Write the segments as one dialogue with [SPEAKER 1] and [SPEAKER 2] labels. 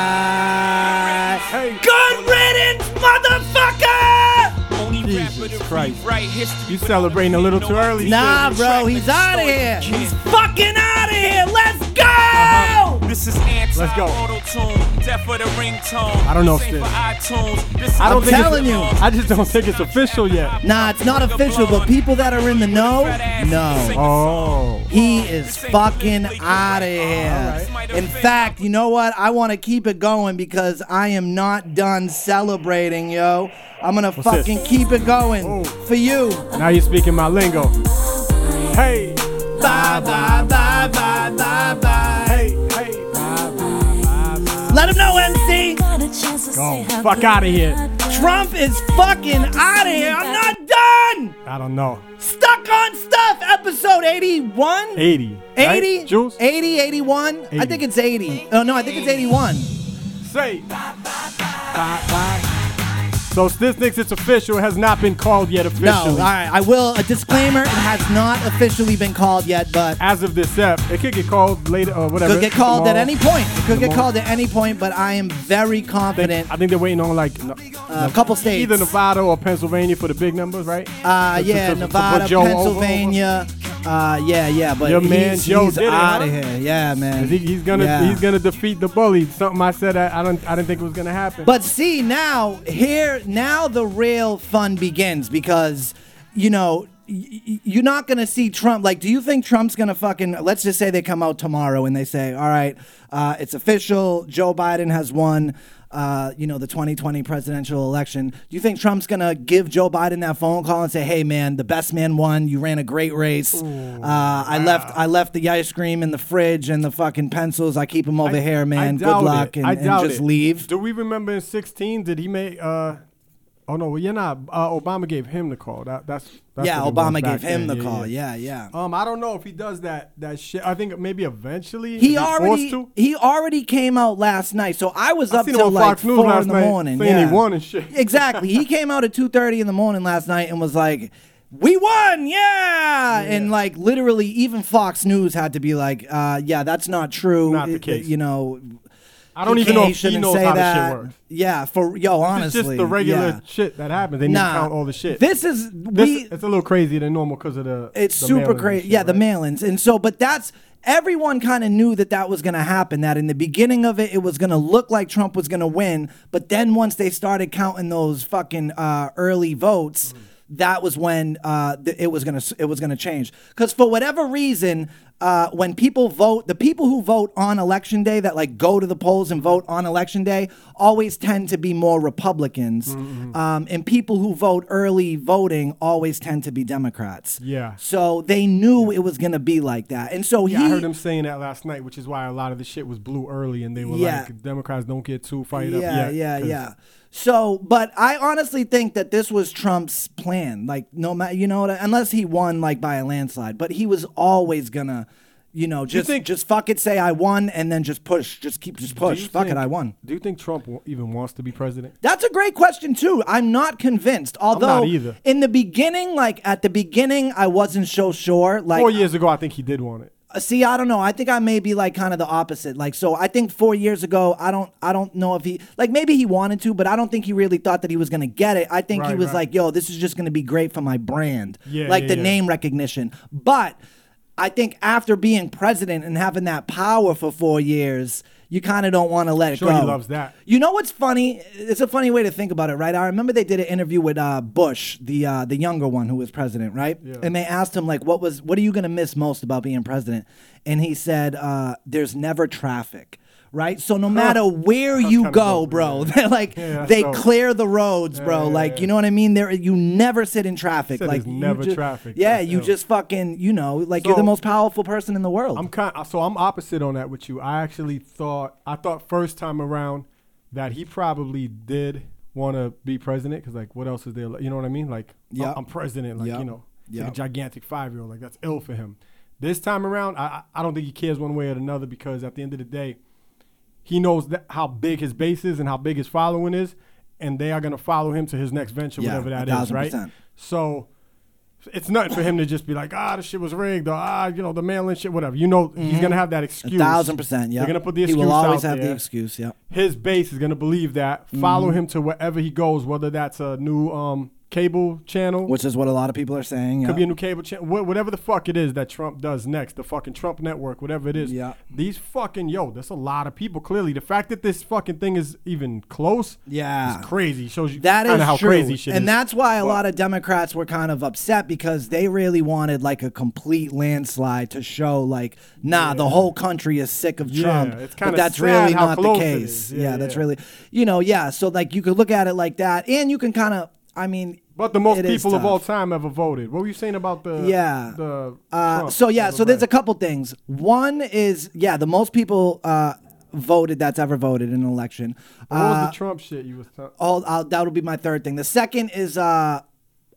[SPEAKER 1] Goodbye.
[SPEAKER 2] Good riddance, motherfucker! Only
[SPEAKER 1] Jesus
[SPEAKER 2] rapper to
[SPEAKER 3] Christ.
[SPEAKER 2] rewrite history.
[SPEAKER 3] You celebrating a little too early.
[SPEAKER 1] Nah, bro, he's out of here.
[SPEAKER 2] He's fucking out of here. Let's go! This is anti
[SPEAKER 3] Let's go.
[SPEAKER 2] auto-tune, death for the ringtone.
[SPEAKER 3] I don't know
[SPEAKER 2] This
[SPEAKER 3] if
[SPEAKER 2] ain't
[SPEAKER 3] this-
[SPEAKER 2] for iTunes. This is
[SPEAKER 3] I don't
[SPEAKER 1] I'm
[SPEAKER 3] think it's-
[SPEAKER 1] telling you.
[SPEAKER 3] I just don't think it's official yet.
[SPEAKER 1] Nah, it's not official, but people that are in the know, no.
[SPEAKER 3] Oh.
[SPEAKER 1] He is fucking out of here. In fact, you know what? I want to keep it going because I am not done celebrating, yo. I'm going to
[SPEAKER 3] this?
[SPEAKER 1] fucking keep it going
[SPEAKER 3] Oh.
[SPEAKER 1] for you.
[SPEAKER 3] Now you're speaking my lingo. Hey,
[SPEAKER 1] Bye, bye, bye, bye, bye, bye.
[SPEAKER 3] hey, hey.
[SPEAKER 1] Let him know, MC.
[SPEAKER 3] Go. Fuck outta here.
[SPEAKER 1] Trump is fucking out of here. I'm not done.
[SPEAKER 3] I don't know.
[SPEAKER 1] Stuck on Stuff, episode 81.
[SPEAKER 3] 80. right?
[SPEAKER 1] 80?
[SPEAKER 3] Jules?
[SPEAKER 1] 80, 81? I
[SPEAKER 3] 80.
[SPEAKER 1] think it's 80. Oh, no, I think it's 81.
[SPEAKER 3] Say. So Stithnix, it's official. It has not been called yet
[SPEAKER 1] No,
[SPEAKER 3] officially.
[SPEAKER 1] all right. I will. A disclaimer it has not officially been called yet, but
[SPEAKER 3] As of this ep, it could get called later or whatever.
[SPEAKER 1] could get called at
[SPEAKER 3] tomorrow.
[SPEAKER 1] any point. It could get
[SPEAKER 3] Tomorrow.
[SPEAKER 1] called at any point, but I am very
[SPEAKER 3] I
[SPEAKER 1] confident.
[SPEAKER 3] think, I think they're waiting on like no-
[SPEAKER 1] A couple states.
[SPEAKER 3] either Nevada or Pennsylvania for the big numbers, right?
[SPEAKER 1] Uh,
[SPEAKER 3] To- to-
[SPEAKER 1] yeah,
[SPEAKER 3] to- to put
[SPEAKER 1] Nevada,
[SPEAKER 3] Joe over.
[SPEAKER 1] Pennsylvania. Uh, yeah, yeah, but
[SPEAKER 3] Your
[SPEAKER 1] he's,
[SPEAKER 3] man Joe
[SPEAKER 1] he's
[SPEAKER 3] did it,
[SPEAKER 1] out of
[SPEAKER 3] huh?
[SPEAKER 1] here. Yeah, man.
[SPEAKER 3] 'Cause He, he's gonna
[SPEAKER 1] Yeah.
[SPEAKER 3] he's gonna defeat the bully. Something I said I, I don't I didn't think it was gonna happen.
[SPEAKER 1] But see now, here now the real fun begins because you know y- y- you're not gonna see Trump. Like, do you think Trump's gonna fucking? Let's just say they come out tomorrow and they say, "All right, uh, it's official. Joe Biden has won." Uh, you know the 2020 presidential election. Do you think Trump's gonna give Joe Biden that phone call and say, "Hey man, the best man won. You ran a great race. uh, I left. I left the ice cream in the fridge and the fucking pencils. I keep them over
[SPEAKER 3] I-
[SPEAKER 1] here,
[SPEAKER 3] I
[SPEAKER 1] man. Good
[SPEAKER 3] doubt
[SPEAKER 1] luck
[SPEAKER 3] it.
[SPEAKER 1] and,
[SPEAKER 3] I
[SPEAKER 1] and
[SPEAKER 3] doubt
[SPEAKER 1] just
[SPEAKER 3] it.
[SPEAKER 1] leave."
[SPEAKER 3] Do we remember in '16? Did he make? Uh, oh no, well, you're not. Uh, Obama gave him the call. That, that's, that's
[SPEAKER 1] yeah,
[SPEAKER 3] what it was
[SPEAKER 1] Obama
[SPEAKER 3] back
[SPEAKER 1] gave him
[SPEAKER 3] then.
[SPEAKER 1] the call. Yeah, yeah.
[SPEAKER 3] Um, I don't know if he does that that shit. I think maybe eventually if
[SPEAKER 1] he
[SPEAKER 3] he's
[SPEAKER 1] already
[SPEAKER 3] forced to.
[SPEAKER 1] he already came out last night, so I was
[SPEAKER 3] I
[SPEAKER 1] up
[SPEAKER 3] seen him
[SPEAKER 1] till
[SPEAKER 3] on
[SPEAKER 1] like
[SPEAKER 3] Fox News
[SPEAKER 1] four
[SPEAKER 3] last
[SPEAKER 1] in the
[SPEAKER 3] night
[SPEAKER 1] morning.
[SPEAKER 3] saying
[SPEAKER 1] yeah.
[SPEAKER 3] he won and shit.
[SPEAKER 1] exactly. He came out at two thirty in the morning last night and was like, "We won, yeah!" And like literally, even Fox News had to be like, uh, "Yeah, that's not true.
[SPEAKER 3] Not the
[SPEAKER 1] It- it-
[SPEAKER 3] case.
[SPEAKER 1] You know,
[SPEAKER 3] I don't even know if he
[SPEAKER 1] shouldn't
[SPEAKER 3] knows
[SPEAKER 1] say
[SPEAKER 3] how
[SPEAKER 1] that.
[SPEAKER 3] the shit works.
[SPEAKER 1] Yeah, for yo,
[SPEAKER 3] It's
[SPEAKER 1] honestly,
[SPEAKER 3] just the regular
[SPEAKER 1] yeah.
[SPEAKER 3] shit that happens. They need
[SPEAKER 1] Nah,
[SPEAKER 3] to count all the shit.
[SPEAKER 1] This is
[SPEAKER 3] This-
[SPEAKER 1] we.
[SPEAKER 3] it's a little crazier than normal because of the.
[SPEAKER 1] It's
[SPEAKER 3] the mail-in
[SPEAKER 1] super
[SPEAKER 3] and
[SPEAKER 1] crazy.
[SPEAKER 3] shit,
[SPEAKER 1] Yeah, the
[SPEAKER 3] right?
[SPEAKER 1] mail-ins, and so, but that's everyone kind of knew that that was going to happen. That in the beginning of it, it was going to look like Trump was going to win, but then once they started counting those fucking uh, early
[SPEAKER 3] Mm.
[SPEAKER 1] votes. That was when uh, th- it was gonna s- it was gonna change because for whatever reason, uh, when people vote, the people who vote on election day that like go to the polls and vote on election day always tend to be more Republicans,
[SPEAKER 3] Mm-hmm.
[SPEAKER 1] um, and people who vote early voting always tend to be Democrats.
[SPEAKER 3] Yeah.
[SPEAKER 1] So they knew it was gonna be like that, and so
[SPEAKER 3] Yeah,
[SPEAKER 1] he.
[SPEAKER 3] I heard him saying that last night, which is why a lot of the shit was blue early, and they were
[SPEAKER 1] Yeah.
[SPEAKER 3] like, "Democrats don't get too fired up."
[SPEAKER 1] yeah,
[SPEAKER 3] yet,
[SPEAKER 1] yeah,
[SPEAKER 3] 'cause
[SPEAKER 1] yeah. So, but I honestly think that this was Trump's plan. Like, no matter, you know, what I- unless he won like by a landslide, but he was always gonna, you know, just
[SPEAKER 3] think-
[SPEAKER 1] just fuck it, say I won, and then just push, just keep just
[SPEAKER 3] do
[SPEAKER 1] push.
[SPEAKER 3] you
[SPEAKER 1] Fuck
[SPEAKER 3] think-
[SPEAKER 1] it, I won.
[SPEAKER 3] Do you think Trump wa- even wants to be president?
[SPEAKER 1] That's a great question too. I'm not convinced. Although
[SPEAKER 3] either.
[SPEAKER 1] in the beginning, like at the beginning, I wasn't so sure. Like Uh,
[SPEAKER 3] Four years ago, I think he did want it.
[SPEAKER 1] See, I don't know. I think I may be like kind of the opposite. Like, so I think four years ago, I don't, I don't know if he, like, maybe he wanted to, but I don't think he really thought that he was gonna get it. I think he
[SPEAKER 3] Right,
[SPEAKER 1] was
[SPEAKER 3] right.
[SPEAKER 1] like, "Yo, this is just gonna be great for my brand,
[SPEAKER 3] Yeah,
[SPEAKER 1] like
[SPEAKER 3] yeah,
[SPEAKER 1] the
[SPEAKER 3] yeah.
[SPEAKER 1] name recognition." But I think after being president and having that power for four years, you kind of don't want to let it
[SPEAKER 3] Sure,
[SPEAKER 1] go.
[SPEAKER 3] he loves that.
[SPEAKER 1] You know what's funny? It's a funny way to think about it, right? I remember they did an interview with uh, Bush, the uh, the younger one who was president, right? And they asked him like, "What was? What are you gonna miss most about being president?" And he said, uh, "There's never traffic." Right, so no matter where you
[SPEAKER 3] kinda
[SPEAKER 1] go,
[SPEAKER 3] dope,
[SPEAKER 1] bro, they're like
[SPEAKER 3] Yeah, that's
[SPEAKER 1] they
[SPEAKER 3] dope.
[SPEAKER 1] clear the roads, bro.
[SPEAKER 3] yeah, yeah,
[SPEAKER 1] like
[SPEAKER 3] yeah.
[SPEAKER 1] you know what I mean. There, you never sit in traffic.
[SPEAKER 3] Said
[SPEAKER 1] like
[SPEAKER 3] there's
[SPEAKER 1] you
[SPEAKER 3] never
[SPEAKER 1] ju-
[SPEAKER 3] traffic.
[SPEAKER 1] Yeah,
[SPEAKER 3] That's
[SPEAKER 1] you
[SPEAKER 3] dope.
[SPEAKER 1] just fucking, you know, like you're the
[SPEAKER 3] So-
[SPEAKER 1] most powerful person in the world.
[SPEAKER 3] I'm kind so I'm opposite on that with you. I actually thought I thought first time around that he probably did want to be president because like what else is there? like, You know what I mean? Like
[SPEAKER 1] Yeah.
[SPEAKER 3] I'm- I'm president. Like
[SPEAKER 1] Yeah.
[SPEAKER 3] you know, it's like
[SPEAKER 1] Yeah.
[SPEAKER 3] a gigantic five year old. Like that's ill for him. This time around, I I I don't think he cares one way or another because at the end of the day, he knows that how big his base is and how big his following is, and they are gonna follow him to his next venture,
[SPEAKER 1] Yeah,
[SPEAKER 3] whatever that
[SPEAKER 1] a
[SPEAKER 3] is,
[SPEAKER 1] thousand
[SPEAKER 3] right?
[SPEAKER 1] percent.
[SPEAKER 3] So it's nothing for him to just be like, ah, the shit was rigged, or ah, you know, the mailing shit, whatever. You know, he's gonna have that excuse.
[SPEAKER 1] Mm-hmm. thousand percent. Yeah,
[SPEAKER 3] They're gonna put the
[SPEAKER 1] He
[SPEAKER 3] excuse
[SPEAKER 1] will always
[SPEAKER 3] out
[SPEAKER 1] have the
[SPEAKER 3] there.
[SPEAKER 1] excuse. Yeah. Mm-hmm.
[SPEAKER 3] His base is gonna believe that. Follow him to wherever he goes, whether that's a new um cable channel,
[SPEAKER 1] Which is what a lot of people are saying.
[SPEAKER 3] could
[SPEAKER 1] yeah.
[SPEAKER 3] be a new cable channel, wha- whatever the fuck it is that Trump does next, the fucking Trump network, whatever it is.
[SPEAKER 1] Yeah.
[SPEAKER 3] These fucking yo, that's a lot of people. Clearly, the fact that this fucking thing is even close,
[SPEAKER 1] Yeah.
[SPEAKER 3] is crazy. Shows you
[SPEAKER 1] That is
[SPEAKER 3] kinda how
[SPEAKER 1] true.
[SPEAKER 3] crazy shit
[SPEAKER 1] and
[SPEAKER 3] is.
[SPEAKER 1] that's why a lot of Democrats were kind of upset because they really wanted like a complete landslide to show like, nah, the whole country is sick of
[SPEAKER 3] Yeah,
[SPEAKER 1] Trump.
[SPEAKER 3] it's
[SPEAKER 1] but
[SPEAKER 3] kinda
[SPEAKER 1] that's
[SPEAKER 3] sad
[SPEAKER 1] really
[SPEAKER 3] how
[SPEAKER 1] not the
[SPEAKER 3] close it
[SPEAKER 1] case.
[SPEAKER 3] is.
[SPEAKER 1] Yeah,
[SPEAKER 3] Yeah,
[SPEAKER 1] that's
[SPEAKER 3] yeah.
[SPEAKER 1] really you know, yeah. So like you could look at it like that and you can kinda I mean
[SPEAKER 3] But the most
[SPEAKER 1] it is
[SPEAKER 3] people of all
[SPEAKER 1] tough.
[SPEAKER 3] time ever voted. What were you saying about the
[SPEAKER 1] Yeah.
[SPEAKER 3] the
[SPEAKER 1] Uh,
[SPEAKER 3] Trump
[SPEAKER 1] so yeah,
[SPEAKER 3] over
[SPEAKER 1] so there's a
[SPEAKER 3] Brett?
[SPEAKER 1] couple things. One is yeah, the most people uh, voted that's ever voted in an election.
[SPEAKER 3] what was
[SPEAKER 1] Uh,
[SPEAKER 3] the Trump shit you was talking?
[SPEAKER 1] all I'll, that'll be my third thing. The second is uh,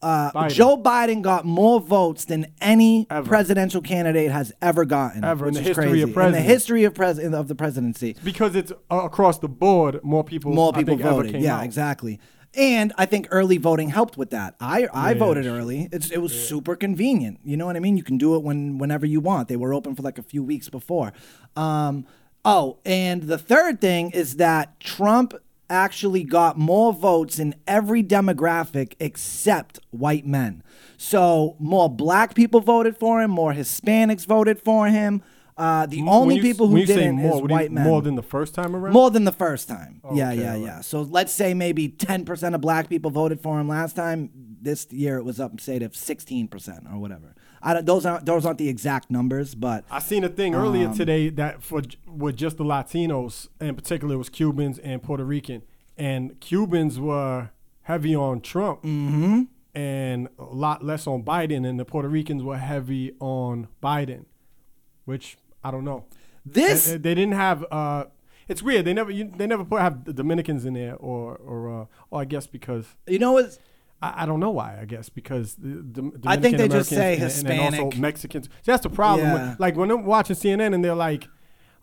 [SPEAKER 1] uh,
[SPEAKER 3] Biden.
[SPEAKER 1] Joe Biden got more votes than any
[SPEAKER 3] Ever.
[SPEAKER 1] presidential candidate has ever gotten.
[SPEAKER 3] Ever
[SPEAKER 1] which
[SPEAKER 3] in the
[SPEAKER 1] is
[SPEAKER 3] history of
[SPEAKER 1] crazy. In
[SPEAKER 3] presidents.
[SPEAKER 1] the history of pres- of the presidency,
[SPEAKER 3] Because it's uh, across the board, more people
[SPEAKER 1] more
[SPEAKER 3] I
[SPEAKER 1] people
[SPEAKER 3] think, ever
[SPEAKER 1] voted.
[SPEAKER 3] came
[SPEAKER 1] Yeah,
[SPEAKER 3] out.
[SPEAKER 1] exactly. And I think early voting helped with that. I I voted early. It's it was super convenient. You know what I mean? You can do it when whenever you want. They were open for like a few weeks before. Um, oh, and the third thing is that Trump actually got more votes in every demographic except white men. So more black people voted for him. More Hispanics voted for him. Uh, the only
[SPEAKER 3] When you-
[SPEAKER 1] people who
[SPEAKER 3] when you say
[SPEAKER 1] didn't
[SPEAKER 3] more,
[SPEAKER 1] is
[SPEAKER 3] what do you-
[SPEAKER 1] white men.
[SPEAKER 3] More than the first time around.
[SPEAKER 1] More than the first time. yeah,
[SPEAKER 3] Okay,
[SPEAKER 1] yeah,
[SPEAKER 3] all right.
[SPEAKER 1] yeah. So let's say maybe 10% of black people voted for him last time. This year it was up, say, to 16% or whatever. I don't, those, aren't, those aren't the exact numbers, but
[SPEAKER 3] I seen a thing earlier today that for j- with just the Latinos, in particular, it was Cubans and Puerto Rican, and Cubans were heavy on Trump, and a lot less on Biden, and the Puerto Ricans were heavy on Biden, which I don't know.
[SPEAKER 1] This-
[SPEAKER 3] they, they didn't have. Uh, it's weird. They never you, they never put have the Dominicans in there, or or uh, or I guess because.
[SPEAKER 1] you know what?
[SPEAKER 3] I, I don't know why. I guess because the, the
[SPEAKER 1] I think they just
[SPEAKER 3] Dominican-Americans
[SPEAKER 1] say
[SPEAKER 3] and- and, then
[SPEAKER 1] Hispanic.
[SPEAKER 3] also Mexicans. That's the problem. with-
[SPEAKER 1] Yeah.
[SPEAKER 3] like when I'm watching CNN and they're like,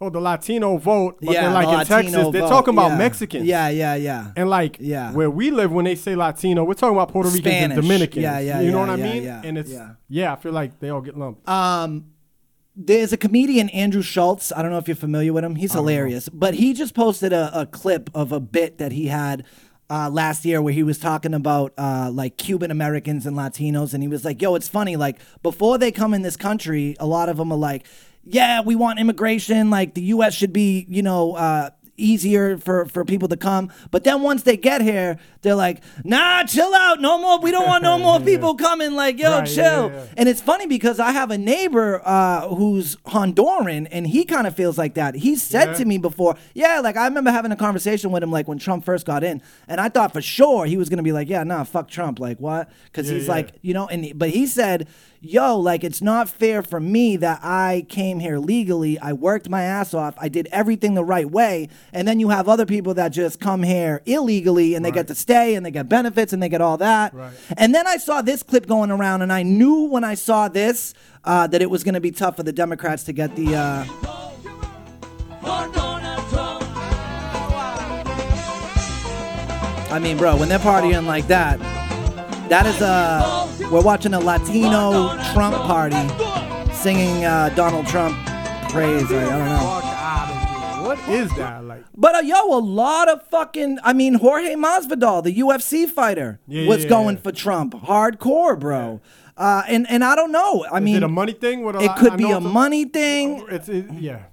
[SPEAKER 3] "Oh, the Latino vote," but
[SPEAKER 1] yeah,
[SPEAKER 3] they're
[SPEAKER 1] the
[SPEAKER 3] like in
[SPEAKER 1] Latino
[SPEAKER 3] Texas, they're
[SPEAKER 1] vote.
[SPEAKER 3] talking about
[SPEAKER 1] Yeah.
[SPEAKER 3] Mexicans.
[SPEAKER 1] Yeah, yeah, yeah.
[SPEAKER 3] And like
[SPEAKER 1] Yeah.
[SPEAKER 3] where we live, when they say Latino, we're talking about Puerto Ricans
[SPEAKER 1] Spanish.
[SPEAKER 3] and Dominicans.
[SPEAKER 1] Yeah, yeah,
[SPEAKER 3] You know
[SPEAKER 1] yeah,
[SPEAKER 3] what
[SPEAKER 1] yeah,
[SPEAKER 3] I mean?
[SPEAKER 1] yeah,
[SPEAKER 3] and it's
[SPEAKER 1] yeah. Uh,
[SPEAKER 3] yeah. I feel like they all get lumped.
[SPEAKER 1] there's a comedian Andrew Schultz. I don't know if you're familiar with him. He's hilarious, but he just posted a, a clip of a bit that he had uh, last year where he was talking about uh, like Cuban Americans and Latinos, and he was like, "Yo, it's funny. Like before they come in this country, a lot of them are like." Yeah, we want immigration. Like the U.S. should be, you know, uh, easier for for people to come. But then once they get here, they're like, "Nah, chill out. No more. We don't want no more people coming. Like, yo,
[SPEAKER 3] Right,
[SPEAKER 1] chill."
[SPEAKER 3] yeah, yeah.
[SPEAKER 1] And it's funny because I have a neighbor uh, who's Honduran, and he kind of feels like that. He said
[SPEAKER 3] Yeah.
[SPEAKER 1] to me before, "Yeah, like I remember having a conversation with him, like when Trump first got in, and I thought for sure he was gonna be like, yeah, nah, fuck Trump, like what? Because
[SPEAKER 3] Yeah,
[SPEAKER 1] he's
[SPEAKER 3] yeah.
[SPEAKER 1] like, you know, and he- but he said, yo, like it's not fair for me that I came here legally, I worked my ass off, I did everything the right way, and then you have other people that just come here illegally and they get
[SPEAKER 3] Right.
[SPEAKER 1] to stay and they get benefits and they get all that.
[SPEAKER 3] Right.
[SPEAKER 1] And then I saw this clip going around, and I knew when I saw this uh, that it was going to be tough for the Democrats to get the. Uh, I mean, bro, when they're partying like that, that is a. We're watching a Latino Trump party singing uh, Donald Trump praise. Like, I don't know.
[SPEAKER 3] Fuck outta here. What is that like?
[SPEAKER 1] But uh, yo, a lot of fucking. I mean, Jorge Masvidal, the UFC fighter,
[SPEAKER 3] Yeah,
[SPEAKER 1] was
[SPEAKER 3] yeah, yeah,
[SPEAKER 1] going
[SPEAKER 3] yeah.
[SPEAKER 1] for Trump hardcore, bro. Uh, and and I don't know. I
[SPEAKER 3] Is
[SPEAKER 1] mean,
[SPEAKER 3] it a money thing? What a
[SPEAKER 1] it
[SPEAKER 3] lot-
[SPEAKER 1] could
[SPEAKER 3] I
[SPEAKER 1] be
[SPEAKER 3] know
[SPEAKER 1] a
[SPEAKER 3] it's
[SPEAKER 1] money thing.
[SPEAKER 3] It's it, yeah.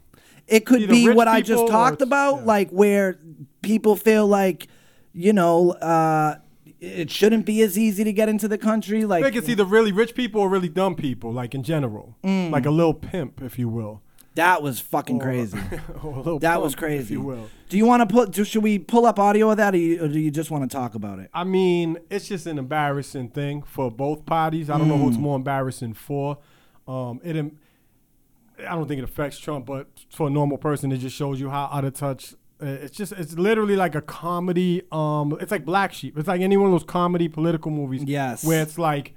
[SPEAKER 1] It could
[SPEAKER 3] either
[SPEAKER 1] be
[SPEAKER 3] rich
[SPEAKER 1] what I just
[SPEAKER 3] people or
[SPEAKER 1] talked
[SPEAKER 3] it's-
[SPEAKER 1] about,
[SPEAKER 3] yeah.
[SPEAKER 1] like where people feel like, you know, uh, it shouldn't be as easy to get into the country. Like, Mm.
[SPEAKER 3] I think it's either really rich people or really dumb people, like in general, like a little pimp, if you will.
[SPEAKER 1] that was fucking crazy.
[SPEAKER 3] or a little
[SPEAKER 1] That was
[SPEAKER 3] punk,
[SPEAKER 1] crazy.
[SPEAKER 3] Oh. if you will.
[SPEAKER 1] Do you want to put? do- Should we pull up audio of that, or, you, or do you just want to talk about it?
[SPEAKER 3] I mean, it's just an embarrassing thing for both parties. I don't know who
[SPEAKER 1] Mm.
[SPEAKER 3] it's more embarrassing for. Um, it, em- I don't think it affects Trump, but for a normal person, it just shows you how out of touch. uh, It's just, it's literally like a comedy. Um, it's like Black Sheep. It's like any one of those comedy political movies.
[SPEAKER 1] Yes.
[SPEAKER 3] where it's like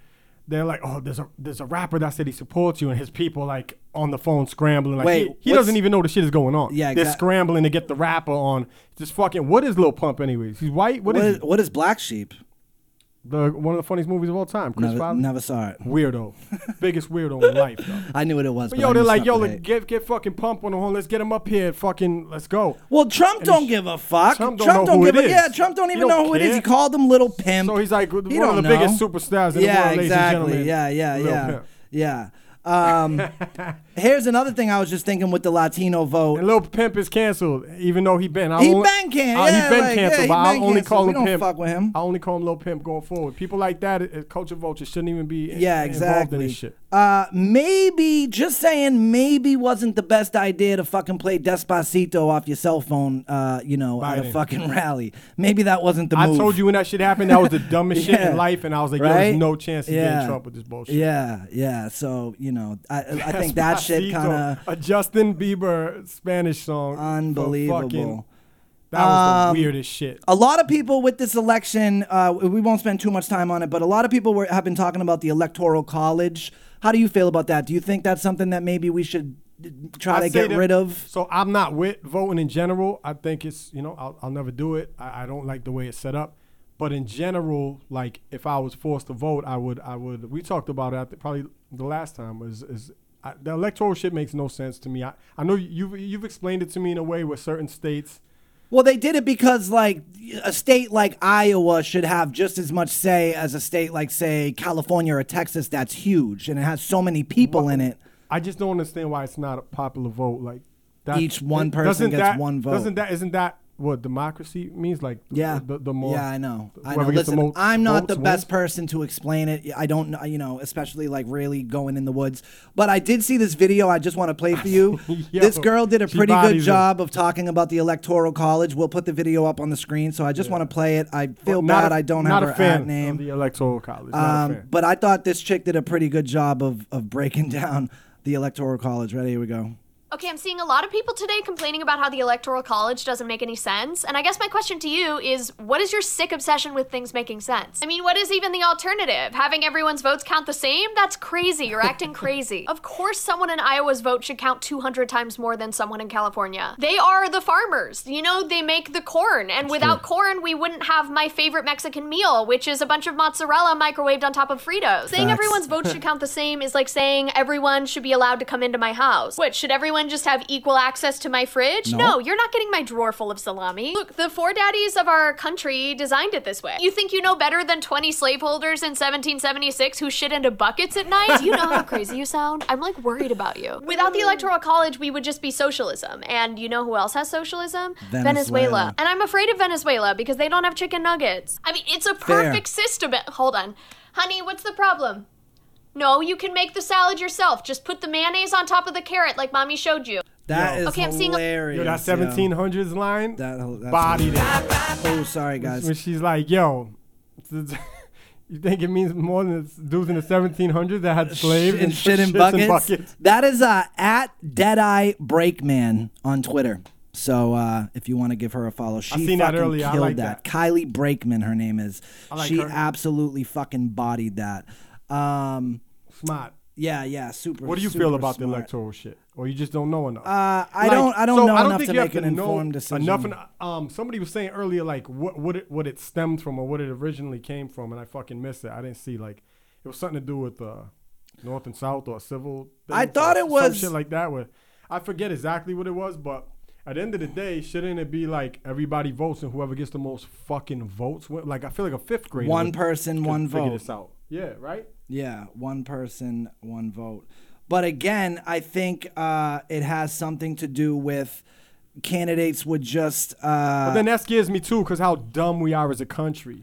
[SPEAKER 3] they're like, oh, there's a there's a rapper that said he supports you, and his people like on the phone scrambling. Like
[SPEAKER 1] Wait,
[SPEAKER 3] he- he,
[SPEAKER 1] what's-
[SPEAKER 3] doesn't even know the shit is going on.
[SPEAKER 1] Yeah,
[SPEAKER 3] they're
[SPEAKER 1] exact-
[SPEAKER 3] scrambling to get the rapper on. Just fucking, what is Lil Pump anyways? He's white.
[SPEAKER 1] What
[SPEAKER 3] what is
[SPEAKER 1] is,
[SPEAKER 3] he?
[SPEAKER 1] what is black sheep?
[SPEAKER 3] The one of the funniest movies of all time. Chris
[SPEAKER 1] Never,
[SPEAKER 3] Farley.
[SPEAKER 1] never saw it.
[SPEAKER 3] Weirdo, biggest weirdo in life. Though.
[SPEAKER 1] I knew what it was.
[SPEAKER 3] But
[SPEAKER 1] But
[SPEAKER 3] yo,
[SPEAKER 1] I
[SPEAKER 3] they're
[SPEAKER 1] knew
[SPEAKER 3] like, yo,
[SPEAKER 1] something
[SPEAKER 3] like,
[SPEAKER 1] that-
[SPEAKER 3] get get fucking pump on the horn. Let's get him up here. Fucking, let's go.
[SPEAKER 1] Well, Trump don't
[SPEAKER 3] sh-
[SPEAKER 1] give a fuck.
[SPEAKER 3] Trump
[SPEAKER 1] Trump don't,
[SPEAKER 3] don't know who
[SPEAKER 1] give a
[SPEAKER 3] it is.
[SPEAKER 1] yeah. Trump don't
[SPEAKER 3] He
[SPEAKER 1] even
[SPEAKER 3] don't
[SPEAKER 1] know who it is.
[SPEAKER 3] care.
[SPEAKER 1] He called him little pimp.
[SPEAKER 3] So he's like
[SPEAKER 1] He
[SPEAKER 3] one of
[SPEAKER 1] don't
[SPEAKER 3] the biggest
[SPEAKER 1] know.
[SPEAKER 3] superstars in
[SPEAKER 1] yeah,
[SPEAKER 3] the world, ladies
[SPEAKER 1] exactly.
[SPEAKER 3] and gentlemen.
[SPEAKER 1] Yeah, yeah,
[SPEAKER 3] Lil
[SPEAKER 1] yeah,
[SPEAKER 3] Pimp.
[SPEAKER 1] yeah. Um, here's another thing I was just thinking with the Latino vote.
[SPEAKER 3] And Lil Pimp is canceled, even though he been. I
[SPEAKER 1] He
[SPEAKER 3] only-
[SPEAKER 1] been can-
[SPEAKER 3] I-
[SPEAKER 1] yeah,
[SPEAKER 3] he been
[SPEAKER 1] like,
[SPEAKER 3] canceled,
[SPEAKER 1] yeah, he
[SPEAKER 3] but
[SPEAKER 1] been
[SPEAKER 3] I'll only
[SPEAKER 1] canceled.
[SPEAKER 3] call
[SPEAKER 1] We
[SPEAKER 3] him
[SPEAKER 1] don't
[SPEAKER 3] Pimp.
[SPEAKER 1] fuck with him.
[SPEAKER 3] I only call him Lil Pimp going forward. People like that, uh, culture vultures, shouldn't even be. in-
[SPEAKER 1] Yeah,
[SPEAKER 3] Involved in
[SPEAKER 1] exactly.
[SPEAKER 3] this shit.
[SPEAKER 1] Uh, maybe just saying maybe wasn't the best idea to fucking play Despacito off your cell phone. Uh, you know, at
[SPEAKER 3] Biden.
[SPEAKER 1] a fucking rally. Maybe that wasn't the
[SPEAKER 3] I
[SPEAKER 1] move.
[SPEAKER 3] told you when that shit happened, that was the dumbest shit
[SPEAKER 1] Yeah.
[SPEAKER 3] in life, and I was like, yo,
[SPEAKER 1] Right?
[SPEAKER 3] there's no chance of
[SPEAKER 1] Yeah.
[SPEAKER 3] getting Trump with this bullshit.
[SPEAKER 1] Yeah, yeah. So you know, I, I think that shit
[SPEAKER 3] Despacito,
[SPEAKER 1] kind of
[SPEAKER 3] a Justin Bieber Spanish song. for
[SPEAKER 1] unbelievable.
[SPEAKER 3] fucking- that was
[SPEAKER 1] Um,
[SPEAKER 3] the weirdest shit.
[SPEAKER 1] a lot of people with this election, uh, we won't spend too much time on it, but a lot of people were, have been talking about the electoral college. How do you feel about that? Do you think that's something that maybe we should try
[SPEAKER 3] I
[SPEAKER 1] to
[SPEAKER 3] say
[SPEAKER 1] get
[SPEAKER 3] that-
[SPEAKER 1] rid of?
[SPEAKER 3] So I'm not with voting in general. I think it's you know I'll, I'll never do it. I, I don't like the way it's set up. But in general, like if I was forced to vote, I would I would. We talked about it I think, probably the last time was is. I, the electoral shit makes no sense to me. I, I know you've you've explained it to me in a way where certain states
[SPEAKER 1] Well, they did it because like a state like Iowa should have just as much say as a state like say California or Texas that's huge and it has so many people in it.
[SPEAKER 3] I just don't understand why it's not a popular vote. Like that,
[SPEAKER 1] Each one person
[SPEAKER 3] doesn't
[SPEAKER 1] gets
[SPEAKER 3] that-
[SPEAKER 1] one vote.
[SPEAKER 3] Doesn't that isn't that what democracy means? Like
[SPEAKER 1] Yeah.
[SPEAKER 3] the, the more
[SPEAKER 1] Yeah, I know. I know.
[SPEAKER 3] whoever gets the
[SPEAKER 1] Listen,
[SPEAKER 3] mo-
[SPEAKER 1] I'm not
[SPEAKER 3] votes
[SPEAKER 1] the best
[SPEAKER 3] wins.
[SPEAKER 1] person to explain it. I don't know, you know, especially like really going in the woods. But I did see this video I just want to play for you.
[SPEAKER 3] Yo,
[SPEAKER 1] this girl did a
[SPEAKER 3] she
[SPEAKER 1] pretty good
[SPEAKER 3] bodies it.
[SPEAKER 1] job of talking about the electoral college. We'll put the video up on the screen, so I just want to play it. I feel
[SPEAKER 3] Not
[SPEAKER 1] bad
[SPEAKER 3] a-
[SPEAKER 1] I don't have
[SPEAKER 3] not a
[SPEAKER 1] her
[SPEAKER 3] fan
[SPEAKER 1] ad
[SPEAKER 3] Of
[SPEAKER 1] name.
[SPEAKER 3] the electoral college. not a
[SPEAKER 1] Um,
[SPEAKER 3] fan.
[SPEAKER 1] but I thought this chick did a pretty good job of of breaking down the electoral college. Ready? Here we go.
[SPEAKER 4] Okay, I'm seeing a lot of people today complaining about how the Electoral College doesn't make any sense. And I guess my question to you is what is your sick obsession with things making sense? I mean, what is even the alternative? Having everyone's votes count the same? That's crazy. You're acting crazy. Of course, someone in Iowa's vote should count 200 times more than someone in California. They are the farmers. You know, they make the corn. And without corn, we wouldn't have my favorite Mexican meal, which is a bunch of mozzarella microwaved on top of Fritos. Saying
[SPEAKER 1] Facts.
[SPEAKER 4] everyone's vote should count the same is like saying everyone should be allowed to come into my house. What, should everyone just have equal access to my fridge?
[SPEAKER 1] No.
[SPEAKER 4] No, you're not getting my drawer full of salami. Look, the foredaddies of our country designed it this way. You think you know better than 20 slaveholders in 1776 who shit into buckets at night? Do you know how crazy you sound? I'm like worried about you. Without the Electoral College, we would just be socialism. And you know who else has socialism?
[SPEAKER 1] Venezuela.
[SPEAKER 4] And I'm afraid of Venezuela because they don't have chicken nuggets. I mean, it's a
[SPEAKER 1] Fair.
[SPEAKER 4] perfect system. Hold on. Honey, what's the problem? No, you can make the salad yourself. Just put the mayonnaise on top of the carrot like mommy showed you.
[SPEAKER 1] That is
[SPEAKER 4] Okay, I'm seeing a-
[SPEAKER 1] hilarious.
[SPEAKER 3] Yo, that
[SPEAKER 1] yo.
[SPEAKER 3] 1700s line
[SPEAKER 1] That- that's-
[SPEAKER 3] bodied it.
[SPEAKER 1] Oh, sorry guys.
[SPEAKER 3] When she's like, yo, you think it means more than the dudes in the 1700s that had slaves
[SPEAKER 1] and shit in buckets. That is uh, at Deadeye Breakman on Twitter. So uh, if you want to give her a follow, she
[SPEAKER 3] seen that
[SPEAKER 1] fucking
[SPEAKER 3] earlier. I
[SPEAKER 1] killed
[SPEAKER 3] like
[SPEAKER 1] that.
[SPEAKER 3] that.
[SPEAKER 1] Kylie Breakman, her name is.
[SPEAKER 3] like
[SPEAKER 1] she
[SPEAKER 3] her.
[SPEAKER 1] absolutely fucking bodied that. Um,
[SPEAKER 3] Smart.
[SPEAKER 1] yeah, yeah, super.
[SPEAKER 3] What do you
[SPEAKER 1] super
[SPEAKER 3] feel about the
[SPEAKER 1] smart.
[SPEAKER 3] electoral shit? Or you just don't know enough?
[SPEAKER 1] Uh, I
[SPEAKER 3] Like,
[SPEAKER 1] don't. I don't
[SPEAKER 3] so
[SPEAKER 1] know
[SPEAKER 3] I don't
[SPEAKER 1] enough
[SPEAKER 3] think
[SPEAKER 1] to
[SPEAKER 3] you have
[SPEAKER 1] make an
[SPEAKER 3] know
[SPEAKER 1] informed decision.
[SPEAKER 3] Enough. and, um, somebody was saying earlier, like what what it what it stemmed from or what it originally came from, and I fucking missed it. I didn't see like it was something to do with uh, North and South or civil.
[SPEAKER 1] I
[SPEAKER 3] things
[SPEAKER 1] thought
[SPEAKER 3] or
[SPEAKER 1] it
[SPEAKER 3] some
[SPEAKER 1] was-
[SPEAKER 3] shit like that. Where I forget exactly what it was, but at the end of the day, shouldn't it be like everybody votes and whoever gets the most fucking votes? win? Like I feel like a fifth grader.
[SPEAKER 1] One
[SPEAKER 3] would-
[SPEAKER 1] person,
[SPEAKER 3] could
[SPEAKER 1] one
[SPEAKER 3] figure
[SPEAKER 1] vote.
[SPEAKER 3] This out. Yeah. Right.
[SPEAKER 1] Yeah, one person, one vote. But again, I think uh, it has something to do with candidates would just. Uh,
[SPEAKER 3] But then that scares me too, because how dumb we are as a country.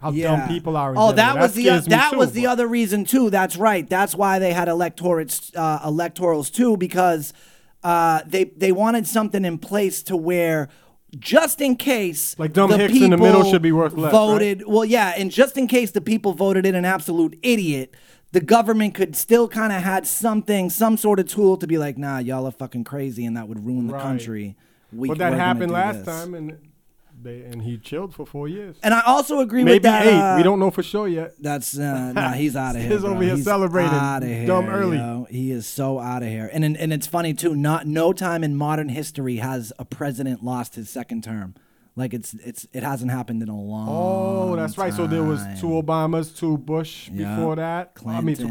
[SPEAKER 3] How dumb people are. In
[SPEAKER 1] oh,
[SPEAKER 3] general.
[SPEAKER 1] that was the
[SPEAKER 3] scares me
[SPEAKER 1] that
[SPEAKER 3] too,
[SPEAKER 1] was the
[SPEAKER 3] but-
[SPEAKER 1] other reason too. That's right. That's why they had electorates uh, electorals too because uh, they they wanted something in place to where just in case
[SPEAKER 3] Like dumb hicks in the middle should be worth less, right?
[SPEAKER 1] voted well yeah and just in case the people voted in an absolute idiot the government could still kind of had something some sort of tool to be like nah y'all are fucking crazy and that would ruin the
[SPEAKER 3] Right.
[SPEAKER 1] country we,
[SPEAKER 3] but that
[SPEAKER 1] we're gonna
[SPEAKER 3] happened
[SPEAKER 1] do
[SPEAKER 3] last
[SPEAKER 1] this.
[SPEAKER 3] time, and they and he chilled for four years.
[SPEAKER 1] and I also agree
[SPEAKER 3] Maybe
[SPEAKER 1] with that
[SPEAKER 3] eight.
[SPEAKER 1] uh,
[SPEAKER 3] we don't know for sure yet.
[SPEAKER 1] That's uh, nah. He's out of here.
[SPEAKER 3] He's
[SPEAKER 1] bro.
[SPEAKER 3] over here
[SPEAKER 1] he's
[SPEAKER 3] celebrating.
[SPEAKER 1] outta here,
[SPEAKER 3] Dumb early.
[SPEAKER 1] yo. He is so out of here. And, and and it's funny too. Not no time in modern history has a president lost his second term. Like it's it's it hasn't happened in a long.
[SPEAKER 3] Oh, that's right. So there was two Obamas, two Bush
[SPEAKER 1] Yeah.
[SPEAKER 3] before that. I mean, two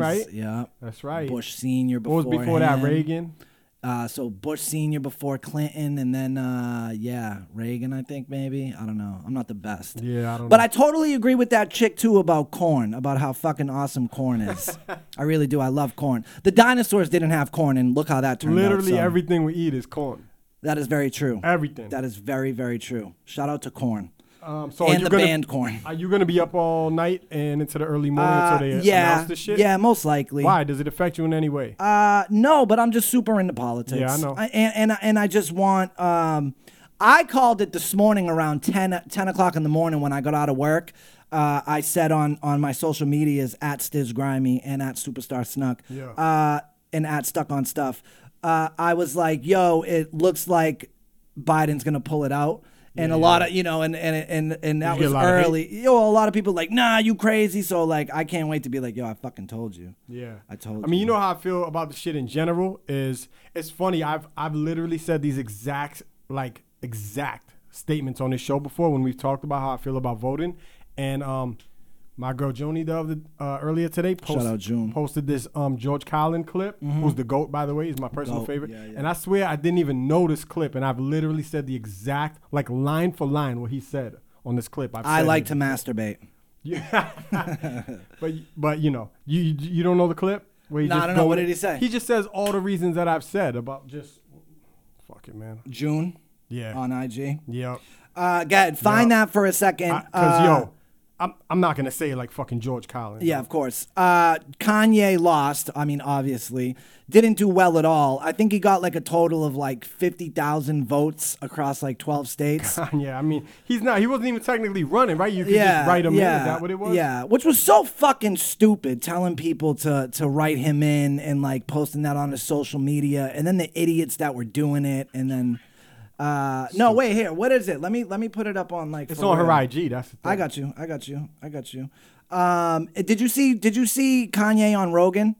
[SPEAKER 1] Clintons,
[SPEAKER 3] right?
[SPEAKER 1] Yeah,
[SPEAKER 3] That's right.
[SPEAKER 1] Bush Senior
[SPEAKER 3] What
[SPEAKER 1] before.
[SPEAKER 3] was before that?
[SPEAKER 1] him.
[SPEAKER 3] Reagan.
[SPEAKER 1] Uh, so Bush Senior before Clinton, and then uh, yeah, Reagan. I think maybe I don't know. I'm not the best.
[SPEAKER 3] Yeah, I don't
[SPEAKER 1] But
[SPEAKER 3] know.
[SPEAKER 1] I totally agree with that chick too about corn, about how fucking awesome corn is. I really do. I love corn. The dinosaurs didn't have corn, and look how that turned out.
[SPEAKER 3] Literally
[SPEAKER 1] so
[SPEAKER 3] everything we eat is corn.
[SPEAKER 1] That is very true.
[SPEAKER 3] Everything.
[SPEAKER 1] That is very very true. Shout out to corn.
[SPEAKER 3] Um, so are
[SPEAKER 1] and
[SPEAKER 3] you
[SPEAKER 1] the
[SPEAKER 3] gonna,
[SPEAKER 1] band corn.
[SPEAKER 3] Are you gonna be up all night and into the early morning
[SPEAKER 1] Uh,
[SPEAKER 3] until they
[SPEAKER 1] yeah,
[SPEAKER 3] announce the shit?
[SPEAKER 1] yeah, most likely.
[SPEAKER 3] Why does it affect you in any way?
[SPEAKER 1] Uh, no, but I'm just super into politics.
[SPEAKER 3] Yeah, I know.
[SPEAKER 1] and, and I- and I just want. Um, I called it this morning around 10, 10 o'clock in the morning when I got out of work. Uh, I said on on my social medias at Stiz Grimy and at Superstar Snuck.
[SPEAKER 3] Yeah.
[SPEAKER 1] Uh, and at Stuck on Stuff. Uh, I was like, yo, it looks like Biden's gonna pull it out. And a lot of you know, and and and and that
[SPEAKER 3] you get
[SPEAKER 1] was
[SPEAKER 3] a lot of hate?
[SPEAKER 1] early. Yo, a lot of people like, nah, you crazy. So like, I can't wait to be like, yo, I fucking told you.
[SPEAKER 3] Yeah,
[SPEAKER 1] I told.
[SPEAKER 3] I mean, you know how I feel about the shit in general. Is it's funny? I've I've literally said these exact like exact statements on this show before when we've talked about how I feel about voting, and um, my girl Joni the other uh, earlier today posted
[SPEAKER 1] out June. Mm-hmm.
[SPEAKER 3] posted this um George Collin clip, who's the goat by the way, is my personal
[SPEAKER 1] Goat,
[SPEAKER 3] favorite,
[SPEAKER 1] yeah, yeah.
[SPEAKER 3] and I swear I didn't even know this clip, and I've literally said the exact like line for line what he said on this clip. I've
[SPEAKER 1] I
[SPEAKER 3] said
[SPEAKER 1] like
[SPEAKER 3] it.
[SPEAKER 1] to masturbate.
[SPEAKER 3] Yeah. but but you know you you- you don't know the clip. Where he
[SPEAKER 1] No, I
[SPEAKER 3] just
[SPEAKER 1] don't know.
[SPEAKER 3] go-
[SPEAKER 1] What did he say?
[SPEAKER 3] He just says all the reasons that I've said about just fuck it, man.
[SPEAKER 1] June.
[SPEAKER 3] Yeah.
[SPEAKER 1] On IG.
[SPEAKER 3] Yeah,
[SPEAKER 1] Uh, go ahead. Find
[SPEAKER 3] Yeah.
[SPEAKER 1] that for a second.
[SPEAKER 3] because
[SPEAKER 1] Uh,
[SPEAKER 3] yo, I'm I'm not gonna say it like fucking George Collins.
[SPEAKER 1] Yeah, of course. Uh, Kanye lost. I mean, obviously, didn't do well at all. I think he got like a total of like fifty thousand votes across like twelve states.
[SPEAKER 3] yeah. I mean, he's not. He wasn't even technically running, right? You could
[SPEAKER 1] yeah,
[SPEAKER 3] just write him
[SPEAKER 1] yeah,
[SPEAKER 3] in. Is that what it was?
[SPEAKER 1] Yeah, which was so fucking stupid, telling people to to write him in and like posting that on his social media, and then the idiots that were doing it, and then. Uh, no, wait here. What is it? Let me let me put it up on like.
[SPEAKER 3] It's
[SPEAKER 1] for
[SPEAKER 3] on her
[SPEAKER 1] real.
[SPEAKER 3] IG. That's the thing.
[SPEAKER 1] I got you. I got you. I got you. Um, did you see? Did you see Kanye on Rogan?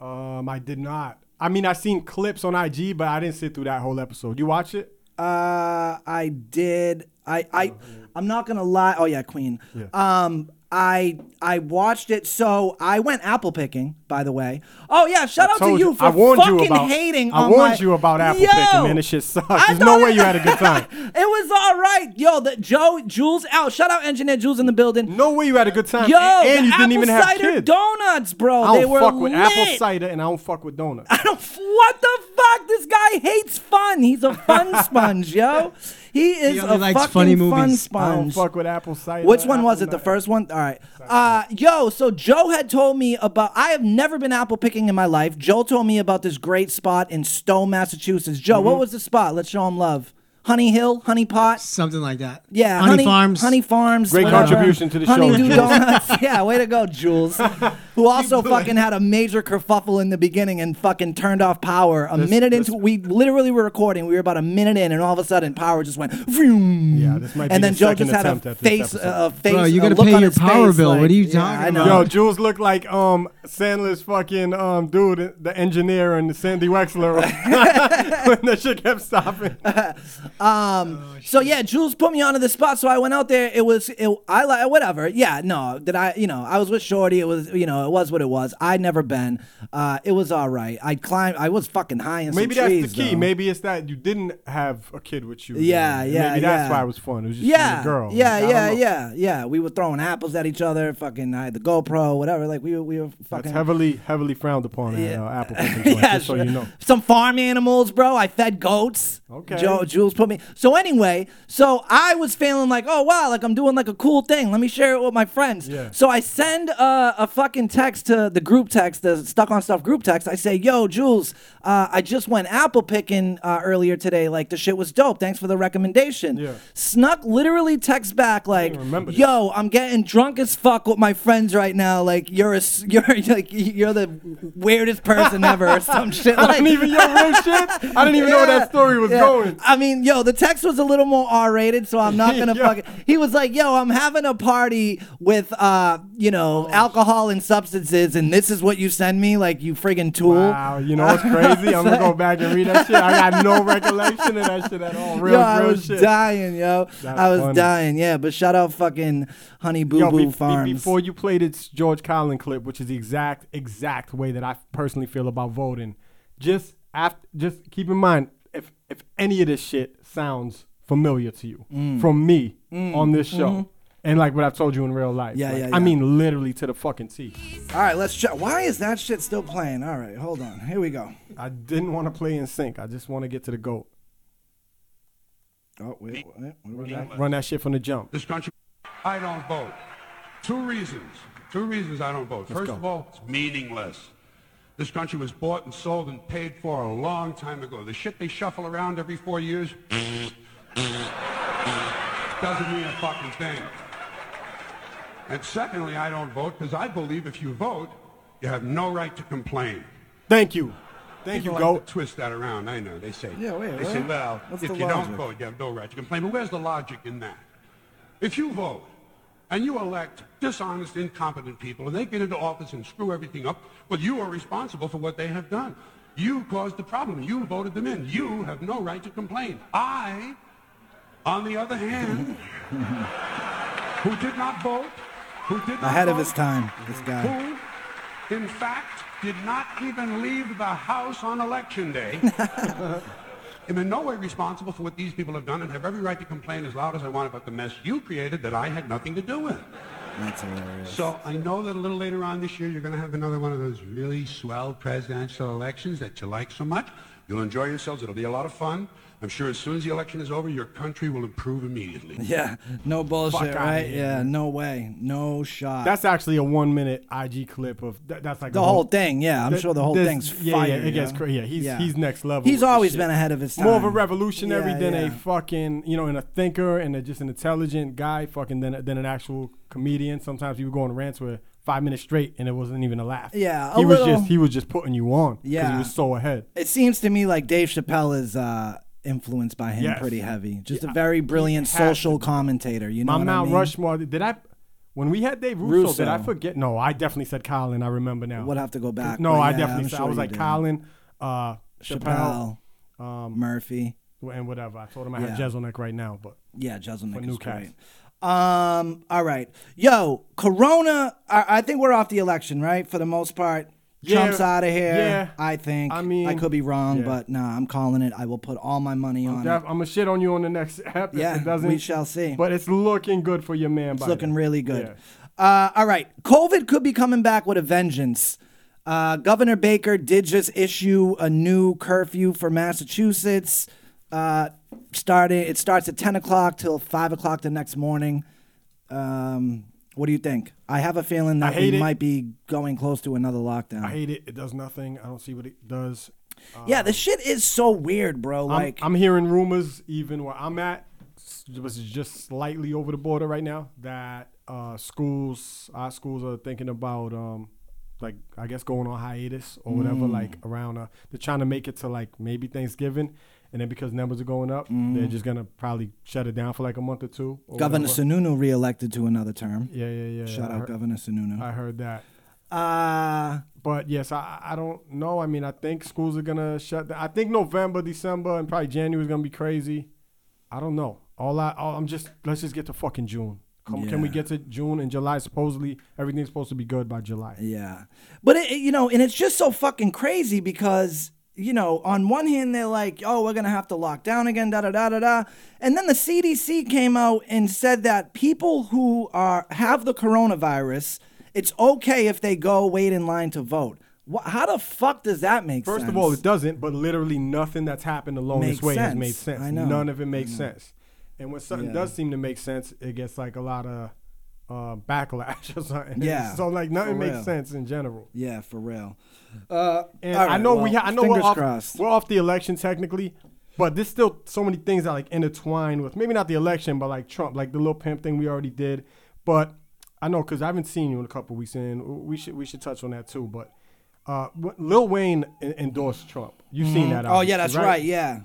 [SPEAKER 3] Um, I did not. I mean, I seen clips on IG, but I didn't sit through that whole episode. You watch it?
[SPEAKER 1] Uh, I did. I I I'm not gonna lie. Oh yeah, Queen.
[SPEAKER 3] Oh, Yeah.
[SPEAKER 1] Um, I I watched it. So I went apple picking. By the way. Oh yeah, shout out to
[SPEAKER 3] told
[SPEAKER 1] you
[SPEAKER 3] you-
[SPEAKER 1] for
[SPEAKER 3] I warned you
[SPEAKER 1] fucking
[SPEAKER 3] about-
[SPEAKER 1] hating.
[SPEAKER 3] I
[SPEAKER 1] on
[SPEAKER 3] warned
[SPEAKER 1] my-
[SPEAKER 3] you about apple
[SPEAKER 1] Yo,
[SPEAKER 3] picking, man. This shit sucks.
[SPEAKER 1] I
[SPEAKER 3] There's no
[SPEAKER 1] thought
[SPEAKER 3] way
[SPEAKER 1] it-
[SPEAKER 3] you had a good time.
[SPEAKER 1] it was all right, yo. The Joe Jules out. Shout out engineer Jules in the building.
[SPEAKER 3] No way you had a good time.
[SPEAKER 1] Yo,
[SPEAKER 3] and
[SPEAKER 1] the
[SPEAKER 3] you didn't
[SPEAKER 1] apple
[SPEAKER 3] even
[SPEAKER 1] cider
[SPEAKER 3] have kids.
[SPEAKER 1] donuts, bro.
[SPEAKER 3] I
[SPEAKER 1] they
[SPEAKER 3] don't
[SPEAKER 1] were
[SPEAKER 3] fuck with apple
[SPEAKER 1] lit.
[SPEAKER 3] cider and I don't fuck with donuts.
[SPEAKER 1] I don't. f- What the fuck? This guy hates fun. He's a fun sponge, yo. He is
[SPEAKER 5] only
[SPEAKER 1] a
[SPEAKER 5] likes
[SPEAKER 1] fucking
[SPEAKER 5] funny
[SPEAKER 1] fun
[SPEAKER 5] movies.
[SPEAKER 3] I don't
[SPEAKER 1] sponge.
[SPEAKER 3] fuck with apple cider.
[SPEAKER 1] Which one was it?
[SPEAKER 3] apple
[SPEAKER 1] The
[SPEAKER 3] nut.
[SPEAKER 1] first one? All right. Uh, yo, so Joe had told me about. I have never been apple picking in my life. Joe told me about this great spot in Stowe, Massachusetts. Joe, what
[SPEAKER 3] Mm-hmm.
[SPEAKER 1] was the spot? Let's show him love. Honey Hill, Honey Pot.
[SPEAKER 5] Something like that.
[SPEAKER 1] Yeah,
[SPEAKER 5] Honey, Farms.
[SPEAKER 1] Honey Farms.
[SPEAKER 3] Great
[SPEAKER 1] whatever.
[SPEAKER 3] contribution to the show,
[SPEAKER 1] Honeydew
[SPEAKER 3] Jules.
[SPEAKER 1] Donuts. yeah, way to go, Jules. Who also fucking had a major kerfuffle in the beginning and fucking turned off power a minute into. We literally were recording. We were about a minute in, and all of a sudden, power just went. Vroom.
[SPEAKER 3] Yeah, this might be
[SPEAKER 1] And then
[SPEAKER 3] the
[SPEAKER 1] Joe
[SPEAKER 3] second
[SPEAKER 1] just had
[SPEAKER 3] attempt
[SPEAKER 1] a
[SPEAKER 3] at this
[SPEAKER 1] face, uh,
[SPEAKER 3] episode.
[SPEAKER 1] a face.
[SPEAKER 5] Bro, you
[SPEAKER 1] a
[SPEAKER 5] gotta
[SPEAKER 1] look
[SPEAKER 5] pay
[SPEAKER 1] on
[SPEAKER 5] your
[SPEAKER 1] his
[SPEAKER 5] power
[SPEAKER 1] face,
[SPEAKER 5] bill.
[SPEAKER 1] like,
[SPEAKER 5] What are you
[SPEAKER 1] yeah,
[SPEAKER 5] talking
[SPEAKER 1] I know.
[SPEAKER 5] about?
[SPEAKER 3] Yo, Jules looked like um Sandler's fucking um dude, the engineer and Sandy Wexler when that shit kept stopping.
[SPEAKER 1] So yeah, Jules put me onto the spot. So I went out there. It was it, I like whatever. Yeah, no, did I? You know, I was with Shorty. It was you know, it was what it was. I'd never been. Uh, it was all right. I climbed. I was fucking high in some
[SPEAKER 3] Maybe that's the
[SPEAKER 1] trees,
[SPEAKER 3] key.
[SPEAKER 1] though.
[SPEAKER 3] Maybe it's that you didn't have a kid with you.
[SPEAKER 1] Yeah,
[SPEAKER 3] Maybe
[SPEAKER 1] yeah,
[SPEAKER 3] Maybe
[SPEAKER 1] yeah.
[SPEAKER 3] that's why it was fun. It was just you and
[SPEAKER 1] Yeah,
[SPEAKER 3] a girl.
[SPEAKER 1] yeah,
[SPEAKER 3] Like, I don't
[SPEAKER 1] yeah,
[SPEAKER 3] know.
[SPEAKER 1] yeah, yeah. We were throwing apples at each other. Fucking, I had the GoPro, whatever. Like we were, we were
[SPEAKER 3] That's
[SPEAKER 1] fucking.
[SPEAKER 3] heavily heavily frowned upon in
[SPEAKER 1] Yeah.
[SPEAKER 3] uh, Apple. Picking
[SPEAKER 1] yeah,
[SPEAKER 3] joints, just so
[SPEAKER 1] sure.
[SPEAKER 3] you know.
[SPEAKER 1] Some farm animals, bro. I fed goats.
[SPEAKER 3] Okay.
[SPEAKER 1] Joe, Jules put me. So anyway, so I was feeling like, oh wow, like I'm doing like a cool thing. Let me share it with my friends.
[SPEAKER 3] Yeah.
[SPEAKER 1] So I send uh, a fucking text to the group text, the stuck on stuff group text. I say, yo, Jules, uh, I just went apple picking uh, earlier today. Like the shit was dope. Thanks for the recommendation.
[SPEAKER 3] Yeah.
[SPEAKER 1] Snuck literally texts back like,
[SPEAKER 3] remember this.
[SPEAKER 1] yo, "Oh, I'm getting drunk as fuck with my friends right now. Like you're a, s- you're like you're the weirdest person ever or some shit.
[SPEAKER 3] I
[SPEAKER 1] like,
[SPEAKER 3] didn't even yo real shit. I didn't even know where
[SPEAKER 1] yeah,
[SPEAKER 3] that story was
[SPEAKER 1] yeah.
[SPEAKER 3] going.
[SPEAKER 1] I mean, yo, the text was a little more R-rated, so I'm not gonna
[SPEAKER 3] Yo. Oh,
[SPEAKER 1] fucking. He was like, "Yo, I'm having a party with, uh, you know, alcohol and substances, and this is what you send me? Like, you friggin' tool.
[SPEAKER 3] Wow, you know what's crazy? I'm gonna go back and read that shit. I got no recollection of that shit at all. Real,
[SPEAKER 1] yo, I
[SPEAKER 3] real
[SPEAKER 1] was
[SPEAKER 3] shit.
[SPEAKER 1] dying, yo.
[SPEAKER 3] That's
[SPEAKER 1] I was
[SPEAKER 3] funny.
[SPEAKER 1] dying, yeah. But shout out fucking Honey Boo
[SPEAKER 3] Yo,
[SPEAKER 1] Boo
[SPEAKER 3] be- be-
[SPEAKER 1] Farms.
[SPEAKER 3] before you played its George Collin clip, which is the exact exact way that I personally feel about voting. Just after, just keep in mind if if any of this shit sounds familiar to you
[SPEAKER 1] Mm.
[SPEAKER 3] from me on this show. And like what I've told you in real life.
[SPEAKER 1] Mm-hmm. Yeah,
[SPEAKER 3] Like,
[SPEAKER 1] yeah, yeah.
[SPEAKER 3] I mean, literally to the fucking T.
[SPEAKER 1] All right, let's check. Why is that shit still playing? All right, hold on. Here we go.
[SPEAKER 3] I didn't want to play in sync. I just want to get to the goat.
[SPEAKER 1] Oh, wait, wait, wait, wait.
[SPEAKER 3] Run that shit from the jump.
[SPEAKER 5] this country. I don't vote. Two reasons. Two reasons I don't vote. First
[SPEAKER 3] go.
[SPEAKER 5] of all, it's meaningless. This country was bought and sold and paid for a long time ago. The shit they shuffle around every four years doesn't mean a fucking thing. And secondly, I don't vote because I believe if you vote, you have no right to complain.
[SPEAKER 3] Thank you. Thank
[SPEAKER 5] People
[SPEAKER 3] you,
[SPEAKER 5] like
[SPEAKER 3] goat.
[SPEAKER 5] to twist that around. I know. They say.
[SPEAKER 1] Yeah, wait,
[SPEAKER 5] They say,
[SPEAKER 1] what?
[SPEAKER 5] well,
[SPEAKER 1] What's
[SPEAKER 5] if
[SPEAKER 1] the
[SPEAKER 5] you
[SPEAKER 1] logic?
[SPEAKER 5] don't vote, you have no right to complain. But where's the logic in that? If you vote and you elect dishonest, incompetent people, and they get into office and screw everything up, well, you are responsible for what they have done. You caused the problem. You voted them in. You have no right to complain. I, on the other hand, who did not vote, who did not
[SPEAKER 1] Ahead of
[SPEAKER 5] vote,
[SPEAKER 1] his time, this guy.
[SPEAKER 5] who, in fact, did not even leave the house on election day, am in no way responsible for what these people have done and have every right to complain as loud as I want about the mess you created that I had nothing to do with.
[SPEAKER 1] That's hilarious.
[SPEAKER 5] So I know that a little later on this year, you're going to have another one of those really swell presidential elections that you like so much. You'll enjoy yourselves. It'll be a lot of fun. I'm sure as soon as the election is over, your country will improve immediately.
[SPEAKER 1] Yeah, no bullshit,
[SPEAKER 3] outta
[SPEAKER 1] right?
[SPEAKER 3] here.
[SPEAKER 1] Yeah, no way, no shot.
[SPEAKER 3] That's actually a one minute IG clip of that, that's like
[SPEAKER 1] the
[SPEAKER 3] a
[SPEAKER 1] whole thing. Yeah, I'm
[SPEAKER 3] Th-
[SPEAKER 1] sure the whole
[SPEAKER 3] this-
[SPEAKER 1] thing's
[SPEAKER 3] yeah,
[SPEAKER 1] fire.
[SPEAKER 3] Yeah, it gets
[SPEAKER 1] yo.
[SPEAKER 3] crazy. Yeah, he's
[SPEAKER 1] Yeah.
[SPEAKER 3] he's next level. with
[SPEAKER 1] He's
[SPEAKER 3] this
[SPEAKER 1] always
[SPEAKER 3] shit.
[SPEAKER 1] been ahead of his time.
[SPEAKER 3] More of a revolutionary
[SPEAKER 1] Yeah,
[SPEAKER 3] than
[SPEAKER 1] yeah.
[SPEAKER 3] a fucking you know, and a thinker and a, just an intelligent guy. Fucking than than an actual comedian. Sometimes he would go on rants where five minutes straight and it wasn't even a laugh.
[SPEAKER 1] Yeah, a
[SPEAKER 3] he was
[SPEAKER 1] little-
[SPEAKER 3] just he was just putting you on. 'cause
[SPEAKER 1] Yeah.
[SPEAKER 3] he was so ahead.
[SPEAKER 1] It seems to me like Dave Chappelle is uh, influenced by him
[SPEAKER 3] Yes.
[SPEAKER 1] pretty heavy. Just a very brilliant
[SPEAKER 3] has to
[SPEAKER 1] social commentator. You know
[SPEAKER 3] My
[SPEAKER 1] what
[SPEAKER 3] Mount
[SPEAKER 1] I mean?
[SPEAKER 3] Rushmore. Did I? When we had Dave Russo, did I
[SPEAKER 1] Russo.
[SPEAKER 3] forget? No, I definitely said Colin. I remember now.
[SPEAKER 1] We'll have to go back,
[SPEAKER 3] No,
[SPEAKER 1] but
[SPEAKER 3] I
[SPEAKER 1] yeah,
[SPEAKER 3] definitely
[SPEAKER 1] I'm
[SPEAKER 3] said. I
[SPEAKER 1] sure
[SPEAKER 3] was
[SPEAKER 1] you
[SPEAKER 3] like
[SPEAKER 1] did.
[SPEAKER 3] Colin, uh, Chappelle, um,
[SPEAKER 1] Chappelle, Murphy.
[SPEAKER 3] and whatever. I told him I
[SPEAKER 1] Yeah.
[SPEAKER 3] have Jezelnik right now, but
[SPEAKER 1] Yeah, Jezelnik is
[SPEAKER 3] new
[SPEAKER 1] great.
[SPEAKER 3] cats.
[SPEAKER 1] Um, all right, yo, Corona. I, I think we're off the election, right? For the most part, Trump's
[SPEAKER 3] Yeah,
[SPEAKER 1] out of here.
[SPEAKER 3] yeah.
[SPEAKER 1] I think.
[SPEAKER 3] I mean,
[SPEAKER 1] I could be wrong,
[SPEAKER 3] yeah.
[SPEAKER 1] but nah, I'm calling it. I will put all my money on
[SPEAKER 3] Yeah,
[SPEAKER 1] it.
[SPEAKER 3] I'm gonna shit on you on the next app.
[SPEAKER 1] Yeah,
[SPEAKER 3] if it doesn't,
[SPEAKER 1] we shall see.
[SPEAKER 3] But it's looking good for your man.
[SPEAKER 1] It's looking really good.
[SPEAKER 3] Yeah.
[SPEAKER 1] Uh, all right, COVID could be coming back with a vengeance. Uh, Governor Baker did just issue a new curfew for Massachusetts. Uh, started it starts at ten o'clock till five o'clock the next morning. Um, what do you think? I have a feeling that we
[SPEAKER 3] hate it.
[SPEAKER 1] might be going close to another lockdown.
[SPEAKER 3] I hate it. It does nothing. I don't see what it does.
[SPEAKER 1] yeah, this shit is so weird, bro.
[SPEAKER 3] I'm-
[SPEAKER 1] Like,
[SPEAKER 3] I'm, hearing rumors, even where I'm at, s- which is just slightly over the border right now, that uh, schools, our schools are thinking about, um, like, I guess going on hiatus or whatever,
[SPEAKER 1] Mm.
[SPEAKER 3] like around, uh, they're trying to make it to like maybe Thanksgiving. And then because numbers are going up, they're just going to probably shut it down for like a month or two. or
[SPEAKER 1] Mm. Governor
[SPEAKER 3] whatever.
[SPEAKER 1] Sununu reelected to another term.
[SPEAKER 3] Yeah, yeah, yeah.
[SPEAKER 1] Shout
[SPEAKER 3] I
[SPEAKER 1] out
[SPEAKER 3] heard-
[SPEAKER 1] Governor Sununu.
[SPEAKER 3] I heard that.
[SPEAKER 1] Uh,
[SPEAKER 3] But yes, I, I don't know. I mean, I think schools are gonna shut. Down. I think November, December, and probably January is gonna be crazy. I don't know. All I, all, I'm just let's just get to fucking June. Come, Can we
[SPEAKER 1] Yeah.
[SPEAKER 3] get to June and July? Supposedly everything's supposed to be good by July.
[SPEAKER 1] Yeah. But it, it- you know, and it's just so fucking crazy because you know, on one hand they're like, "Oh, we're going to have to lock down again, da da da da da." And then the CDC came out and said that people who are have the coronavirus, it's okay if they go wait in line to vote. Wha how the fuck does that make
[SPEAKER 3] First
[SPEAKER 1] sense?
[SPEAKER 3] of all, it doesn't. But literally nothing that's happened along
[SPEAKER 1] Makes
[SPEAKER 3] this way has
[SPEAKER 1] sense.
[SPEAKER 3] made sense.
[SPEAKER 1] I know.
[SPEAKER 3] None of it makes sense. And when something
[SPEAKER 1] Yeah.
[SPEAKER 3] does seem to make sense, it gets like a lot of uh, backlash or something.
[SPEAKER 1] Yeah.
[SPEAKER 3] so like
[SPEAKER 1] For
[SPEAKER 3] nothing makes
[SPEAKER 1] real.
[SPEAKER 3] sense in general.
[SPEAKER 1] yeah, for real.
[SPEAKER 3] And
[SPEAKER 1] All
[SPEAKER 3] I
[SPEAKER 1] right,
[SPEAKER 3] know we
[SPEAKER 1] well,
[SPEAKER 3] ha- I know we're
[SPEAKER 1] fingers
[SPEAKER 3] off,
[SPEAKER 1] crossed.
[SPEAKER 3] we're off the election technically, but there's still so many things that like intertwine with maybe not the election, but like Trump, like the little pimp thing we already did. But I know because I haven't seen you in a couple weeks, and we should we should touch on that too. But uh, wh- Lil Wayne en- endorsed Trump. You've seen that?
[SPEAKER 1] Oh, yeah,
[SPEAKER 3] obviously,
[SPEAKER 1] that's right. Yeah.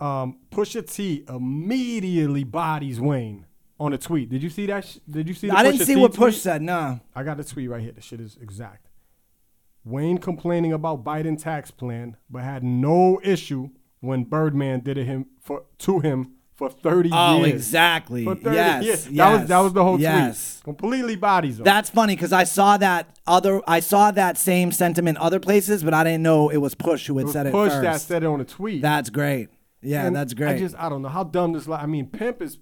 [SPEAKER 3] Um, Pusha T immediately bodies Wayne on a tweet. Did you see that? Sh- did you see? The
[SPEAKER 1] I didn't
[SPEAKER 3] Pusha
[SPEAKER 1] see
[SPEAKER 3] T
[SPEAKER 1] what
[SPEAKER 3] tweet?
[SPEAKER 1] Push said. Nah.
[SPEAKER 3] I got the tweet right here. The shit is exact. Wayne complaining about Biden tax plan, but had no issue when Birdman did it him for to him for thirty
[SPEAKER 1] Oh,
[SPEAKER 3] years.
[SPEAKER 1] exactly.
[SPEAKER 3] For thirty
[SPEAKER 1] Yes,
[SPEAKER 3] years. That
[SPEAKER 1] yes,
[SPEAKER 3] was that was the whole
[SPEAKER 1] yes.
[SPEAKER 3] tweet. Completely bodies him.
[SPEAKER 1] That's funny because I saw that other. I saw that same sentiment other places, but I didn't know it was Push who had
[SPEAKER 3] It was
[SPEAKER 1] said it
[SPEAKER 3] Push
[SPEAKER 1] first.
[SPEAKER 3] that said it on a tweet.
[SPEAKER 1] that's great. Yeah,
[SPEAKER 3] And
[SPEAKER 1] that's great.
[SPEAKER 3] I just I don't know how dumb this. Li- I mean, Pimp is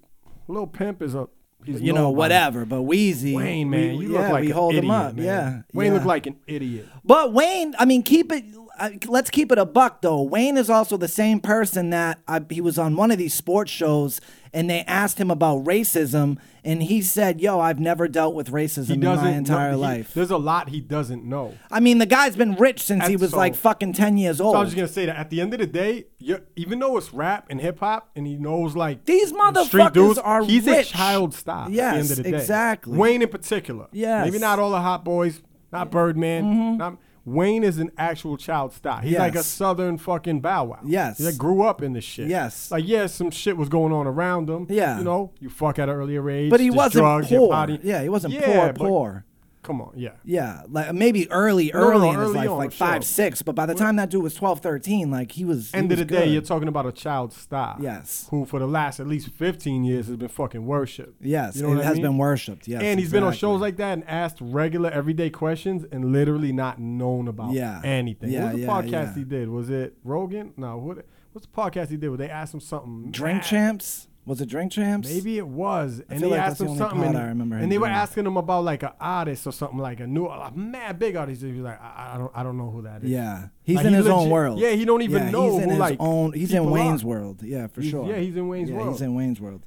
[SPEAKER 3] little Pimp is a he's
[SPEAKER 1] you know,
[SPEAKER 3] nobody.
[SPEAKER 1] whatever. But Weezy,
[SPEAKER 3] Wayne
[SPEAKER 1] we-
[SPEAKER 3] man, you
[SPEAKER 1] yeah,
[SPEAKER 3] look like
[SPEAKER 1] we
[SPEAKER 3] an
[SPEAKER 1] hold
[SPEAKER 3] idiot,
[SPEAKER 1] him up.
[SPEAKER 3] man.
[SPEAKER 1] Yeah,
[SPEAKER 3] Wayne
[SPEAKER 1] yeah.
[SPEAKER 3] looked like an idiot.
[SPEAKER 1] But Wayne, I mean, keep it. uh, Let's keep it a buck though. Wayne is also the same person that I, he was on one of these sports shows, and they asked him about racism, and he said, "Yo, I've never dealt with racism
[SPEAKER 3] He
[SPEAKER 1] in my
[SPEAKER 3] doesn't
[SPEAKER 1] entire
[SPEAKER 3] know, he-
[SPEAKER 1] life."
[SPEAKER 3] there's a lot he doesn't know.
[SPEAKER 1] I mean, the guy's been rich since he
[SPEAKER 3] That's
[SPEAKER 1] was
[SPEAKER 3] so-
[SPEAKER 1] like fucking ten years old.
[SPEAKER 3] So I was just gonna say that at the end of the day, you're, even though it's rap and hip hop, and he knows like
[SPEAKER 1] These motherfuckers
[SPEAKER 3] street dudes,
[SPEAKER 1] are
[SPEAKER 3] he's
[SPEAKER 1] rich.
[SPEAKER 3] a child star. at the end
[SPEAKER 1] Yes,
[SPEAKER 3] of the day.
[SPEAKER 1] exactly.
[SPEAKER 3] Wayne in particular.
[SPEAKER 1] Yes. Mm-hmm.
[SPEAKER 3] maybe not all the hot boys, not Birdman. Not, Wayne is an actual child star. He's like a
[SPEAKER 1] Yes.
[SPEAKER 3] southern fucking bow wow.
[SPEAKER 1] Yes.
[SPEAKER 3] that grew up in this shit.
[SPEAKER 1] Yes.
[SPEAKER 3] like yeah, some shit was going on around him.
[SPEAKER 1] Yeah.
[SPEAKER 3] you know, you fuck at an earlier age,
[SPEAKER 1] but he
[SPEAKER 3] just
[SPEAKER 1] wasn't
[SPEAKER 3] drugs, your
[SPEAKER 1] poor.
[SPEAKER 3] body-
[SPEAKER 1] Yeah, he wasn't
[SPEAKER 3] Yeah,
[SPEAKER 1] poor.
[SPEAKER 3] but-
[SPEAKER 1] Poor.
[SPEAKER 3] Come on, yeah.
[SPEAKER 1] Yeah, like maybe early,
[SPEAKER 3] no,
[SPEAKER 1] early in his
[SPEAKER 3] early
[SPEAKER 1] life,
[SPEAKER 3] on,
[SPEAKER 1] like
[SPEAKER 3] sure.
[SPEAKER 1] five, six. But by the time that dude was 12, 13, like he was. he
[SPEAKER 3] end of
[SPEAKER 1] was
[SPEAKER 3] the day,
[SPEAKER 1] good.
[SPEAKER 3] you're talking about a child star.
[SPEAKER 1] Yes.
[SPEAKER 3] Who for the last at least 15 years has been fucking worshipped.
[SPEAKER 1] Yes,
[SPEAKER 3] You know
[SPEAKER 1] it
[SPEAKER 3] what I
[SPEAKER 1] has
[SPEAKER 3] mean?
[SPEAKER 1] been worshipped. Yes,
[SPEAKER 3] and he's been on
[SPEAKER 1] exactly.
[SPEAKER 3] shows like that and asked regular everyday questions and literally not known about
[SPEAKER 1] Yeah.
[SPEAKER 3] anything.
[SPEAKER 1] Yeah,
[SPEAKER 3] what was
[SPEAKER 1] yeah,
[SPEAKER 3] the podcast
[SPEAKER 1] yeah.
[SPEAKER 3] he did? Was it Rogan? No, what what's the podcast he did where they asked him something?
[SPEAKER 1] Drink
[SPEAKER 3] mad?
[SPEAKER 1] Champs. Was it Drink Champs?
[SPEAKER 3] Maybe it was. And
[SPEAKER 1] feel
[SPEAKER 3] they
[SPEAKER 1] like that's
[SPEAKER 3] asked
[SPEAKER 1] the
[SPEAKER 3] him
[SPEAKER 1] only
[SPEAKER 3] something.
[SPEAKER 1] pod
[SPEAKER 3] And,
[SPEAKER 1] I remember him
[SPEAKER 3] and they were
[SPEAKER 1] doing.
[SPEAKER 3] asking him about like an artist or something, like a new a mad big artist. He was like, I, I don't I don't know who that is.
[SPEAKER 1] Yeah, he's
[SPEAKER 3] Like,
[SPEAKER 1] in
[SPEAKER 3] he
[SPEAKER 1] his own
[SPEAKER 3] legit-
[SPEAKER 1] world.
[SPEAKER 3] yeah, he don't even
[SPEAKER 1] Yeah,
[SPEAKER 3] know
[SPEAKER 1] He's in
[SPEAKER 3] who,
[SPEAKER 1] his
[SPEAKER 3] like,
[SPEAKER 1] own. He's in
[SPEAKER 3] people
[SPEAKER 1] Wayne's
[SPEAKER 3] are.
[SPEAKER 1] world. Yeah, for
[SPEAKER 3] He's-
[SPEAKER 1] sure.
[SPEAKER 3] yeah, he's in Wayne's
[SPEAKER 1] Yeah, He's
[SPEAKER 3] world.
[SPEAKER 1] in Wayne's world,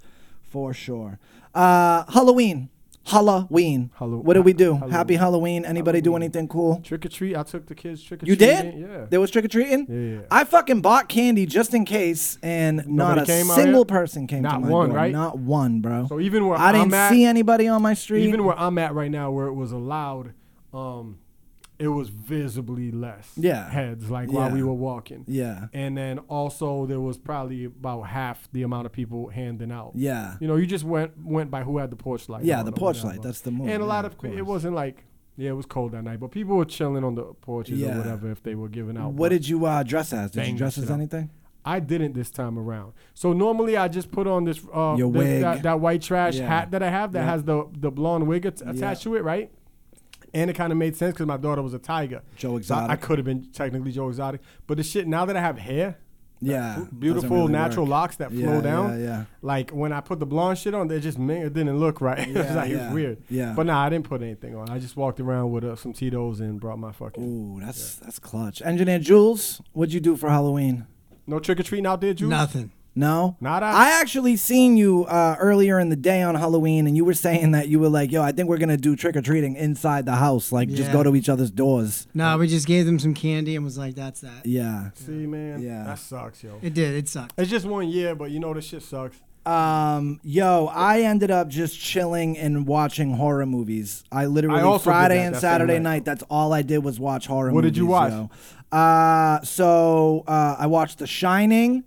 [SPEAKER 1] for sure. Uh, Halloween. Halloween.
[SPEAKER 3] Hallo-
[SPEAKER 1] what did we do?
[SPEAKER 3] Halloween.
[SPEAKER 1] Happy Halloween. Anybody do anything cool?
[SPEAKER 3] Trick or treat. I took the kids trick or
[SPEAKER 1] You
[SPEAKER 3] treating.
[SPEAKER 1] did?
[SPEAKER 3] Yeah.
[SPEAKER 1] There was trick or treating?
[SPEAKER 3] Yeah.
[SPEAKER 1] I fucking bought candy just in case, and not
[SPEAKER 3] Nobody
[SPEAKER 1] a
[SPEAKER 3] came out
[SPEAKER 1] single
[SPEAKER 3] yet?
[SPEAKER 1] person came to
[SPEAKER 3] Not
[SPEAKER 1] my
[SPEAKER 3] one,
[SPEAKER 1] door.
[SPEAKER 3] right?
[SPEAKER 1] Not one, bro.
[SPEAKER 3] So even where
[SPEAKER 1] I didn't
[SPEAKER 3] I'm at-
[SPEAKER 1] see anybody on my street.
[SPEAKER 3] even where I'm at right now, where it was allowed, um, it was visibly less
[SPEAKER 1] Yeah.
[SPEAKER 3] heads like while
[SPEAKER 1] Yeah.
[SPEAKER 3] we were walking.
[SPEAKER 1] Yeah.
[SPEAKER 3] And then also there was probably about half the amount of people handing out.
[SPEAKER 1] Yeah.
[SPEAKER 3] You know, you just went went by who had the porch light.
[SPEAKER 1] Yeah,
[SPEAKER 3] on
[SPEAKER 1] the
[SPEAKER 3] or
[SPEAKER 1] porch
[SPEAKER 3] whatever.
[SPEAKER 1] light, that's the move,
[SPEAKER 3] And a
[SPEAKER 1] yeah,
[SPEAKER 3] lot
[SPEAKER 1] of
[SPEAKER 3] of it
[SPEAKER 1] course.
[SPEAKER 3] wasn't like yeah, it was cold that night, but people were chilling on the porches
[SPEAKER 1] Yeah.
[SPEAKER 3] or whatever if they were giving out.
[SPEAKER 1] What
[SPEAKER 3] but-
[SPEAKER 1] did you uh, dress as? Did
[SPEAKER 3] Bang
[SPEAKER 1] you
[SPEAKER 3] that
[SPEAKER 1] dress
[SPEAKER 3] shit
[SPEAKER 1] as
[SPEAKER 3] up.
[SPEAKER 1] anything?
[SPEAKER 3] I didn't this time around. So normally I just put on this uh
[SPEAKER 1] Your
[SPEAKER 3] this-
[SPEAKER 1] wig.
[SPEAKER 3] That, that white trash
[SPEAKER 1] Yeah.
[SPEAKER 3] hat that I have that has the the blonde wig at- attached to it, right? And it kind of made sense because my daughter was a tiger.
[SPEAKER 1] Joe
[SPEAKER 3] So I- I,
[SPEAKER 1] Exotic.
[SPEAKER 3] could have been technically Joe Exotic, but the shit now that I have hair, that
[SPEAKER 1] Yeah,
[SPEAKER 3] fu-
[SPEAKER 1] doesn't
[SPEAKER 3] beautiful
[SPEAKER 1] really
[SPEAKER 3] natural
[SPEAKER 1] work.
[SPEAKER 3] locks that
[SPEAKER 1] Yeah,
[SPEAKER 3] flow down.
[SPEAKER 1] yeah, yeah.
[SPEAKER 3] Like when I put the blonde shit on, they just man, it didn't look right. it was
[SPEAKER 1] Yeah,
[SPEAKER 3] like it
[SPEAKER 1] yeah,
[SPEAKER 3] was weird.
[SPEAKER 1] yeah.
[SPEAKER 3] But nah, I didn't put anything on. I just walked around with uh, some Tito's and brought my fucking
[SPEAKER 1] Ooh, that's that's clutch. Engineer Jules, what'd you do for Halloween?
[SPEAKER 3] no trick or treating out there, Jules.
[SPEAKER 6] Nothing.
[SPEAKER 1] No,
[SPEAKER 3] Not us.
[SPEAKER 1] I actually seen you uh, earlier in the day on Halloween, and you were saying that you were like, "Yo, I think we're gonna do trick or treating inside the house, like just
[SPEAKER 6] Yeah.
[SPEAKER 1] go to each other's doors."
[SPEAKER 6] No, we just gave them some candy and was like, that's that.
[SPEAKER 1] Yeah.
[SPEAKER 3] See, man,
[SPEAKER 1] Yeah.
[SPEAKER 3] that sucks, yo.
[SPEAKER 6] It did. It sucked.
[SPEAKER 3] It's just one year, but you know this shit sucks.
[SPEAKER 1] Um, yo, I ended up just chilling and watching horror movies. I literally
[SPEAKER 3] I also did
[SPEAKER 1] Friday
[SPEAKER 3] that
[SPEAKER 1] and
[SPEAKER 3] that same
[SPEAKER 1] Saturday night.
[SPEAKER 3] night.
[SPEAKER 1] That's all I did was watch horror.
[SPEAKER 3] What
[SPEAKER 1] movies,
[SPEAKER 3] did you watch?
[SPEAKER 1] yo. Uh, so uh, I watched The Shining.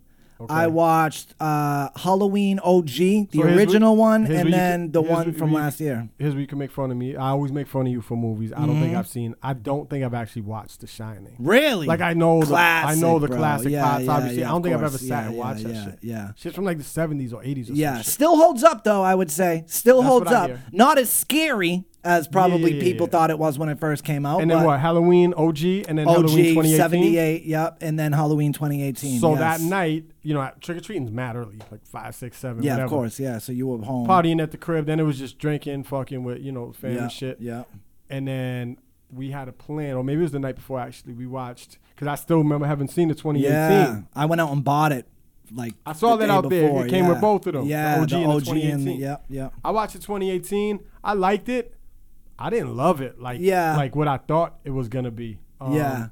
[SPEAKER 1] I watched uh, Halloween OG, the
[SPEAKER 3] So here's what-
[SPEAKER 1] original one,
[SPEAKER 3] here's what
[SPEAKER 1] and
[SPEAKER 3] you
[SPEAKER 1] then
[SPEAKER 3] can-
[SPEAKER 1] the
[SPEAKER 3] here's
[SPEAKER 1] one
[SPEAKER 3] what
[SPEAKER 1] from
[SPEAKER 3] you-
[SPEAKER 1] last year. Mm-hmm.
[SPEAKER 3] Here's where you can make fun of me. I always make fun of you for movies. I don't think I've seen. I don't think I've actually watched The Shining.
[SPEAKER 1] Really?
[SPEAKER 3] Like I know
[SPEAKER 1] Classic,
[SPEAKER 3] the I know the
[SPEAKER 1] bro.
[SPEAKER 3] classic
[SPEAKER 1] Yeah,
[SPEAKER 3] pops.
[SPEAKER 1] yeah,
[SPEAKER 3] obviously,
[SPEAKER 1] yeah,
[SPEAKER 3] I don't
[SPEAKER 1] of
[SPEAKER 3] think I've ever
[SPEAKER 1] course.
[SPEAKER 3] sat
[SPEAKER 1] Yeah,
[SPEAKER 3] and watched
[SPEAKER 1] yeah,
[SPEAKER 3] that
[SPEAKER 1] yeah,
[SPEAKER 3] shit.
[SPEAKER 1] yeah.
[SPEAKER 3] shit's from like the '70s or '80s. Or
[SPEAKER 1] Yeah,
[SPEAKER 3] some shit.
[SPEAKER 1] still holds up though. I would say still
[SPEAKER 3] That's
[SPEAKER 1] holds
[SPEAKER 3] what I
[SPEAKER 1] up.
[SPEAKER 3] hear.
[SPEAKER 1] Not as scary as probably
[SPEAKER 3] yeah, yeah,
[SPEAKER 1] people
[SPEAKER 3] yeah.
[SPEAKER 1] thought it was when it first came out.
[SPEAKER 3] And then
[SPEAKER 1] Oh, but
[SPEAKER 3] what? Halloween OG, and then
[SPEAKER 1] OG
[SPEAKER 3] Halloween 2018.
[SPEAKER 1] 78, yep, and then Halloween 2018.
[SPEAKER 3] So
[SPEAKER 1] yes.
[SPEAKER 3] that night, you know, trick or treating's mad early, like five, six, seven.
[SPEAKER 1] yeah,
[SPEAKER 3] whatever.
[SPEAKER 1] of course, yeah. So you were home.
[SPEAKER 3] Partying at the crib. Then it was just drinking, fucking with you know family
[SPEAKER 1] Mm. Yeah,
[SPEAKER 3] shit.
[SPEAKER 1] yeah.
[SPEAKER 3] and then we had a plan, or maybe it was the night before actually. We watched because I still remember having seen the 2018.
[SPEAKER 1] Yeah, I went out and bought it. Like
[SPEAKER 3] I saw
[SPEAKER 1] the
[SPEAKER 3] that
[SPEAKER 1] day
[SPEAKER 3] out there.
[SPEAKER 1] before,
[SPEAKER 3] It came
[SPEAKER 1] yeah.
[SPEAKER 3] with both of them.
[SPEAKER 1] Yeah,
[SPEAKER 3] the OG, and, the 2018.
[SPEAKER 1] yep, yep.
[SPEAKER 3] I watched the 2018. I liked it. I didn't love it. Like
[SPEAKER 1] Yeah.
[SPEAKER 3] like what I thought it was gonna be. Um,
[SPEAKER 1] yeah.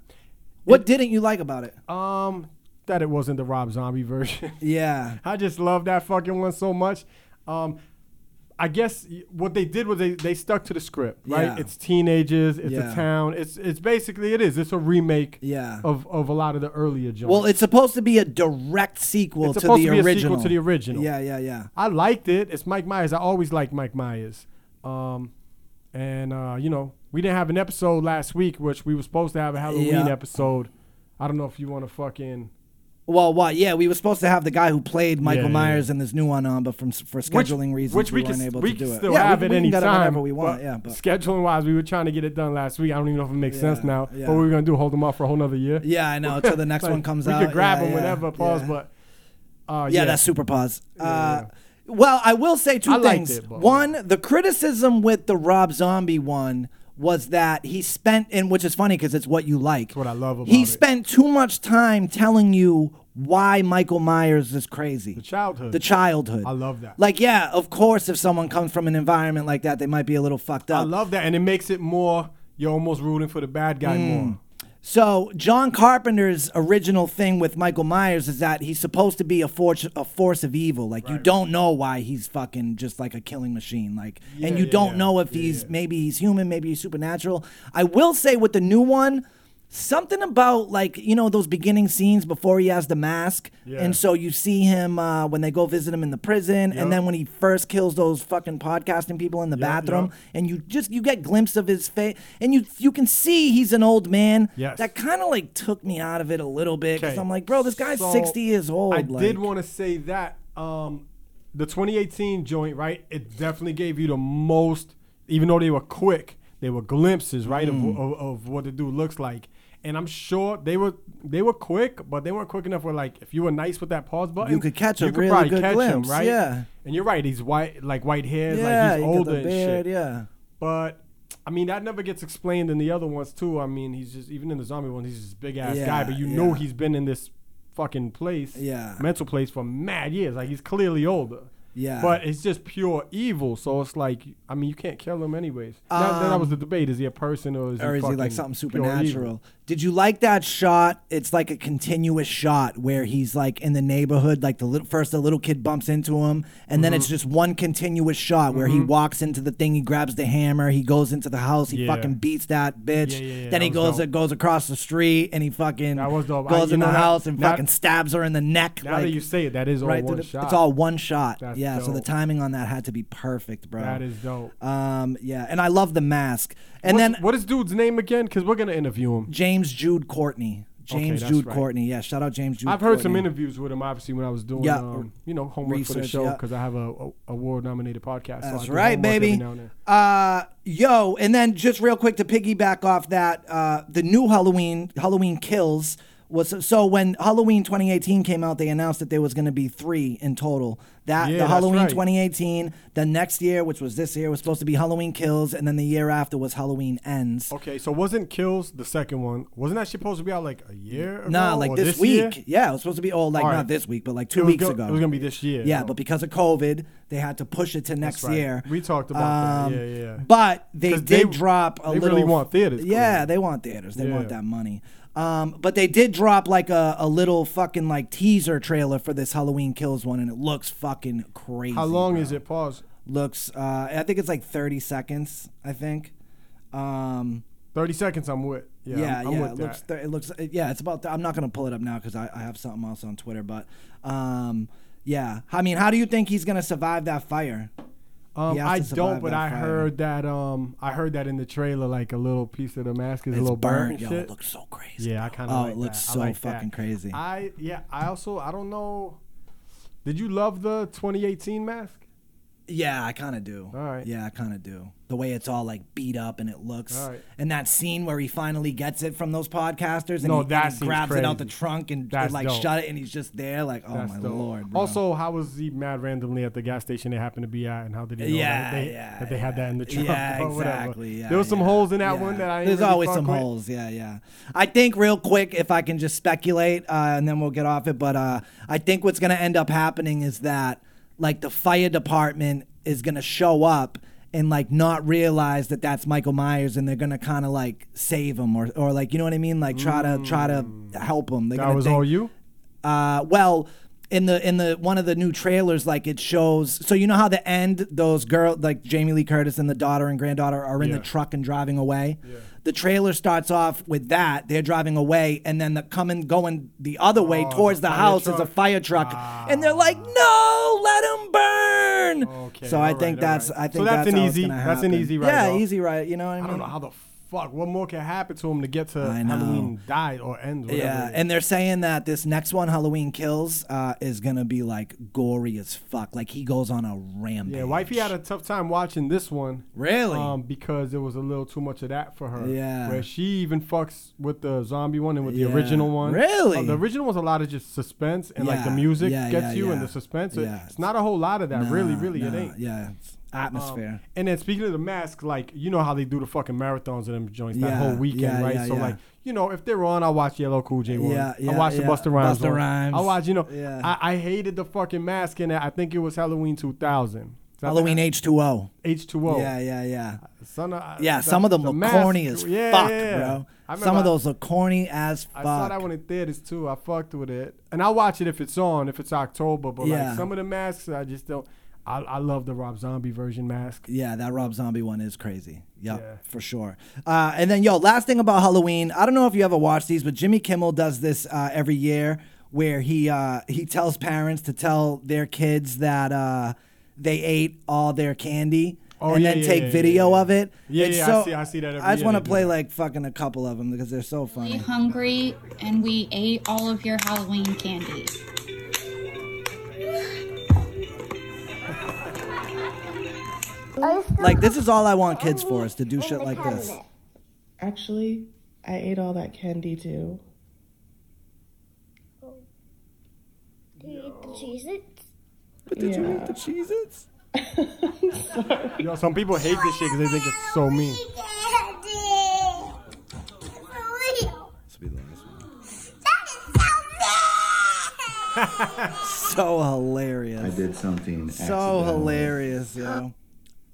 [SPEAKER 1] What didn't you like about it?
[SPEAKER 3] Um, that it wasn't the Rob Zombie version.
[SPEAKER 1] Yeah,
[SPEAKER 3] I just love that fucking one so much. Um, I guess y- what they did was they, they stuck to the script, right?
[SPEAKER 1] Yeah.
[SPEAKER 3] It's teenagers, it's
[SPEAKER 1] Yeah.
[SPEAKER 3] a town, it's it's basically it is. It's a remake
[SPEAKER 1] Yeah.
[SPEAKER 3] of, of a lot of the earlier joints.
[SPEAKER 1] Well, it's supposed to be a direct sequel
[SPEAKER 3] It's
[SPEAKER 1] to
[SPEAKER 3] supposed
[SPEAKER 1] the
[SPEAKER 3] to be a sequel
[SPEAKER 1] original.
[SPEAKER 3] to the original.
[SPEAKER 1] Yeah, yeah, yeah.
[SPEAKER 3] I liked it. It's Mike Myers. I always like Mike Myers. Um, and uh, you know, we didn't have an episode last week, which we were supposed to have a Halloween
[SPEAKER 1] Yeah.
[SPEAKER 3] episode. I don't know if you want to fucking
[SPEAKER 1] Well, what? Yeah, we were supposed to have the guy who played Michael
[SPEAKER 3] yeah, yeah.
[SPEAKER 1] Myers and this new one on, but from s- for scheduling reasons,
[SPEAKER 3] which
[SPEAKER 1] we,
[SPEAKER 3] we,
[SPEAKER 1] weren't
[SPEAKER 3] can,
[SPEAKER 1] able
[SPEAKER 3] we
[SPEAKER 1] to do
[SPEAKER 3] can
[SPEAKER 1] it.
[SPEAKER 3] still
[SPEAKER 1] yeah,
[SPEAKER 3] have
[SPEAKER 1] we,
[SPEAKER 3] it
[SPEAKER 1] we can
[SPEAKER 3] any
[SPEAKER 1] get it
[SPEAKER 3] time.
[SPEAKER 1] whenever we want.
[SPEAKER 3] but
[SPEAKER 1] yeah, but
[SPEAKER 3] scheduling wise, we were trying to get it done last week. I don't even know if it makes sense
[SPEAKER 1] Yeah,
[SPEAKER 3] now,
[SPEAKER 1] yeah.
[SPEAKER 3] but we were gonna do hold them off for a whole nother year.
[SPEAKER 1] yeah, I know. Till the next
[SPEAKER 3] Like,
[SPEAKER 1] one comes
[SPEAKER 3] we
[SPEAKER 1] out,
[SPEAKER 3] We could grab
[SPEAKER 1] yeah,
[SPEAKER 3] them
[SPEAKER 1] yeah,
[SPEAKER 3] whenever. Pause,
[SPEAKER 1] yeah.
[SPEAKER 3] but. Uh,
[SPEAKER 1] yeah, that's super pause. Uh,
[SPEAKER 3] yeah.
[SPEAKER 1] Well, I will say two
[SPEAKER 3] I liked
[SPEAKER 1] things.
[SPEAKER 3] it, but-
[SPEAKER 1] one, the criticism with the Rob Zombie one was that he spent, and which is funny because it's what you like.
[SPEAKER 3] what I love
[SPEAKER 1] He
[SPEAKER 3] about it.
[SPEAKER 1] spent too much time telling you why Michael Myers is crazy. The
[SPEAKER 3] childhood.
[SPEAKER 1] The childhood.
[SPEAKER 3] I love that.
[SPEAKER 1] Like, yeah, of course, if someone comes from an environment like that, they might be a little fucked up.
[SPEAKER 3] I love that, and it makes it more. You're almost rooting for the bad guy
[SPEAKER 1] Mm.
[SPEAKER 3] more.
[SPEAKER 1] So John Carpenter's original thing with Michael Myers is that he's supposed to be a force a force of evil. Like you don't know why he's fucking just like a killing machine. Like and you
[SPEAKER 3] yeah,
[SPEAKER 1] don't
[SPEAKER 3] yeah.
[SPEAKER 1] know if
[SPEAKER 3] Yeah,
[SPEAKER 1] he's
[SPEAKER 3] yeah.
[SPEAKER 1] maybe he's human, maybe he's supernatural. I will say with the new one, something about like you know those beginning scenes before he has the mask,
[SPEAKER 3] Yeah.
[SPEAKER 1] and so you see him uh, when they go visit him in the prison, and then when he first kills those fucking podcasting people in the
[SPEAKER 3] Yeah,
[SPEAKER 1] bathroom,
[SPEAKER 3] yeah.
[SPEAKER 1] and you just you get glimpse of his face, and you you can see he's an old man.
[SPEAKER 3] Yes.
[SPEAKER 1] That kind of like took me out of it a little bit because
[SPEAKER 3] Okay.
[SPEAKER 1] I'm like, bro, this guy's
[SPEAKER 3] So,
[SPEAKER 1] 60 years old.
[SPEAKER 3] I
[SPEAKER 1] like,
[SPEAKER 3] did want to say that um, the 2018 joint, right? It definitely gave you the most, even though they were quick, they were glimpses, right,
[SPEAKER 1] Mm.
[SPEAKER 3] of, of, of what the dude looks like. And I'm sure they were they were quick, but they weren't quick enough. Where like if you were nice with that pause button,
[SPEAKER 1] could catch a
[SPEAKER 3] you could
[SPEAKER 1] really
[SPEAKER 3] probably
[SPEAKER 1] good
[SPEAKER 3] catch
[SPEAKER 1] glimpse,
[SPEAKER 3] Him, right?
[SPEAKER 1] yeah.
[SPEAKER 3] And you're right. He's white, like white hair.
[SPEAKER 1] yeah,
[SPEAKER 3] like he's
[SPEAKER 1] you get
[SPEAKER 3] older
[SPEAKER 1] the beard,
[SPEAKER 3] and shit.
[SPEAKER 1] yeah.
[SPEAKER 3] But I mean, that never gets explained in the other ones too. I mean, he's just even in the zombie one, he's just a big ass
[SPEAKER 1] Yeah,
[SPEAKER 3] guy. But you know
[SPEAKER 1] yeah.
[SPEAKER 3] he's been in this fucking place,
[SPEAKER 1] Yeah.
[SPEAKER 3] mental place for mad years. Like he's clearly older.
[SPEAKER 1] Yeah.
[SPEAKER 3] But it's just pure evil. So it's like, I mean, you can't kill him anyways. that, that was the debate: is he a person or is
[SPEAKER 1] Um, Or
[SPEAKER 3] he,
[SPEAKER 1] is he like
[SPEAKER 3] fucking
[SPEAKER 1] something
[SPEAKER 3] pure evil?
[SPEAKER 1] supernatural? Did you like that shot? It's like a continuous shot where he's like in the neighborhood, like the little, first the little kid bumps into him, and then
[SPEAKER 3] Mm-hmm.
[SPEAKER 1] it's just one continuous shot where he walks into the thing, he grabs the hammer, he goes into the house, he
[SPEAKER 3] Yeah.
[SPEAKER 1] fucking beats that bitch.
[SPEAKER 3] Yeah, yeah, yeah,
[SPEAKER 1] then he
[SPEAKER 3] that
[SPEAKER 1] goes
[SPEAKER 3] was dope.
[SPEAKER 1] goes across the street and he fucking
[SPEAKER 3] That was dope. I-
[SPEAKER 1] goes
[SPEAKER 3] you
[SPEAKER 1] in the
[SPEAKER 3] know that-
[SPEAKER 1] house and
[SPEAKER 3] that-
[SPEAKER 1] fucking stabs her in the neck.
[SPEAKER 3] Now that
[SPEAKER 1] like-
[SPEAKER 3] you say it, that is all
[SPEAKER 1] right through
[SPEAKER 3] one
[SPEAKER 1] the-
[SPEAKER 3] shot.
[SPEAKER 1] It's all one shot.
[SPEAKER 3] That's
[SPEAKER 1] yeah, so the
[SPEAKER 3] dope.
[SPEAKER 1] timing on that had to be perfect, bro.
[SPEAKER 3] That is dope.
[SPEAKER 1] Um, yeah, and I love the mask. And
[SPEAKER 3] What's-
[SPEAKER 1] then
[SPEAKER 3] what is dude's name again? Because we're gonna interview him.
[SPEAKER 1] James Jude Courtney. James
[SPEAKER 3] that's
[SPEAKER 1] Jude
[SPEAKER 3] right.
[SPEAKER 1] Courtney. Yeah, shout out James Jude.
[SPEAKER 3] I've heard some
[SPEAKER 1] Courtney.
[SPEAKER 3] interviews with him, obviously, when I was doing,
[SPEAKER 1] Yeah,
[SPEAKER 3] um, you know, homework for the
[SPEAKER 1] research,
[SPEAKER 3] show
[SPEAKER 1] yeah.
[SPEAKER 3] because I have a, a award-nominated podcast. so I
[SPEAKER 1] That's
[SPEAKER 3] do
[SPEAKER 1] right,
[SPEAKER 3] homework every
[SPEAKER 1] baby.
[SPEAKER 3] now and then.
[SPEAKER 1] Uh, yo, and then just real quick to piggyback off that, uh, the new Halloween, Halloween Kills was so when Halloween 2018 came out, they announced that there was going to be three in total. That
[SPEAKER 3] Yeah,
[SPEAKER 1] the
[SPEAKER 3] that's
[SPEAKER 1] Halloween
[SPEAKER 3] right.
[SPEAKER 1] 2018, the next year, which was this year, was supposed to be Halloween Kills, and then the year after was Halloween Ends.
[SPEAKER 3] Okay, so wasn't Kills the second one? Wasn't that shit supposed to be out like a year? Ago
[SPEAKER 1] Nah, like
[SPEAKER 3] or
[SPEAKER 1] this,
[SPEAKER 3] year?
[SPEAKER 1] week. Yeah, it was supposed to be oh, like
[SPEAKER 3] All
[SPEAKER 1] not
[SPEAKER 3] right.
[SPEAKER 1] this week, but like
[SPEAKER 3] It
[SPEAKER 1] two
[SPEAKER 3] was
[SPEAKER 1] weeks
[SPEAKER 3] go-
[SPEAKER 1] ago.
[SPEAKER 3] it was gonna be this year,
[SPEAKER 1] Yeah,
[SPEAKER 3] so-
[SPEAKER 1] but because of COVID, they had to push it to next
[SPEAKER 3] right.
[SPEAKER 1] year. Um,
[SPEAKER 3] We talked about that. Yeah, yeah, yeah.
[SPEAKER 1] But they
[SPEAKER 3] 'Cause
[SPEAKER 1] did
[SPEAKER 3] they-
[SPEAKER 1] drop a
[SPEAKER 3] they
[SPEAKER 1] little.
[SPEAKER 3] really want theaters,
[SPEAKER 1] Yeah,
[SPEAKER 3] clearly.
[SPEAKER 1] they want theaters. They want
[SPEAKER 3] Yeah.
[SPEAKER 1] that money. Um, but they did drop like a, a little fucking like teaser trailer for this Halloween Kills one, and it looks fucking crazy.
[SPEAKER 3] How long
[SPEAKER 1] bro.
[SPEAKER 3] is it? Pause.
[SPEAKER 1] Looks. Uh, I think it's like thirty seconds. I think. Um,
[SPEAKER 3] Thirty seconds. I'm with. Yeah,
[SPEAKER 1] yeah,
[SPEAKER 3] I'm, I'm
[SPEAKER 1] yeah.
[SPEAKER 3] with
[SPEAKER 1] it
[SPEAKER 3] that.
[SPEAKER 1] looks. Th- it looks. uh, Yeah, it's about. Th- I'm not gonna pull it up now because I, I have something else on Twitter. But, um, yeah. I mean, how do you think he's gonna survive that fire?
[SPEAKER 3] um,
[SPEAKER 1] has to
[SPEAKER 3] I
[SPEAKER 1] survive
[SPEAKER 3] don't, but
[SPEAKER 1] that
[SPEAKER 3] I
[SPEAKER 1] fire.
[SPEAKER 3] heard that. Um, I heard that in the trailer, like a little piece of the mask is a
[SPEAKER 1] It's
[SPEAKER 3] little burnt.
[SPEAKER 1] burnt.
[SPEAKER 3] and
[SPEAKER 1] Yo,
[SPEAKER 3] shit.
[SPEAKER 1] it looks so crazy.
[SPEAKER 3] Yeah, I kind of.
[SPEAKER 1] Oh,
[SPEAKER 3] like
[SPEAKER 1] it looks
[SPEAKER 3] that. I
[SPEAKER 1] so
[SPEAKER 3] like that.
[SPEAKER 1] fucking crazy.
[SPEAKER 3] I yeah. I also I don't know. Did you love the 2018 mask?
[SPEAKER 1] Yeah, I kind of do.
[SPEAKER 3] All right.
[SPEAKER 1] Yeah, I kind of do. The way it's all like beat up and it looks,
[SPEAKER 3] All right.
[SPEAKER 1] and that scene where he finally gets it from those podcasters and
[SPEAKER 3] No,
[SPEAKER 1] he, and
[SPEAKER 3] that
[SPEAKER 1] he
[SPEAKER 3] scene's
[SPEAKER 1] grabs it out the
[SPEAKER 3] crazy.
[SPEAKER 1] trunk and,
[SPEAKER 3] That's
[SPEAKER 1] like
[SPEAKER 3] dope.
[SPEAKER 1] shut it, and he's just there, like, oh my
[SPEAKER 3] dope.
[SPEAKER 1] lord. Bro.
[SPEAKER 3] Also, how was he mad randomly at the gas station they happened to be at, and how did he know
[SPEAKER 1] Yeah,
[SPEAKER 3] that, they,
[SPEAKER 1] yeah,
[SPEAKER 3] that they had that in the
[SPEAKER 1] yeah,
[SPEAKER 3] trunk? or whatever?
[SPEAKER 1] exactly. Yeah,
[SPEAKER 3] there was some
[SPEAKER 1] yeah,
[SPEAKER 3] holes in that
[SPEAKER 1] yeah.
[SPEAKER 3] one that I. ain't
[SPEAKER 1] There's
[SPEAKER 3] really
[SPEAKER 1] always
[SPEAKER 3] fuck
[SPEAKER 1] some
[SPEAKER 3] with.
[SPEAKER 1] holes. Yeah, yeah. I think real quick, if I can just speculate, uh, and then we'll get off it. But uh, I think what's gonna end up happening is that like the fire department is gonna show up and like not realize that that's Michael Myers, and they're gonna kind of like save him or or like you know what I mean, like try to try to help him. They're
[SPEAKER 3] Mm. That
[SPEAKER 1] gonna
[SPEAKER 3] was
[SPEAKER 1] think-
[SPEAKER 3] all you.
[SPEAKER 1] uh, well, in the in the one of the new trailers, like it shows. So you know how the end those girl like Jamie Lee Curtis and the daughter and granddaughter are in the
[SPEAKER 3] Yeah.
[SPEAKER 1] truck and driving away. The trailer starts off with that they're driving away, and then the coming going the other way towards the,
[SPEAKER 3] Oh, fire
[SPEAKER 1] house is a
[SPEAKER 3] truck. Ah.
[SPEAKER 1] fire truck, and they're like, "No, let him burn."
[SPEAKER 3] Okay,
[SPEAKER 1] so I
[SPEAKER 3] all
[SPEAKER 1] think
[SPEAKER 3] right, all
[SPEAKER 1] that's
[SPEAKER 3] right.
[SPEAKER 1] I
[SPEAKER 3] So
[SPEAKER 1] think
[SPEAKER 3] that's
[SPEAKER 1] that's
[SPEAKER 3] an
[SPEAKER 1] how it's
[SPEAKER 3] easy-
[SPEAKER 1] gonna
[SPEAKER 3] that's an
[SPEAKER 1] happen.
[SPEAKER 3] easy
[SPEAKER 1] Yeah,
[SPEAKER 3] write-off.
[SPEAKER 1] easy right. You know what I mean?
[SPEAKER 3] I don't know how the fuck. What more can happen to him to get to
[SPEAKER 1] Mm. I know.
[SPEAKER 3] Halloween dies or ends? Whatever
[SPEAKER 1] Yeah,
[SPEAKER 3] it is.
[SPEAKER 1] and they're saying that this next one, Halloween Kills, uh, is gonna be like gory as fuck. Like he goes on a rampage.
[SPEAKER 3] yeah, wifey had a tough time watching this one.
[SPEAKER 1] Really?
[SPEAKER 3] Um, because there was a little too much of that for her.
[SPEAKER 1] Yeah.
[SPEAKER 3] Where she even fucks with the zombie one and with
[SPEAKER 1] Yeah.
[SPEAKER 3] the original one.
[SPEAKER 1] Really?
[SPEAKER 3] Uh, the original was a lot of just suspense and like the
[SPEAKER 1] Yeah,
[SPEAKER 3] music
[SPEAKER 1] yeah,
[SPEAKER 3] gets
[SPEAKER 1] yeah,
[SPEAKER 3] you and
[SPEAKER 1] yeah.
[SPEAKER 3] the suspense.
[SPEAKER 1] Yeah.
[SPEAKER 3] It's not a whole lot of that. really,
[SPEAKER 1] Nah,
[SPEAKER 3] really, it
[SPEAKER 1] nah,
[SPEAKER 3] ain't. Um,
[SPEAKER 1] Yeah, it's atmosphere.
[SPEAKER 3] And then speaking of the mask, like you know how they do the fucking marathons of them joints that
[SPEAKER 1] Yeah,
[SPEAKER 3] whole weekend,
[SPEAKER 1] yeah,
[SPEAKER 3] right?
[SPEAKER 1] yeah,
[SPEAKER 3] so
[SPEAKER 1] yeah.
[SPEAKER 3] like you know if they're on, I will watch Yellow Cool J one.
[SPEAKER 1] Yeah,
[SPEAKER 3] I
[SPEAKER 1] yeah,
[SPEAKER 3] watch
[SPEAKER 1] yeah.
[SPEAKER 3] the Busta Rhymes.
[SPEAKER 1] Busta
[SPEAKER 3] one.
[SPEAKER 1] Rhymes.
[SPEAKER 3] I watch you know.
[SPEAKER 1] Yeah.
[SPEAKER 3] I, I hated the fucking mask in that. I think it was Halloween two thousand.
[SPEAKER 1] Halloween H two O.
[SPEAKER 3] H two O.
[SPEAKER 1] Yeah, yeah, yeah.
[SPEAKER 3] Son of-
[SPEAKER 1] Yeah,
[SPEAKER 3] the-
[SPEAKER 1] some of them
[SPEAKER 3] the
[SPEAKER 1] look
[SPEAKER 3] mask-
[SPEAKER 1] corny as
[SPEAKER 3] yeah,
[SPEAKER 1] fuck,
[SPEAKER 3] yeah, yeah.
[SPEAKER 1] bro.
[SPEAKER 3] I
[SPEAKER 1] Some
[SPEAKER 3] remember
[SPEAKER 1] of those look corny as fuck.
[SPEAKER 3] I saw that one in theaters too. I fucked with it, and I watch it if it's on, if it's October. But
[SPEAKER 1] Yeah.
[SPEAKER 3] like some of the masks, I just don't. I, I love the Rob Zombie version mask.
[SPEAKER 1] Yeah, that Rob Zombie one is crazy. Yep,
[SPEAKER 3] Yeah.
[SPEAKER 1] for sure. Uh, and then, yo, last thing about Halloween. I don't know if you ever watched these, but Jimmy Kimmel does this uh, every year where he uh, he tells parents to tell their kids that uh, they ate all their candy.
[SPEAKER 3] Oh,
[SPEAKER 1] and
[SPEAKER 3] yeah,
[SPEAKER 1] then
[SPEAKER 3] yeah,
[SPEAKER 1] take
[SPEAKER 3] yeah,
[SPEAKER 1] video
[SPEAKER 3] yeah, yeah.
[SPEAKER 1] of it.
[SPEAKER 3] Yeah,
[SPEAKER 1] It's
[SPEAKER 3] yeah, I
[SPEAKER 1] so-
[SPEAKER 3] see- I see that every
[SPEAKER 1] I just
[SPEAKER 3] year
[SPEAKER 1] want to
[SPEAKER 3] they do
[SPEAKER 1] play
[SPEAKER 3] that.
[SPEAKER 1] like fucking a couple of them because they're so
[SPEAKER 7] really
[SPEAKER 1] funny.
[SPEAKER 7] hungry and we ate all of your Halloween candy.
[SPEAKER 1] Like this is all I want kids for is to do shit like this.
[SPEAKER 8] Actually, I ate all that candy too.
[SPEAKER 1] But did you eat the Cheez-Its?
[SPEAKER 3] You know, some people hate this shit because they think it's so mean.
[SPEAKER 1] This will be the last one.
[SPEAKER 9] That is so bad!
[SPEAKER 1] So hilarious.
[SPEAKER 10] I did something.
[SPEAKER 1] So
[SPEAKER 10] accidental.
[SPEAKER 1] hilarious, yo.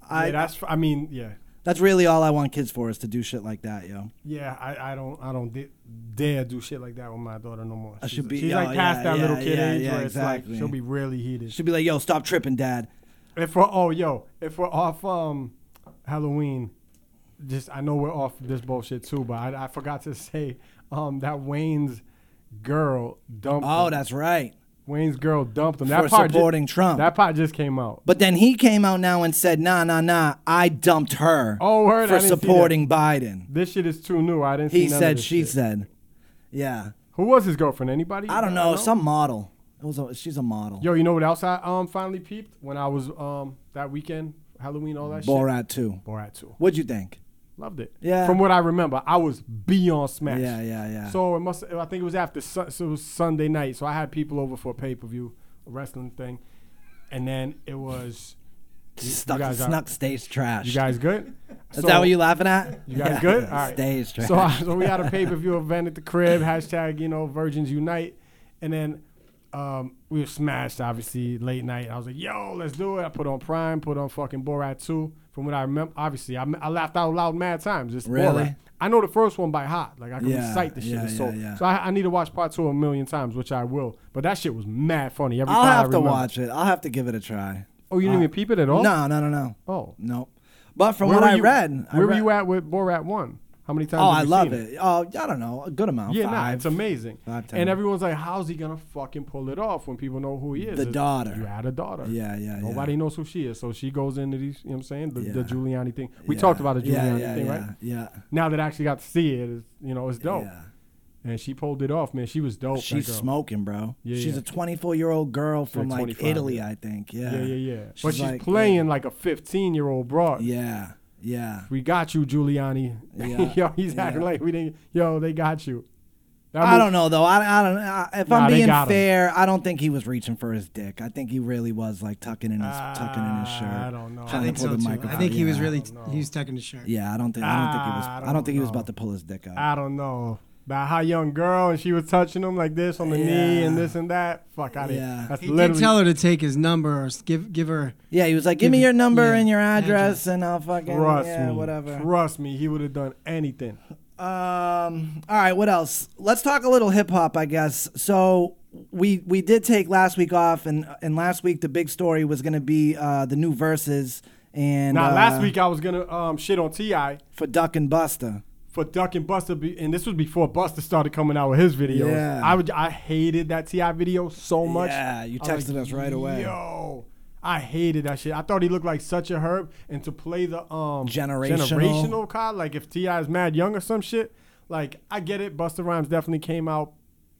[SPEAKER 1] I
[SPEAKER 3] yeah, that's. I mean, yeah,
[SPEAKER 1] That's really all I want kids for is to do shit like that, yo.
[SPEAKER 3] yeah. I, I don't, I don't di- dare do shit like that with my daughter no more. She's,
[SPEAKER 1] should be-
[SPEAKER 3] she's
[SPEAKER 1] oh,
[SPEAKER 3] like past
[SPEAKER 1] yeah,
[SPEAKER 3] that little
[SPEAKER 1] yeah,
[SPEAKER 3] kid
[SPEAKER 1] yeah,
[SPEAKER 3] age
[SPEAKER 1] yeah,
[SPEAKER 3] where it's
[SPEAKER 1] exactly.
[SPEAKER 3] like she'll be really heated.
[SPEAKER 1] Should be like, yo, stop tripping, dad.
[SPEAKER 3] If we're oh yo, if we're off um Halloween, just I know we're off this bullshit too, but I, I forgot to say um that Wayne's girl dumped.
[SPEAKER 1] Oh,
[SPEAKER 3] him.
[SPEAKER 1] that's right.
[SPEAKER 3] Wayne's girl dumped him.
[SPEAKER 1] For
[SPEAKER 3] That part ju-
[SPEAKER 1] supporting Trump.
[SPEAKER 3] That part just came out.
[SPEAKER 1] But then he came out now and said, nah, nah, nah, I dumped her
[SPEAKER 3] Oh, word,
[SPEAKER 1] for
[SPEAKER 3] I didn't see that.
[SPEAKER 1] supporting Biden.
[SPEAKER 3] This shit is too new. I didn't. see
[SPEAKER 1] He
[SPEAKER 3] none of
[SPEAKER 1] said,
[SPEAKER 3] this
[SPEAKER 1] she
[SPEAKER 3] shit.
[SPEAKER 1] said. Yeah.
[SPEAKER 3] Who was his girlfriend? Anybody?
[SPEAKER 1] I don't know, some model. It was a, she's a model.
[SPEAKER 3] Yo, you know what else I um finally peeped when I was um that weekend Halloween all that
[SPEAKER 1] Borat too.
[SPEAKER 3] shit. Borat too.
[SPEAKER 1] What'd you think?
[SPEAKER 3] Loved it.
[SPEAKER 1] Yeah.
[SPEAKER 3] From what I remember, I was beyond smashed.
[SPEAKER 1] Yeah, yeah, yeah.
[SPEAKER 3] So it must. I think it was after Sun- so it was Sunday night. So I had people over for a pay per view, a wrestling thing, and then it was. you- you
[SPEAKER 1] Stuck,
[SPEAKER 3] guys are-
[SPEAKER 1] snuck stage trash.
[SPEAKER 3] You guys good?
[SPEAKER 1] Is that what you laughing at?
[SPEAKER 3] You guys good? All right.
[SPEAKER 1] Stage trash.
[SPEAKER 3] So, I- so we had a pay per view event at the crib. Hashtag you know Virgins Unite, and then um, we were smashed. Obviously, late night. I was like, "Yo, let's do it." I put on Prime, put on fucking Borat two. From what I remember, obviously, I, I laughed out loud mad times. Just
[SPEAKER 1] Really?
[SPEAKER 3] Borat. I know the first one by heart. Like I can
[SPEAKER 1] Yeah,
[SPEAKER 3] recite the shit.
[SPEAKER 1] yeah,
[SPEAKER 3] It's so
[SPEAKER 1] yeah, yeah.
[SPEAKER 3] so I, I need to watch part two a million times, which I will. But that shit was mad funny. Every
[SPEAKER 1] I'll
[SPEAKER 3] time I
[SPEAKER 1] have to
[SPEAKER 3] remember.
[SPEAKER 1] watch it. I'll have to give it a try.
[SPEAKER 3] Oh, you didn't even peep it at all?
[SPEAKER 1] No, no, no, no.
[SPEAKER 3] Oh.
[SPEAKER 1] No. But from
[SPEAKER 3] Where
[SPEAKER 1] what
[SPEAKER 3] were
[SPEAKER 1] I
[SPEAKER 3] you-
[SPEAKER 1] read, I
[SPEAKER 3] Where were
[SPEAKER 1] read-
[SPEAKER 3] you at with Borat one? How many times?
[SPEAKER 1] Oh,
[SPEAKER 3] have
[SPEAKER 1] I
[SPEAKER 3] you
[SPEAKER 1] love
[SPEAKER 3] seen
[SPEAKER 1] it. Oh, I don't know, a good amount.
[SPEAKER 3] Yeah, nah,
[SPEAKER 1] Five.
[SPEAKER 3] it's amazing.
[SPEAKER 1] Five, ten.
[SPEAKER 3] and everyone's like, "How's he gonna fucking pull it off when people know who he is?"
[SPEAKER 1] The
[SPEAKER 3] It's-
[SPEAKER 1] daughter.
[SPEAKER 3] You had a daughter.
[SPEAKER 1] Yeah, yeah, yeah.
[SPEAKER 3] Nobody knows who she is, so she goes into these. You know what I'm saying? The, the
[SPEAKER 1] Yeah.
[SPEAKER 3] Giuliani thing. We
[SPEAKER 1] Yeah.
[SPEAKER 3] talked about the
[SPEAKER 1] Yeah,
[SPEAKER 3] Giuliani
[SPEAKER 1] yeah,
[SPEAKER 3] thing,
[SPEAKER 1] yeah,
[SPEAKER 3] right?
[SPEAKER 1] Yeah,
[SPEAKER 3] Now that I actually got to see it, it's, you know, it's dope.
[SPEAKER 1] yeah.
[SPEAKER 3] And she pulled it off, man. She was dope. that
[SPEAKER 1] She's
[SPEAKER 3] girl.
[SPEAKER 1] smoking, bro.
[SPEAKER 3] Yeah,
[SPEAKER 1] she's
[SPEAKER 3] yeah.
[SPEAKER 1] a 24 year old girl from
[SPEAKER 3] like
[SPEAKER 1] like
[SPEAKER 3] 25,
[SPEAKER 1] Italy,
[SPEAKER 3] yeah.
[SPEAKER 1] I think. Yeah,
[SPEAKER 3] Yeah, yeah, yeah.
[SPEAKER 1] She's
[SPEAKER 3] but she's
[SPEAKER 1] like-
[SPEAKER 3] playing like a 15 year old broad.
[SPEAKER 1] Yeah, yeah.
[SPEAKER 3] We got you, Giuliani.
[SPEAKER 1] Yeah,
[SPEAKER 3] yo, he's
[SPEAKER 1] yeah.
[SPEAKER 3] acting like we didn't. Yo, they got you. That
[SPEAKER 1] I
[SPEAKER 3] movie-
[SPEAKER 1] don't know though. I, I don't. I, if
[SPEAKER 3] Nah,
[SPEAKER 1] I'm
[SPEAKER 3] they
[SPEAKER 1] being
[SPEAKER 3] got him.
[SPEAKER 1] fair, I don't think he was reaching for his dick. I think he really was like tucking in his tucking in his
[SPEAKER 3] Ah,
[SPEAKER 1] shirt.
[SPEAKER 3] I don't know. I
[SPEAKER 1] trying to
[SPEAKER 6] think
[SPEAKER 1] pull
[SPEAKER 6] so
[SPEAKER 1] the
[SPEAKER 6] too.
[SPEAKER 1] microphone.
[SPEAKER 6] I think he was
[SPEAKER 1] yeah.
[SPEAKER 6] really
[SPEAKER 11] Oh,
[SPEAKER 6] he was tucking his shirt.
[SPEAKER 1] Yeah, I don't think. I don't think he was.
[SPEAKER 3] Ah, I
[SPEAKER 1] I don't,
[SPEAKER 3] don't
[SPEAKER 1] think he was
[SPEAKER 3] know.
[SPEAKER 1] about to pull his dick
[SPEAKER 6] Ah.
[SPEAKER 1] out.
[SPEAKER 3] I don't know. That hot young girl and she was touching him like this on the knee and
[SPEAKER 1] Yeah.
[SPEAKER 3] this and that. Fuck, I didn't.
[SPEAKER 1] Yeah.
[SPEAKER 3] That's
[SPEAKER 6] He did
[SPEAKER 3] literally.
[SPEAKER 6] tell her to take his number or s- give give her.
[SPEAKER 1] yeah, he was like, "Give me
[SPEAKER 6] Give it-
[SPEAKER 1] your number
[SPEAKER 6] yeah,
[SPEAKER 1] and your address,
[SPEAKER 6] address.
[SPEAKER 1] and I'll fucking
[SPEAKER 3] trust
[SPEAKER 1] yeah,
[SPEAKER 3] me.
[SPEAKER 1] whatever."
[SPEAKER 3] Trust me, he would have done anything.
[SPEAKER 1] Um. All right. What else? Let's talk a little hip hop, I guess. So we we did take last week off, and and last week the big story was going to be uh, the new verses and
[SPEAKER 3] Now,
[SPEAKER 1] uh,
[SPEAKER 3] last week I was gonna um, shit on Ti
[SPEAKER 1] for Duck and Buster.
[SPEAKER 3] for Duck and Buster, be, and this was before Buster started coming out with his videos.
[SPEAKER 1] Yeah.
[SPEAKER 3] I would, I hated that Ti video so much.
[SPEAKER 1] Yeah, you
[SPEAKER 3] I was
[SPEAKER 1] texted us right away.
[SPEAKER 3] Yo, I hated that shit. I thought he looked like such a herb, and to play the um
[SPEAKER 1] Generational.
[SPEAKER 3] generational card, like if Ti is mad young or some shit, like I get it. Buster Rhymes definitely came out,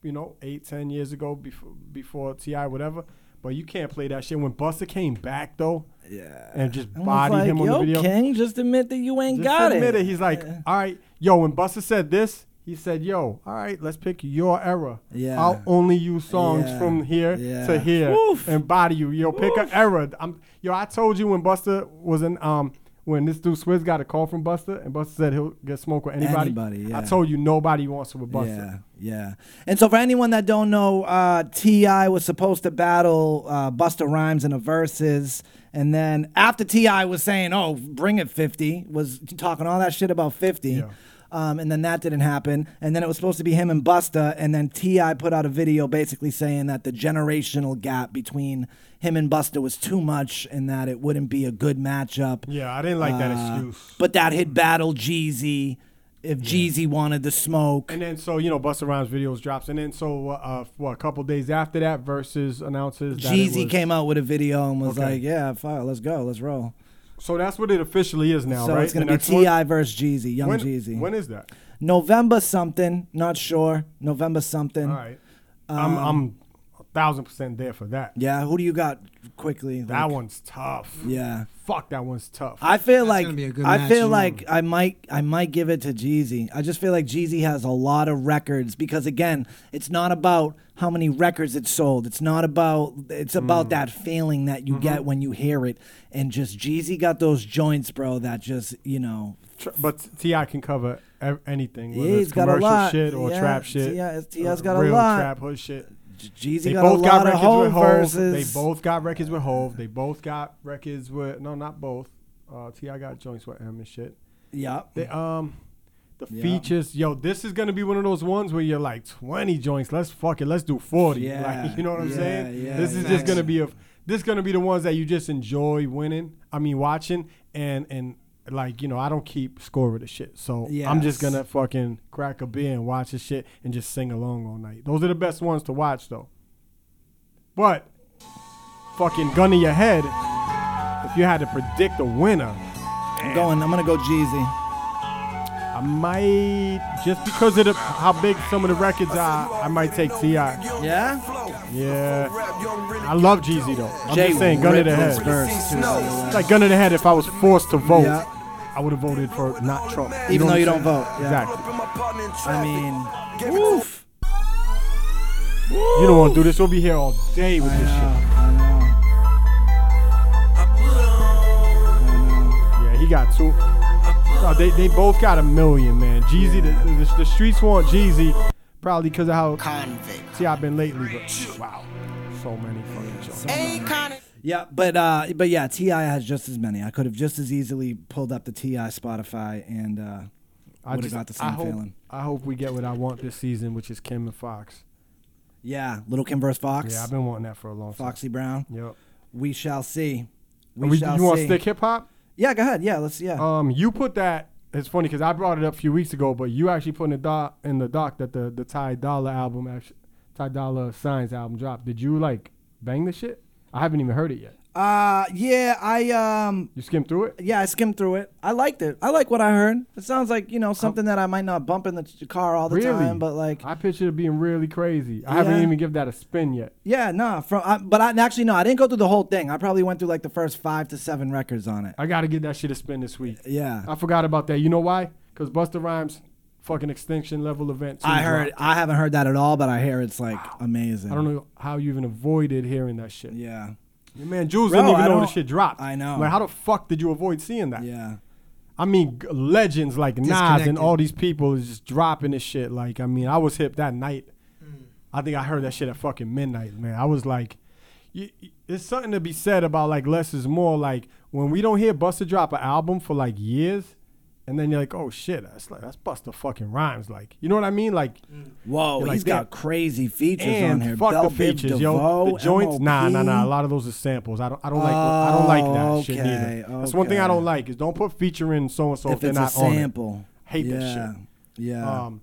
[SPEAKER 3] you know, eight ten years ago before before Ti whatever. But you can't play that shit. When Buster came back though, yeah, and just
[SPEAKER 1] And I was
[SPEAKER 3] bodied him on
[SPEAKER 1] Yo,
[SPEAKER 3] the video.
[SPEAKER 1] King, just admit that you ain't
[SPEAKER 3] Just
[SPEAKER 1] got
[SPEAKER 3] admit
[SPEAKER 1] it.
[SPEAKER 3] it. He's like, all right, yo, when Buster said this, he said, yo, all right, let's pick your era.
[SPEAKER 1] Yeah.
[SPEAKER 3] I'll only use songs
[SPEAKER 1] Yeah.
[SPEAKER 3] from here
[SPEAKER 1] Yeah.
[SPEAKER 3] to here
[SPEAKER 1] Oof.
[SPEAKER 3] and body you. Yo, pick an era. I'm, yo, I told you when Buster was in, um, when this dude Swizz got a call from Buster and Buster said he'll get smoke with anybody.
[SPEAKER 1] Anybody, yeah.
[SPEAKER 3] I told you nobody wants to with Buster.
[SPEAKER 1] Yeah, yeah. And so for anyone that don't know, uh, Ti was supposed to battle uh, Busta Rhymes in a verses, and then after Ti was saying, "Oh, bring it 50," was talking all that shit about 50. Um, and then that didn't happen. And then it was supposed to be him and Busta. And then T.I. put out a video basically saying that the generational gap between him and Busta was too much and that it wouldn't be a good matchup.
[SPEAKER 3] Yeah, I didn't like that
[SPEAKER 1] Uh,
[SPEAKER 3] excuse.
[SPEAKER 1] But that had battled Jeezy if Jeezy wanted the smoke.
[SPEAKER 3] And then so you know Buster Rhymes videos drops, and then so uh, uh, what? A couple days after that, Versus announces that it
[SPEAKER 1] Jeezy
[SPEAKER 3] was-
[SPEAKER 1] came out with a video and was
[SPEAKER 3] Okay.
[SPEAKER 1] like, "Yeah, fuck, let's go, let's roll."
[SPEAKER 3] So that's what it officially is now,
[SPEAKER 1] so
[SPEAKER 3] right?
[SPEAKER 1] it's gonna
[SPEAKER 3] The
[SPEAKER 1] be
[SPEAKER 3] next one?
[SPEAKER 1] Ti versus Jeezy, Young
[SPEAKER 3] When-
[SPEAKER 1] Jeezy.
[SPEAKER 3] When is that?
[SPEAKER 1] November something, not sure. November something.
[SPEAKER 3] All right. I'm, I'm a thousand percent there for that.
[SPEAKER 1] Um, Yeah, who do you got quickly?
[SPEAKER 3] That
[SPEAKER 1] Like,
[SPEAKER 3] one's tough.
[SPEAKER 1] Yeah.
[SPEAKER 3] Fuck, that one's tough.
[SPEAKER 1] I feel like
[SPEAKER 6] gonna be a good
[SPEAKER 1] I
[SPEAKER 6] match,
[SPEAKER 1] feel
[SPEAKER 6] you know.
[SPEAKER 1] like I might I might give it to Jeezy. I just feel like Jeezy has a lot of records because again, it's not about how many records it sold. It's not about it's
[SPEAKER 3] Mm.
[SPEAKER 1] about that feeling that
[SPEAKER 3] Mm-hmm.
[SPEAKER 1] you get when you hear it and just Jeezy got those joints, bro, that just, you know,
[SPEAKER 3] Tr- but Ti can cover ev- anything.
[SPEAKER 1] Yeah,
[SPEAKER 3] Whether it's
[SPEAKER 1] he's got a
[SPEAKER 3] commercial
[SPEAKER 1] lot.
[SPEAKER 3] shit or
[SPEAKER 1] Yeah,
[SPEAKER 3] trap shit.
[SPEAKER 1] T.I. is-
[SPEAKER 3] or
[SPEAKER 1] T.I.'s got a
[SPEAKER 3] real
[SPEAKER 1] lot.
[SPEAKER 3] Trap hood shit.
[SPEAKER 1] Jeezy
[SPEAKER 3] They
[SPEAKER 1] got
[SPEAKER 3] both
[SPEAKER 1] a
[SPEAKER 3] got
[SPEAKER 1] lot of
[SPEAKER 3] records
[SPEAKER 1] whole
[SPEAKER 3] with Hove.
[SPEAKER 1] verses.
[SPEAKER 3] They both got records with Hove. They both got records with no, not both. Uh, Ti got joints with M and shit.
[SPEAKER 1] Yeah.
[SPEAKER 3] They um the features, yo, this is gonna be one of those ones where you're like twenty joints. Let's fuck it. Let's do forty.
[SPEAKER 1] Yeah,
[SPEAKER 3] Like, you know what I'm
[SPEAKER 1] yeah,
[SPEAKER 3] saying?
[SPEAKER 1] yeah,
[SPEAKER 3] this is just
[SPEAKER 6] exactly.
[SPEAKER 3] gonna be a this gonna be the ones that you just enjoy winning. I mean, watching and and like you know, I don't keep score with the shit, so I'm just
[SPEAKER 1] Yes.
[SPEAKER 3] gonna fucking crack a beer and watch the shit and just sing along all night. Those are the best ones to watch though. But fucking gun to your head, if you had to predict a winner.
[SPEAKER 1] I'm going. I'm gonna go Jeezy.
[SPEAKER 3] I might just because of the, how big some of the records are. I might take Ti. Yeah,
[SPEAKER 1] Yeah.
[SPEAKER 3] I love Jeezy though. I'm
[SPEAKER 1] Jay
[SPEAKER 3] just saying, gun to the
[SPEAKER 1] ripped
[SPEAKER 3] head.
[SPEAKER 1] his verse, too, by the way.
[SPEAKER 3] It's like gun to the head. If I was forced to vote,
[SPEAKER 1] Yeah.
[SPEAKER 3] I would have voted for not Trump.
[SPEAKER 1] Even
[SPEAKER 3] know
[SPEAKER 1] though you
[SPEAKER 3] what
[SPEAKER 1] don't vote.
[SPEAKER 3] I'm saying?
[SPEAKER 1] Yeah.
[SPEAKER 3] Exactly.
[SPEAKER 1] I mean, woof.
[SPEAKER 3] You don't want to do this. We'll be here all day with this shit. Yeah, he got two. No, they, they both got a million, man. Jeezy, the, the, the streets want Jeezy, probably because of how Ti been lately. But wow, so many fucking jokes.
[SPEAKER 1] Yeah, but uh, but yeah, Ti has just as many. I could have just as easily pulled up the Ti Spotify and uh,
[SPEAKER 3] I
[SPEAKER 1] would have
[SPEAKER 3] just-
[SPEAKER 1] got the
[SPEAKER 3] I
[SPEAKER 1] same
[SPEAKER 3] hope,
[SPEAKER 1] feeling.
[SPEAKER 3] I hope we get what I want this season, which is Kim and Fox.
[SPEAKER 1] Yeah, Little Kim versus Fox,
[SPEAKER 3] Yeah, I've been wanting that for a long time.
[SPEAKER 1] Foxy Brown.
[SPEAKER 3] Yep.
[SPEAKER 1] We shall see. We,
[SPEAKER 3] We you
[SPEAKER 1] shall
[SPEAKER 3] want
[SPEAKER 1] see. Uh-huh.
[SPEAKER 3] stick hip hop?
[SPEAKER 1] Yeah, go ahead. Yeah, let's. Yeah,
[SPEAKER 3] Um, you put that. It's funny because I brought it up a few weeks ago, but you actually put in the doc in the doc that the the Ty Dolla album, actually, Ty Dolla Signs album dropped. Did you like bang the shit? I haven't even heard it yet.
[SPEAKER 1] uh, yeah. I um,
[SPEAKER 3] You skimmed through it?
[SPEAKER 1] yeah, I skimmed through it. I liked it. I like what I heard. It sounds like you know something that I might not bump in the t- car all the
[SPEAKER 3] Really?
[SPEAKER 1] time, but like
[SPEAKER 3] I pictured it being really crazy. I haven't
[SPEAKER 1] Yeah.
[SPEAKER 3] even give that a spin yet.
[SPEAKER 1] Yeah, nah. From I, but I actually no, I didn't go through the whole thing. I probably went through like the first five to seven records on it.
[SPEAKER 3] I gotta get that shit a spin this week.
[SPEAKER 1] Yeah.
[SPEAKER 3] I forgot about that. You know why? Because Buster Rhymes fucking extinction level event. soon
[SPEAKER 1] I heard.
[SPEAKER 3] dropped.
[SPEAKER 1] I haven't heard that at all, but I hear it's like amazing.
[SPEAKER 3] I don't know how you even avoided hearing that shit.
[SPEAKER 1] Yeah,
[SPEAKER 3] Your man Jules
[SPEAKER 1] Bro,
[SPEAKER 3] didn't even
[SPEAKER 1] I
[SPEAKER 3] know the
[SPEAKER 1] don't-
[SPEAKER 3] shit dropped.
[SPEAKER 1] I know.
[SPEAKER 3] Like, how the fuck did you avoid seeing that?
[SPEAKER 1] yeah.
[SPEAKER 3] I mean, g- legends like Nas and
[SPEAKER 6] Disconnected.
[SPEAKER 3] all these people is just dropping this shit. Like, I mean, I was hip that night. I think I heard that shit at fucking midnight, man. I was like, y- y- there's something to be said about like less is more. Like when we don't hear Buster drop an album for like years, and then you're like, oh shit, that's like that's Buster fucking rhymes. Like, you know what I mean? Like,
[SPEAKER 1] Whoa,
[SPEAKER 3] You're
[SPEAKER 1] he's
[SPEAKER 3] like,
[SPEAKER 1] got
[SPEAKER 3] "Damn."
[SPEAKER 1] crazy features
[SPEAKER 3] and
[SPEAKER 1] on here.
[SPEAKER 3] fuck
[SPEAKER 1] Bell
[SPEAKER 3] the
[SPEAKER 1] Biv
[SPEAKER 3] features,
[SPEAKER 1] DeVoe,
[SPEAKER 3] yo. The joints, nah, nah, nah. A
[SPEAKER 1] MOP.
[SPEAKER 3] lot of those are samples. I don't, I don't like, I don't like that
[SPEAKER 1] Oh,
[SPEAKER 3] shit
[SPEAKER 1] okay,
[SPEAKER 3] neither. That's one thing I
[SPEAKER 1] okay.
[SPEAKER 3] don't like is don't put featuring so and so if
[SPEAKER 1] If
[SPEAKER 3] they're
[SPEAKER 1] it's a
[SPEAKER 3] not
[SPEAKER 1] sample,
[SPEAKER 3] on it. Hate
[SPEAKER 1] yeah.
[SPEAKER 3] that shit.
[SPEAKER 1] Yeah,
[SPEAKER 3] Um,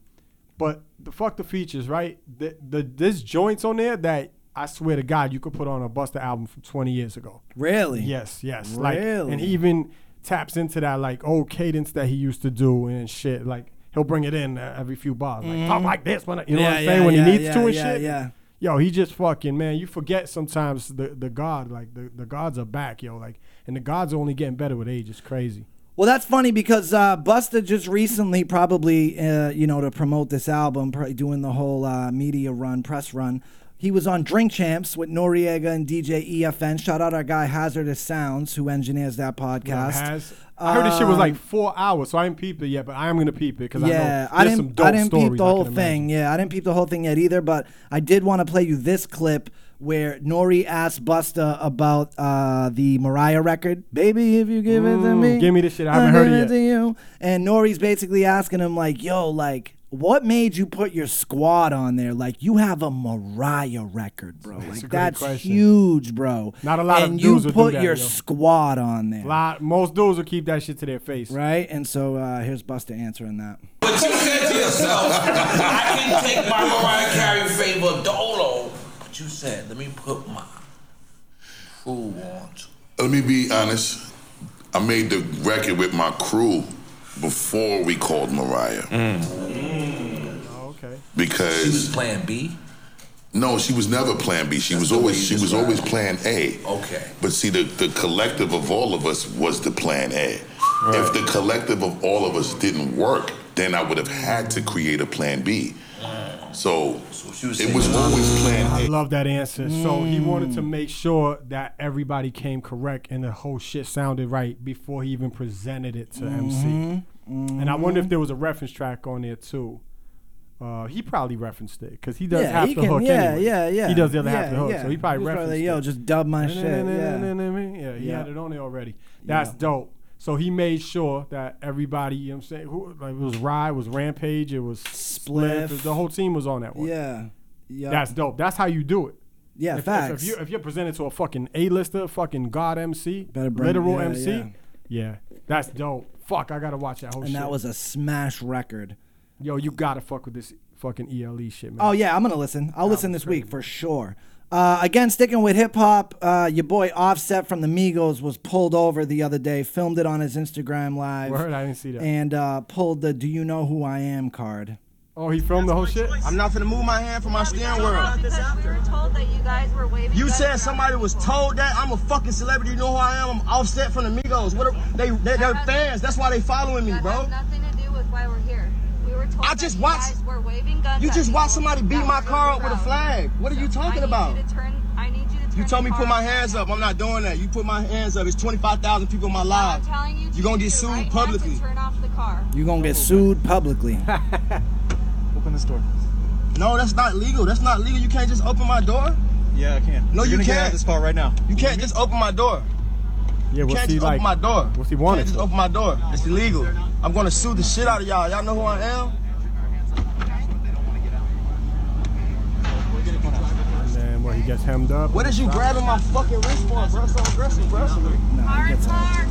[SPEAKER 3] but the fuck the features, right? The, the this joints on there that I swear to God you could put on a Buster album from 20 years ago.
[SPEAKER 1] really.
[SPEAKER 3] Yes, yes. Like,
[SPEAKER 1] Really?
[SPEAKER 3] and he even taps into that like old cadence that he used to do and shit. Like he'll bring it in uh, every few bars, like talk like this when I, you know
[SPEAKER 1] Mm-hmm. Yeah,
[SPEAKER 3] what I'm
[SPEAKER 1] yeah,
[SPEAKER 3] saying when
[SPEAKER 1] yeah,
[SPEAKER 3] he needs
[SPEAKER 1] yeah,
[SPEAKER 3] to and
[SPEAKER 1] yeah,
[SPEAKER 3] shit.
[SPEAKER 1] yeah.
[SPEAKER 3] Yo, he just fucking man. You forget sometimes the the god like the, the gods are back, yo. Like and the gods are only getting better with age. It's crazy.
[SPEAKER 1] Well, that's funny because uh, Busta just recently, probably uh, you know, to promote this album, probably doing the whole uh, media run, press run. He was on Drink Champs with Noriega and DJ EFN. Shout out our guy Hazardous Sounds, who engineers that podcast.
[SPEAKER 3] Has, I heard this shit was like four hours, so I ain't peeped it yet, but I am gonna peep it because
[SPEAKER 1] Um, Yeah,
[SPEAKER 3] I know
[SPEAKER 1] I, didn't.
[SPEAKER 3] there's some dope
[SPEAKER 1] I didn't
[SPEAKER 3] stories
[SPEAKER 1] peep the
[SPEAKER 3] I can
[SPEAKER 1] whole
[SPEAKER 3] imagine.
[SPEAKER 1] thing. Yeah, I didn't peep the whole thing yet either. But I did want to play you this clip where Nori asked Busta about uh, the Mariah record, "Baby, if you give it to me,
[SPEAKER 3] give me this shit. I haven't
[SPEAKER 1] I'll
[SPEAKER 3] heard
[SPEAKER 1] give
[SPEAKER 3] it yet."
[SPEAKER 1] to you." And Nori's basically asking him like, "Yo, like." What made you put your squad on there? Like you have a Mariah record, bro.
[SPEAKER 3] a
[SPEAKER 1] Like
[SPEAKER 3] great
[SPEAKER 1] that's
[SPEAKER 3] question.
[SPEAKER 1] huge, bro.
[SPEAKER 3] Not a lot of
[SPEAKER 1] and
[SPEAKER 3] dudes
[SPEAKER 1] you
[SPEAKER 3] would do
[SPEAKER 1] put
[SPEAKER 3] that,
[SPEAKER 1] your
[SPEAKER 3] yo.
[SPEAKER 1] squad on there,
[SPEAKER 3] Lot most dudes will keep that shit to their face.
[SPEAKER 1] right? And so uh, here's Busta answering that.
[SPEAKER 9] But you said to yourself, I can take my Mariah Carey favor dolo. But you said, let me put my crew on. Let me be honest. I made the record with my crew before we called Mariah.
[SPEAKER 3] Oh, okay.
[SPEAKER 9] Because she was Plan B. No, she was never Plan B. She was always she was always Plan A. Okay. But see, the, the collective of all of us was the Plan A. If the collective of all of us didn't work, then I would have had to create a Plan B. So, it was always Plan
[SPEAKER 3] I
[SPEAKER 9] A.
[SPEAKER 3] love that answer. So he wanted
[SPEAKER 1] Mm.
[SPEAKER 3] to make sure that everybody came correct and the whole shit sounded right before he even presented it to MC.
[SPEAKER 1] Mm-hmm.
[SPEAKER 3] And I wonder if there was a reference track on there too. Uh, he probably referenced it because he does
[SPEAKER 1] Yeah,
[SPEAKER 3] half
[SPEAKER 1] he
[SPEAKER 3] the
[SPEAKER 1] can-
[SPEAKER 3] hook.
[SPEAKER 1] yeah,
[SPEAKER 3] anyway.
[SPEAKER 1] yeah, yeah.
[SPEAKER 3] He does the other half
[SPEAKER 1] Yeah,
[SPEAKER 3] of the hook,
[SPEAKER 1] yeah.
[SPEAKER 3] so
[SPEAKER 1] He
[SPEAKER 3] he probably
[SPEAKER 1] was probably
[SPEAKER 3] referenced
[SPEAKER 1] like,
[SPEAKER 3] it.
[SPEAKER 1] "Yo, just dub my shit,"
[SPEAKER 3] Yeah, he
[SPEAKER 1] Yeah.
[SPEAKER 3] had it on there already. That's dope. So he made sure that everybody, you know what I'm saying, who, like it was Rye, it was Rampage, it was Split,
[SPEAKER 1] Spliff.
[SPEAKER 3] the whole team was on that one.
[SPEAKER 1] Yeah. Yeah.
[SPEAKER 3] That's dope. That's how you do it.
[SPEAKER 1] yeah,
[SPEAKER 3] If- if,
[SPEAKER 1] facts.
[SPEAKER 3] If, you're, if you're presented to a fucking A-lister, fucking God MC,
[SPEAKER 1] Better bring-
[SPEAKER 3] literal
[SPEAKER 1] yeah,
[SPEAKER 3] MC,
[SPEAKER 1] yeah.
[SPEAKER 3] yeah. that's dope. Fuck, I gotta watch that whole
[SPEAKER 1] and
[SPEAKER 3] shit.
[SPEAKER 1] that was a smash record.
[SPEAKER 3] Yo, you gotta fuck with this fucking ELE shit, man.
[SPEAKER 1] Oh yeah, I'm gonna listen. I'll listen this week for sure. Uh, again, sticking with hip hop, uh, your boy Offset from the Migos was pulled over the other day. Filmed it on his Instagram live.
[SPEAKER 3] Word, I didn't see that.
[SPEAKER 1] And uh, pulled the "Do you know who I am?" card.
[SPEAKER 3] Oh, he filmed the whole shit?
[SPEAKER 10] I'm not gonna move my hand from my steering wheel.
[SPEAKER 12] Because we were told that you guys were waving.
[SPEAKER 10] You
[SPEAKER 12] guns
[SPEAKER 10] said
[SPEAKER 12] at
[SPEAKER 10] somebody
[SPEAKER 12] us.
[SPEAKER 10] was told that I'm a fucking celebrity. You know who I am? I'm offset from the Migos. What are, they, they, they're fans. That's why they following me,
[SPEAKER 12] That
[SPEAKER 10] bro.
[SPEAKER 12] has nothing to do with why we're here. We were told
[SPEAKER 10] I
[SPEAKER 12] that
[SPEAKER 10] just
[SPEAKER 12] you
[SPEAKER 10] watched-
[SPEAKER 12] guys were waving guns.
[SPEAKER 10] You
[SPEAKER 12] at
[SPEAKER 10] just
[SPEAKER 12] people
[SPEAKER 10] watched somebody beat
[SPEAKER 12] that
[SPEAKER 10] my
[SPEAKER 12] were
[SPEAKER 10] car
[SPEAKER 12] in
[SPEAKER 10] up
[SPEAKER 12] the
[SPEAKER 10] with a
[SPEAKER 12] crowd.
[SPEAKER 10] flag. What are you
[SPEAKER 12] So
[SPEAKER 10] talking
[SPEAKER 12] I
[SPEAKER 10] about?
[SPEAKER 12] need you to turn. I need you to turn.
[SPEAKER 10] You told me
[SPEAKER 12] the
[SPEAKER 10] put
[SPEAKER 12] car
[SPEAKER 10] my hands
[SPEAKER 12] around.
[SPEAKER 10] up. I'm not doing that. You put my hands up. It's 25,000 people in my
[SPEAKER 12] I'm
[SPEAKER 10] live.
[SPEAKER 12] telling you.
[SPEAKER 10] You're gonna
[SPEAKER 12] to
[SPEAKER 10] get sued
[SPEAKER 12] right now
[SPEAKER 10] publicly.
[SPEAKER 12] To turn off the car.
[SPEAKER 1] You're gonna get sued publicly.
[SPEAKER 10] Open this door. No, that's not legal. That's not legal. You can't just open my door.
[SPEAKER 11] Yeah, I can.
[SPEAKER 10] No, you
[SPEAKER 11] You're gonna Get out
[SPEAKER 10] can't.
[SPEAKER 11] of this car right now.
[SPEAKER 10] You can't just open my door.
[SPEAKER 3] Yeah,
[SPEAKER 10] You
[SPEAKER 3] what's
[SPEAKER 10] can't
[SPEAKER 3] he
[SPEAKER 10] just
[SPEAKER 3] like?
[SPEAKER 10] open my door.
[SPEAKER 3] What's he
[SPEAKER 10] You
[SPEAKER 3] wanted
[SPEAKER 10] Can't just
[SPEAKER 3] for?
[SPEAKER 10] open my door. It's illegal. I'm gonna sue the shit out of y'all. Y'all know who I am?
[SPEAKER 3] And then, well, he gets hemmed up.
[SPEAKER 10] What is you grabbing my fucking wrist for, bro? So aggressive, bro.
[SPEAKER 12] Car is parked.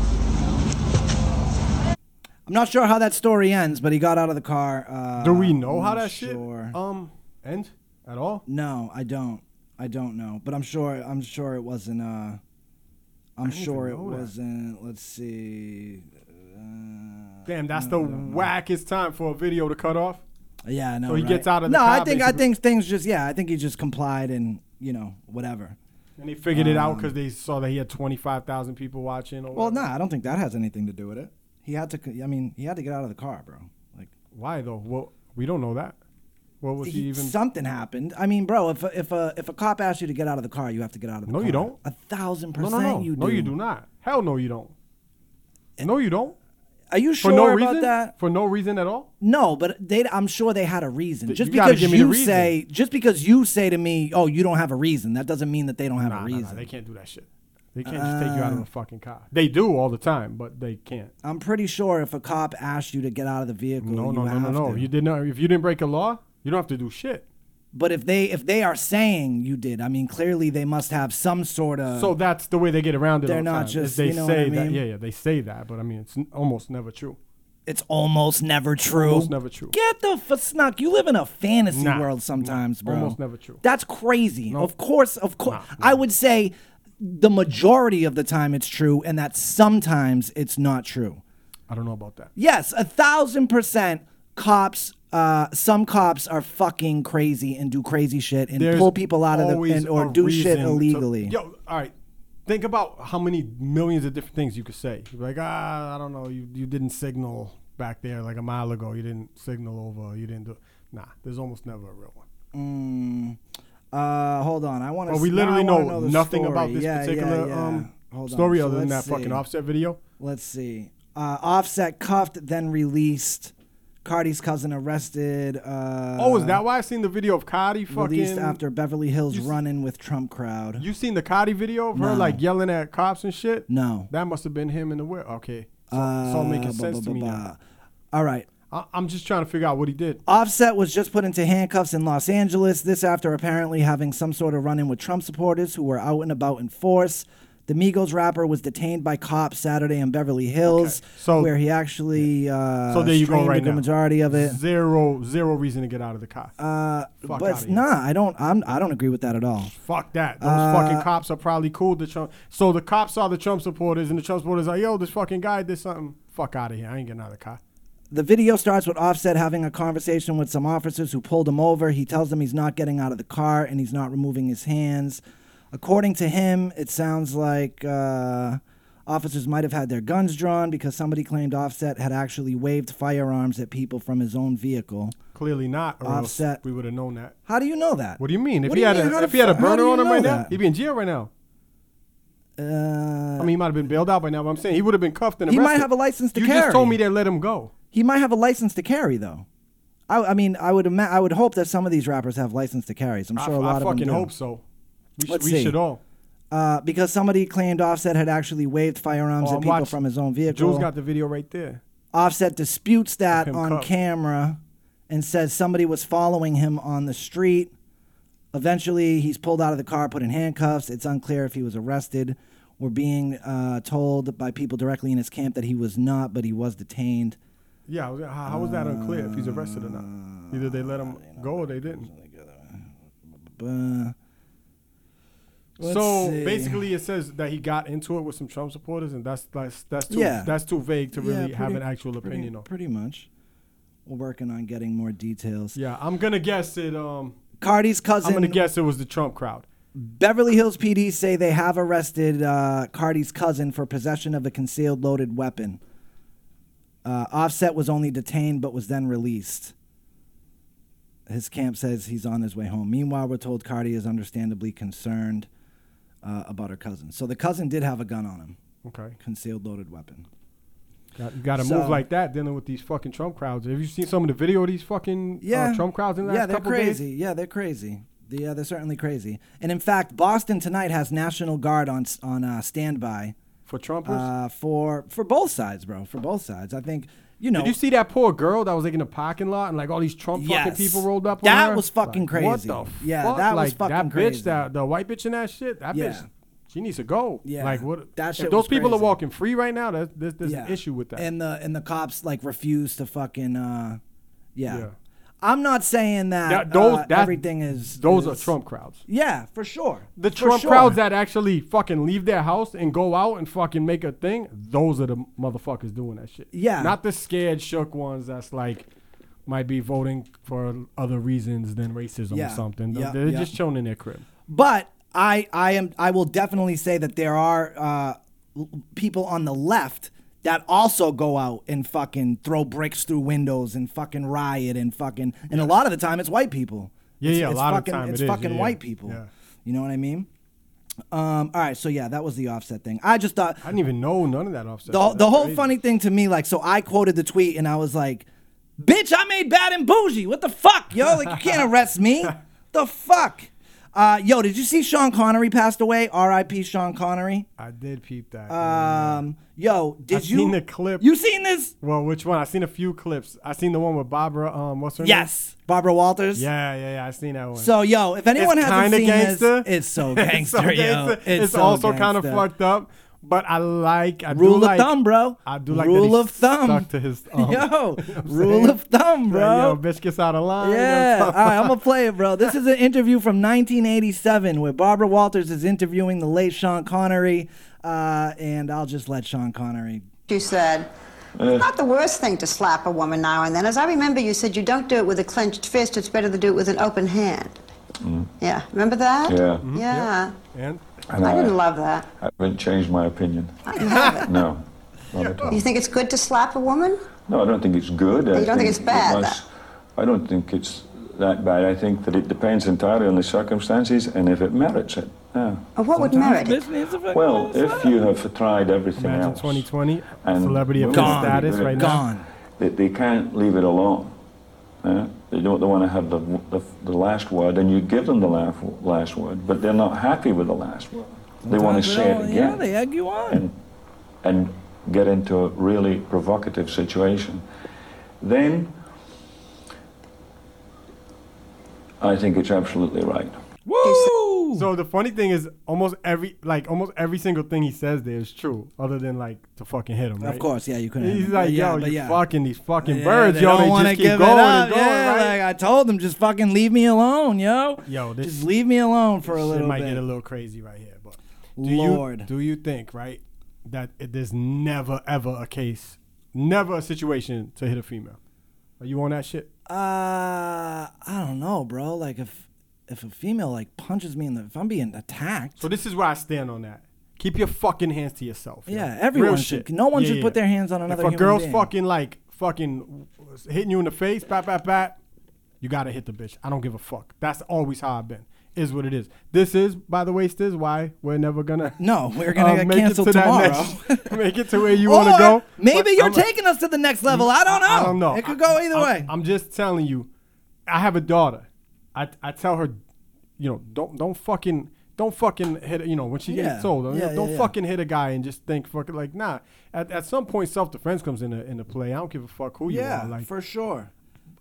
[SPEAKER 1] I'm not sure how that story ends, but he got out of the car. Uh,
[SPEAKER 3] Do we know
[SPEAKER 1] I'm
[SPEAKER 3] how
[SPEAKER 1] not
[SPEAKER 3] that
[SPEAKER 1] sure.
[SPEAKER 3] shit um end at all?
[SPEAKER 1] No, I don't. I don't know, but I'm sure. I'm sure it wasn't. Uh, I'm
[SPEAKER 3] even
[SPEAKER 1] sure it
[SPEAKER 3] know that.
[SPEAKER 1] wasn't. Let's see. uh,
[SPEAKER 3] Damn, that's the wackest time for a video to cut off.
[SPEAKER 1] Yeah, I know.
[SPEAKER 3] So he
[SPEAKER 1] right?
[SPEAKER 3] gets out of the
[SPEAKER 1] No, I
[SPEAKER 3] car,
[SPEAKER 1] think I
[SPEAKER 3] basically.
[SPEAKER 1] think things just yeah. I think he just complied and you know whatever.
[SPEAKER 3] And they figured it out because they saw that he had twenty five thousand people watching. Or
[SPEAKER 1] Um. Well,
[SPEAKER 3] whatever.
[SPEAKER 1] nah, I don't think that has anything to do with it. He had to. c- I mean, he had to get out of the car, bro. Like
[SPEAKER 3] Why though? Well, we don't know that. What was he,
[SPEAKER 1] he-
[SPEAKER 3] even?
[SPEAKER 1] something happened. I mean, bro, if a, if a if a cop asks you to get out of the car, you have to get out of the
[SPEAKER 3] No,
[SPEAKER 1] car.
[SPEAKER 3] you don't.
[SPEAKER 1] A thousand
[SPEAKER 3] no,
[SPEAKER 1] percent,
[SPEAKER 3] no, no,
[SPEAKER 1] you do.
[SPEAKER 3] no, you do not. Hell no, you don't. No, you don't.
[SPEAKER 1] Are you
[SPEAKER 3] For
[SPEAKER 1] sure
[SPEAKER 3] no
[SPEAKER 1] about
[SPEAKER 3] reason.
[SPEAKER 1] that?
[SPEAKER 3] For no reason at all.
[SPEAKER 1] No, but they I'm sure they had a reason.
[SPEAKER 3] Th-
[SPEAKER 1] Just
[SPEAKER 3] you gotta
[SPEAKER 1] because
[SPEAKER 3] give me the
[SPEAKER 1] you
[SPEAKER 3] reason.
[SPEAKER 1] say just because you say to me, "Oh, you don't have a reason." That doesn't mean that they don't have
[SPEAKER 3] Nah,
[SPEAKER 1] a
[SPEAKER 3] nah,
[SPEAKER 1] reason. Uh,
[SPEAKER 3] nah, they can't do that shit. They can't just take you out of a fucking car. They do all the time, but they can't.
[SPEAKER 1] I'm pretty sure if a cop asked you to get out of the vehicle,
[SPEAKER 3] No,
[SPEAKER 1] you
[SPEAKER 3] no, no,
[SPEAKER 1] have
[SPEAKER 3] no, no.
[SPEAKER 1] to.
[SPEAKER 3] You did not. If you didn't break a law, You don't have to do shit.
[SPEAKER 1] But if they if they are saying you did, I mean, clearly they must have some sort of.
[SPEAKER 3] So that's the way they get around
[SPEAKER 1] Uh,
[SPEAKER 3] it.
[SPEAKER 1] They're
[SPEAKER 3] all the
[SPEAKER 1] not
[SPEAKER 3] time, is
[SPEAKER 1] just-
[SPEAKER 3] they
[SPEAKER 1] you know what
[SPEAKER 3] say
[SPEAKER 1] I
[SPEAKER 3] that.
[SPEAKER 1] mean?
[SPEAKER 3] Yeah, yeah, they say that, but I mean, it's n- almost never true.
[SPEAKER 1] It's almost never true.
[SPEAKER 3] Almost never true.
[SPEAKER 1] Get the f- snuck. You live in a fantasy
[SPEAKER 3] Nah,
[SPEAKER 1] world sometimes, bro.
[SPEAKER 3] Almost never true.
[SPEAKER 1] That's crazy. Of course, of course. I would say the majority of the time it's true, and that sometimes it's not true.
[SPEAKER 3] I don't know about that.
[SPEAKER 1] Yes, a thousand percent. Cops, uh, some cops are fucking crazy and do crazy shit and
[SPEAKER 3] There's
[SPEAKER 1] pull people out of the
[SPEAKER 3] always
[SPEAKER 1] and, or
[SPEAKER 3] a
[SPEAKER 1] do shit
[SPEAKER 3] reason to-
[SPEAKER 1] illegally.
[SPEAKER 3] yo, all right. Think about how many millions of different things you could say. You'd be like, ah, I don't know, you, you didn't signal back there like a mile ago. You didn't signal over. You didn't do. Nah, there's almost never a real one.
[SPEAKER 1] Mm, uh, hold on, I want to.
[SPEAKER 3] But we literally know, nothing about this particular Um, story other than that fucking offset video.
[SPEAKER 1] Let's see. Uh, offset cuffed, then released. Cardi's cousin arrested. Uh,
[SPEAKER 3] oh, is that why I seen the video of Cardi
[SPEAKER 1] Released
[SPEAKER 3] fucking?
[SPEAKER 1] after Beverly Hills run-in with Trump crowd.
[SPEAKER 3] you seen the Cardi video of
[SPEAKER 1] No.
[SPEAKER 3] her like yelling at cops and shit?
[SPEAKER 1] No.
[SPEAKER 3] That must have been him in the whip. Okay, so, it's all making
[SPEAKER 1] Uh,
[SPEAKER 3] sense to me
[SPEAKER 1] ba-ba-ba-ba.
[SPEAKER 3] now.
[SPEAKER 1] All right.
[SPEAKER 3] I, I'm just trying to figure out what he did.
[SPEAKER 1] Offset was just put into handcuffs in Los Angeles. This after apparently having some sort of run in with Trump supporters who were out and about in force. The Migos rapper was detained by cops Saturday in Beverly Hills,
[SPEAKER 3] So-
[SPEAKER 1] where he actually uh,
[SPEAKER 3] so there you go
[SPEAKER 1] streamed a
[SPEAKER 3] right
[SPEAKER 1] good
[SPEAKER 3] now.
[SPEAKER 1] majority of it.
[SPEAKER 3] Zero zero reason to get out of the car.
[SPEAKER 1] Uh,
[SPEAKER 3] Fuck outta
[SPEAKER 1] but
[SPEAKER 3] here.
[SPEAKER 1] nah, I don't. I'm, I don't agree with that at all.
[SPEAKER 3] Fuck that. Those
[SPEAKER 1] Uh,
[SPEAKER 3] fucking cops are probably cool. The Trump. So the cops saw the Trump supporters, and the Trump supporters are, yo, this fucking guy did something. Fuck out of here. I ain't getting out of the car.
[SPEAKER 1] The video starts with Offset having a conversation with some officers who pulled him over. He tells them he's not getting out of the car and he's not removing his hands. According to him, it sounds like uh, officers might have had their guns drawn because somebody claimed Offset had actually waved firearms at people from his own vehicle.
[SPEAKER 3] Clearly not. Or Offset.
[SPEAKER 1] Offset.
[SPEAKER 3] we would have known that.
[SPEAKER 1] How do you know that?
[SPEAKER 3] What do you mean? If
[SPEAKER 1] What do
[SPEAKER 3] he
[SPEAKER 1] you
[SPEAKER 3] had
[SPEAKER 1] mean? How
[SPEAKER 3] a
[SPEAKER 1] the
[SPEAKER 3] if he had a
[SPEAKER 1] fu- how do
[SPEAKER 3] burner
[SPEAKER 1] you
[SPEAKER 3] on him
[SPEAKER 1] know
[SPEAKER 3] right now,
[SPEAKER 1] that?
[SPEAKER 3] he'd be in jail right now.
[SPEAKER 1] Uh,
[SPEAKER 3] I mean, he might have been bailed out by now. But I'm saying he would have been cuffed and
[SPEAKER 1] He
[SPEAKER 3] arrested.
[SPEAKER 1] might have a license to
[SPEAKER 3] you You
[SPEAKER 1] carry.
[SPEAKER 3] just told me they let him go.
[SPEAKER 1] he might have a license to carry though. I, I mean, I would ima- I would hope that some of these rappers have license to carries. I'm
[SPEAKER 3] I-
[SPEAKER 1] sure a
[SPEAKER 3] I
[SPEAKER 1] lot of them
[SPEAKER 3] fucking
[SPEAKER 1] do.
[SPEAKER 3] hope so. We, should
[SPEAKER 1] Let's
[SPEAKER 3] we
[SPEAKER 1] see.
[SPEAKER 3] should all.
[SPEAKER 1] uh, because somebody claimed Offset had actually waved firearms
[SPEAKER 3] Oh,
[SPEAKER 1] at
[SPEAKER 3] I'm
[SPEAKER 1] people
[SPEAKER 3] watching-
[SPEAKER 1] from his own
[SPEAKER 3] Jules
[SPEAKER 1] vehicle.
[SPEAKER 3] got the video right there.
[SPEAKER 1] Offset disputes that
[SPEAKER 3] Him
[SPEAKER 1] on
[SPEAKER 3] cuffed.
[SPEAKER 1] camera and says somebody was following him on the street. Eventually, he's pulled out of the car, put in handcuffs. It's unclear if he was arrested. We're being uh, told by people directly in his camp that he was not, but he was detained.
[SPEAKER 3] Yeah, I was- how, how was that unclear if he's arrested or not? Either they let
[SPEAKER 1] Ah,
[SPEAKER 3] him go or they didn't.
[SPEAKER 1] Uh, let's
[SPEAKER 3] so
[SPEAKER 1] see.
[SPEAKER 3] basically, it says that he got into it with some Trump supporters, and that's that's that's too
[SPEAKER 1] Yeah.
[SPEAKER 3] that's too vague to
[SPEAKER 1] Yeah,
[SPEAKER 3] really have
[SPEAKER 1] pretty-
[SPEAKER 3] an actual
[SPEAKER 1] pretty-
[SPEAKER 3] opinion on.
[SPEAKER 1] Pretty much. We're working on getting more details.
[SPEAKER 3] Yeah, I'm gonna guess it. Um,
[SPEAKER 1] Cardi's
[SPEAKER 3] I'm gonna
[SPEAKER 1] cousin
[SPEAKER 3] guess it was the Trump crowd.
[SPEAKER 1] Beverly Hills PD say they have arrested uh, Cardi's cousin for possession of a concealed loaded weapon. Uh, Offset was only detained but was then released. His camp says he's on his way home. Meanwhile, we're told Cardi is understandably concerned uh, about her cousin. So the cousin did have a gun on him,
[SPEAKER 3] Okay,
[SPEAKER 1] concealed loaded weapon.
[SPEAKER 3] Oh, Got, you got to
[SPEAKER 1] So-
[SPEAKER 3] move like that dealing with these fucking Trump crowds. Have you seen some of the video of these fucking
[SPEAKER 1] Yeah,
[SPEAKER 3] uh, Trump crowds in the
[SPEAKER 1] yeah,
[SPEAKER 3] last
[SPEAKER 1] they're
[SPEAKER 3] couple
[SPEAKER 1] crazy.
[SPEAKER 3] days?
[SPEAKER 1] Yeah, they're crazy. Yeah, they're certainly crazy. And in fact, Boston tonight has National Guard on s- on uh, standby.
[SPEAKER 3] For Trumpers,
[SPEAKER 1] uh, for for both sides, bro. For both sides, I think you know.
[SPEAKER 3] did you see that poor girl that was like in the parking lot and like all these Trump fucking
[SPEAKER 1] Yes.
[SPEAKER 3] people rolled up? on
[SPEAKER 1] That
[SPEAKER 3] her?
[SPEAKER 1] was fucking
[SPEAKER 3] Like, What
[SPEAKER 1] crazy.
[SPEAKER 3] the
[SPEAKER 1] Yeah,
[SPEAKER 3] fuck?
[SPEAKER 1] that was
[SPEAKER 3] Like,
[SPEAKER 1] fucking
[SPEAKER 3] that bitch,
[SPEAKER 1] crazy.
[SPEAKER 3] That the white bitch in that shit. That
[SPEAKER 1] Yeah.
[SPEAKER 3] bitch, she needs to go.
[SPEAKER 1] Yeah,
[SPEAKER 3] like what?
[SPEAKER 1] that
[SPEAKER 3] if
[SPEAKER 1] shit
[SPEAKER 3] those
[SPEAKER 1] was
[SPEAKER 3] people
[SPEAKER 1] crazy.
[SPEAKER 3] are walking free right now. That there's, there's
[SPEAKER 1] Yeah.
[SPEAKER 3] an issue with that.
[SPEAKER 1] and the and the cops like refuse to fucking uh, yeah.
[SPEAKER 3] Yeah.
[SPEAKER 1] I'm not saying that,
[SPEAKER 3] That- those-
[SPEAKER 1] uh,
[SPEAKER 3] that-
[SPEAKER 1] everything is
[SPEAKER 3] Those are
[SPEAKER 1] is-
[SPEAKER 3] Trump crowds.
[SPEAKER 1] Yeah, for sure.
[SPEAKER 3] The
[SPEAKER 1] For
[SPEAKER 3] Trump
[SPEAKER 1] sure.
[SPEAKER 3] crowds that actually fucking leave their house and go out and fucking make a thing. Those are the motherfuckers doing that shit.
[SPEAKER 1] Yeah.
[SPEAKER 3] Not the scared, shook ones that's like might be voting for other reasons than racism
[SPEAKER 1] Yeah.
[SPEAKER 3] or something.
[SPEAKER 1] Yeah,
[SPEAKER 3] They're
[SPEAKER 1] yeah.
[SPEAKER 3] just chilling in their crib.
[SPEAKER 1] But I I am I will definitely say that there are uh, l- people on the left that also go out and fucking throw bricks through windows and fucking riot and fucking and a lot of the time it's white people.
[SPEAKER 3] Yeah,
[SPEAKER 1] it's,
[SPEAKER 3] yeah, a
[SPEAKER 1] it's
[SPEAKER 3] lot of
[SPEAKER 1] fucking,
[SPEAKER 3] time
[SPEAKER 1] it's
[SPEAKER 3] it is,
[SPEAKER 1] fucking
[SPEAKER 3] yeah, yeah,
[SPEAKER 1] white people.
[SPEAKER 3] yeah.
[SPEAKER 1] You know what I mean? Um, all right, so yeah, that was the offset thing. I just thought
[SPEAKER 3] I didn't even know none of that offset.
[SPEAKER 1] the whole-
[SPEAKER 3] That's
[SPEAKER 1] the whole
[SPEAKER 3] crazy.
[SPEAKER 1] funny thing to me, like, so I quoted the tweet and I was like, "Bitch, I made bad and bougie. What the fuck, yo? Like, you can't arrest me. the fuck." Uh, yo, did you see Sean Connery passed away? R.I.P. Sean Connery.
[SPEAKER 3] I did peep that.
[SPEAKER 1] Um, yo, did
[SPEAKER 3] I
[SPEAKER 1] you?
[SPEAKER 3] seen the clip?
[SPEAKER 1] You seen this?
[SPEAKER 3] Well, which one? I seen a few clips. I seen the one with Barbara. Um, what's her name?
[SPEAKER 1] Yes, Barbara Walters.
[SPEAKER 3] Yeah, yeah, yeah. I seen that one.
[SPEAKER 1] So yo, if anyone
[SPEAKER 3] it's
[SPEAKER 1] hasn't
[SPEAKER 3] kinda
[SPEAKER 1] seen
[SPEAKER 3] gangster.
[SPEAKER 1] this, it's so gangster,
[SPEAKER 3] so
[SPEAKER 1] yo.
[SPEAKER 3] gangster.
[SPEAKER 1] It's,
[SPEAKER 3] It's,
[SPEAKER 1] so
[SPEAKER 3] also kind of
[SPEAKER 1] gangster.
[SPEAKER 3] fucked up, but I like. I do
[SPEAKER 1] Rule of
[SPEAKER 3] like-
[SPEAKER 1] thumb, bro.
[SPEAKER 3] I do like.
[SPEAKER 1] Rule
[SPEAKER 3] that he
[SPEAKER 1] of thumb.
[SPEAKER 3] Stuck to his. Um,
[SPEAKER 1] Yo,
[SPEAKER 3] I'm
[SPEAKER 1] rule
[SPEAKER 3] saying?
[SPEAKER 1] of thumb,
[SPEAKER 3] Like,
[SPEAKER 1] bro.
[SPEAKER 3] yo, bitch gets out of line. you know what I'm
[SPEAKER 1] Yeah, all
[SPEAKER 3] talking
[SPEAKER 1] right, I'm
[SPEAKER 3] about?
[SPEAKER 1] gonna play it, bro. This is an interview from 1987 where Barbara Walters is interviewing the late Sean Connery, uh, and I'll just let Sean Connery.
[SPEAKER 11] You said,
[SPEAKER 13] Eh.
[SPEAKER 11] it's not the worst thing to slap a woman now and then. As I remember, you said you don't do it with a clenched fist, it's better to do it with an open hand. Yeah, remember that?
[SPEAKER 13] Mm. Yeah.
[SPEAKER 11] Yeah.
[SPEAKER 3] And
[SPEAKER 13] And
[SPEAKER 11] I didn't love that.
[SPEAKER 13] I haven't changed my opinion.
[SPEAKER 11] I didn't love it.
[SPEAKER 13] No, not at all.
[SPEAKER 11] You think it's good to slap a woman?
[SPEAKER 13] No, I don't think it's good.
[SPEAKER 11] You
[SPEAKER 13] I
[SPEAKER 11] don't think it's
[SPEAKER 13] it
[SPEAKER 11] bad,
[SPEAKER 13] must- I don't think it's that bad. I think that it depends entirely on the circumstances and if it merits it. Yeah.
[SPEAKER 11] Or what would merit it?
[SPEAKER 13] Well, if you have tried everything
[SPEAKER 3] Imagine
[SPEAKER 13] else,
[SPEAKER 3] 2020,
[SPEAKER 13] and
[SPEAKER 3] celebrity of
[SPEAKER 13] women
[SPEAKER 3] his
[SPEAKER 13] are
[SPEAKER 3] status
[SPEAKER 13] very
[SPEAKER 3] right
[SPEAKER 13] good at
[SPEAKER 3] now.
[SPEAKER 13] that. They, they can't leave it alone. huh? They don't they want to have the, the, the last word, and you give them the last, last word, but they're not happy with the last word. They want to
[SPEAKER 1] Sometimes
[SPEAKER 13] say it
[SPEAKER 1] don't-
[SPEAKER 13] again
[SPEAKER 1] Yeah, they egg you on.
[SPEAKER 13] and get into a really provocative situation, then I think it's absolutely right.
[SPEAKER 3] Woo! So the funny thing is, almost every like almost every single thing he says there is true, other than like to fucking hit him.
[SPEAKER 1] Of
[SPEAKER 3] right?
[SPEAKER 1] course, yeah, you couldn't hit
[SPEAKER 3] He's
[SPEAKER 1] him.
[SPEAKER 3] like,
[SPEAKER 1] But yeah,
[SPEAKER 3] yo,
[SPEAKER 1] but
[SPEAKER 3] you
[SPEAKER 1] yeah.
[SPEAKER 3] fucking these fucking
[SPEAKER 1] Yeah,
[SPEAKER 3] birds,
[SPEAKER 1] they
[SPEAKER 3] yo,
[SPEAKER 1] don't
[SPEAKER 3] they
[SPEAKER 1] wanna
[SPEAKER 3] just keep
[SPEAKER 1] give
[SPEAKER 3] going
[SPEAKER 1] it
[SPEAKER 3] and
[SPEAKER 1] up.
[SPEAKER 3] going,
[SPEAKER 1] yeah,
[SPEAKER 3] right?
[SPEAKER 1] like I told them, just fucking leave me alone, yo.
[SPEAKER 3] Yo, this-
[SPEAKER 1] just leave me alone for a
[SPEAKER 3] Shit
[SPEAKER 1] little
[SPEAKER 3] might
[SPEAKER 1] bit.
[SPEAKER 3] get a little crazy right here, but do
[SPEAKER 1] Lord.
[SPEAKER 3] you do you think right that it, there's never ever a case, never a situation to hit a female? Are you on that shit?
[SPEAKER 1] Uh, I don't know, bro. Like if if a female like punches me in the if I'm being attacked,
[SPEAKER 3] So this is where I stand on that. Keep your fucking hands to yourself. yo.
[SPEAKER 1] Yeah,
[SPEAKER 3] Real
[SPEAKER 1] everyone should-
[SPEAKER 3] shit.
[SPEAKER 1] no one should put their hands on another
[SPEAKER 3] If a
[SPEAKER 1] human
[SPEAKER 3] girl's
[SPEAKER 1] being.
[SPEAKER 3] fucking like fucking hitting you in the face, bat bat bat, you gotta hit the bitch. I don't give a fuck. That's always how I've been. Is what it is. This is, by the way, this is why we're never gonna. um,
[SPEAKER 1] No, we're gonna get
[SPEAKER 3] make it
[SPEAKER 1] canceled
[SPEAKER 3] to that
[SPEAKER 1] tomorrow.
[SPEAKER 3] next- make it to where you
[SPEAKER 1] Or
[SPEAKER 3] want to go.
[SPEAKER 1] Maybe
[SPEAKER 3] but
[SPEAKER 1] you're
[SPEAKER 3] I'm a-
[SPEAKER 1] taking us to the next level. I don't know.
[SPEAKER 3] I don't know.
[SPEAKER 1] It could go either
[SPEAKER 3] I'm-
[SPEAKER 1] way.
[SPEAKER 3] I'm just telling you, I have a daughter. I, I tell her, you know, don't don't fucking don't fucking hit a- you know when she
[SPEAKER 1] Yeah.
[SPEAKER 3] gets old. you know,
[SPEAKER 1] Yeah, yeah,
[SPEAKER 3] don't
[SPEAKER 1] yeah.
[SPEAKER 3] fucking hit a guy and just think fucking like nah. At, at some point, self defense comes into into play. I don't give a fuck who
[SPEAKER 1] Yeah,
[SPEAKER 3] you are. Like
[SPEAKER 1] for sure.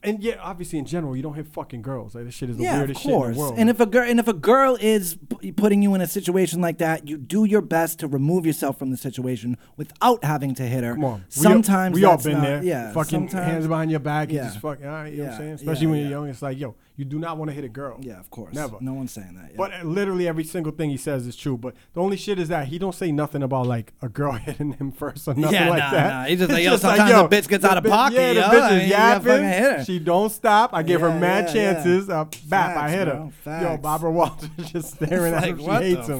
[SPEAKER 3] And yet, obviously, in general, you don't hit fucking girls. Like this shit is the
[SPEAKER 1] yeah, of
[SPEAKER 3] weirdest shit in
[SPEAKER 1] course.
[SPEAKER 3] the world.
[SPEAKER 1] And if a girl and if a girl is p- putting you in a situation like that, you do your best to remove yourself from the situation without having to hit her.
[SPEAKER 3] Come on. We all-
[SPEAKER 1] Sometimes
[SPEAKER 3] we all,
[SPEAKER 1] that's
[SPEAKER 3] been
[SPEAKER 1] not-
[SPEAKER 3] there.
[SPEAKER 1] Yeah,
[SPEAKER 3] fucking
[SPEAKER 1] sometimes-
[SPEAKER 3] hands behind your back.
[SPEAKER 1] Yeah.
[SPEAKER 3] You just fucking. All right, you know what
[SPEAKER 1] Yeah,
[SPEAKER 3] I'm saying?
[SPEAKER 1] yeah,
[SPEAKER 3] Especially when
[SPEAKER 1] yeah.
[SPEAKER 3] you're young, it's like, yo, you do not want to hit a girl.
[SPEAKER 1] Yeah, of course.
[SPEAKER 3] Never.
[SPEAKER 1] No one's saying that. Yeah.
[SPEAKER 3] But uh, literally every single thing he says is true. But the only shit is that he don't say nothing about like a girl hitting him first or nothing
[SPEAKER 1] Yeah,
[SPEAKER 3] like
[SPEAKER 1] nah,
[SPEAKER 3] that.
[SPEAKER 1] nah. He's just like, yo, sometimes the bitch gets
[SPEAKER 3] the
[SPEAKER 1] out of
[SPEAKER 3] bi-
[SPEAKER 1] pocket,
[SPEAKER 3] Yeah, the
[SPEAKER 1] yo.
[SPEAKER 3] bitch
[SPEAKER 1] I mean,
[SPEAKER 3] is
[SPEAKER 1] you gotta
[SPEAKER 3] yapping.
[SPEAKER 1] fucking hit her.
[SPEAKER 3] She don't stop. I give
[SPEAKER 1] Yeah,
[SPEAKER 3] her mad
[SPEAKER 1] yeah, yeah.
[SPEAKER 3] chances. Uh, bap, I
[SPEAKER 1] Facts,
[SPEAKER 3] hit
[SPEAKER 1] bro.
[SPEAKER 3] her. Yo,
[SPEAKER 1] Facts.
[SPEAKER 3] Barbara Walters just staring
[SPEAKER 1] It's
[SPEAKER 3] at
[SPEAKER 1] like,
[SPEAKER 3] him. She
[SPEAKER 1] what
[SPEAKER 3] hates
[SPEAKER 1] the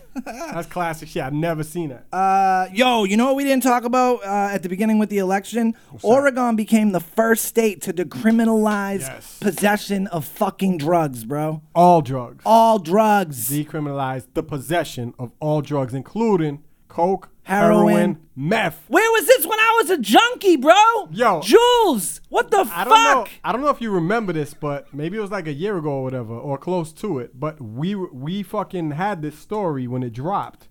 [SPEAKER 3] That's classic shit. I've never seen that.
[SPEAKER 1] Uh, yo, you know what we didn't talk about uh, at the beginning with the election? Oregon became the first state to decriminalize possession of fucking drugs, bro.
[SPEAKER 3] All drugs.
[SPEAKER 1] All drugs.
[SPEAKER 3] Decriminalize the possession of all drugs, including coke,
[SPEAKER 1] Heroin.
[SPEAKER 3] heroin, meth.
[SPEAKER 1] Where was this when I was a junkie, bro?
[SPEAKER 3] Yo,
[SPEAKER 1] Jules, what the
[SPEAKER 3] I
[SPEAKER 1] fuck?
[SPEAKER 3] don't know. I don't know if you remember this, but maybe it was like a year ago or whatever, or close to it. But we we fucking had this story when it dropped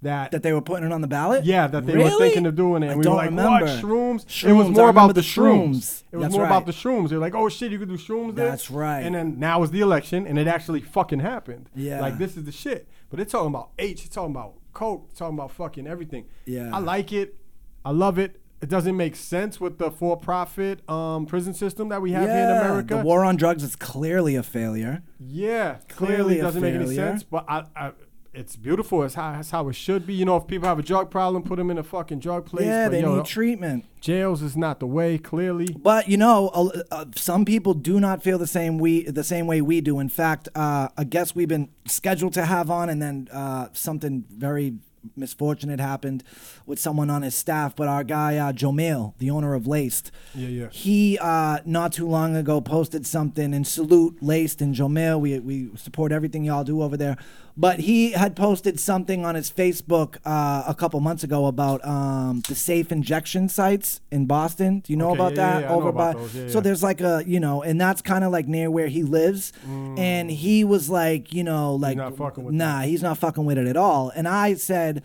[SPEAKER 3] that
[SPEAKER 1] That they were putting it on the ballot.
[SPEAKER 3] yeah that they were
[SPEAKER 1] Really?
[SPEAKER 3] thinking of doing it.
[SPEAKER 1] I
[SPEAKER 3] And we
[SPEAKER 1] don't
[SPEAKER 3] were like,
[SPEAKER 1] remember.
[SPEAKER 3] what shrooms?
[SPEAKER 1] Shrooms,
[SPEAKER 3] It was
[SPEAKER 1] I
[SPEAKER 3] more
[SPEAKER 1] remember
[SPEAKER 3] about
[SPEAKER 1] the
[SPEAKER 3] the shrooms.
[SPEAKER 1] shrooms.
[SPEAKER 3] It was
[SPEAKER 1] That's
[SPEAKER 3] more
[SPEAKER 1] right.
[SPEAKER 3] about the shrooms. They're like, oh shit, you could do shrooms. There?
[SPEAKER 1] That's right.
[SPEAKER 3] And then now is the election, and it actually fucking happened.
[SPEAKER 1] Yeah.
[SPEAKER 3] like this is the shit. But it's talking about H. It's talking about coke. It's talking about fucking everything.
[SPEAKER 1] Yeah.
[SPEAKER 3] I like it. I love it. It doesn't make sense with the for-profit um, prison system that we have here in
[SPEAKER 1] Yeah,
[SPEAKER 3] America.
[SPEAKER 1] The war on drugs is clearly a failure.
[SPEAKER 3] Yeah,
[SPEAKER 1] Clearly
[SPEAKER 3] clearly
[SPEAKER 1] a
[SPEAKER 3] it doesn't make any
[SPEAKER 1] failure.
[SPEAKER 3] sense. But I, I, it's beautiful. It's how, it's how it should be. You know, if people have a drug problem, put them in a fucking drug place.
[SPEAKER 1] yeah,
[SPEAKER 3] but
[SPEAKER 1] they
[SPEAKER 3] yo,
[SPEAKER 1] need treatment.
[SPEAKER 3] jails is not the way. Clearly,
[SPEAKER 1] But you know, a- uh, some people do not feel the same we the same way we do. In fact, uh, a guest we've been scheduled to have on, and then uh, something very misfortune had happened with someone on his staff. But our guy uh, Jomil, the owner of Laced,
[SPEAKER 3] Yeah, yeah.
[SPEAKER 1] he uh, not too long ago posted something and salute Laced and Jomel. We we support everything y'all do over there. But he had posted something on his Facebook uh, a couple months ago about um, the safe injection sites in Boston. Do you know
[SPEAKER 3] Okay,
[SPEAKER 1] about
[SPEAKER 3] yeah,
[SPEAKER 1] that?
[SPEAKER 3] yeah, I know about those. Yeah,
[SPEAKER 1] so
[SPEAKER 3] yeah.
[SPEAKER 1] there's like a you know, and that's kind of like near where he lives. And he was like, you know, like
[SPEAKER 3] Mm. not fucking with
[SPEAKER 1] nah, he's not fucking with it at all. And I said,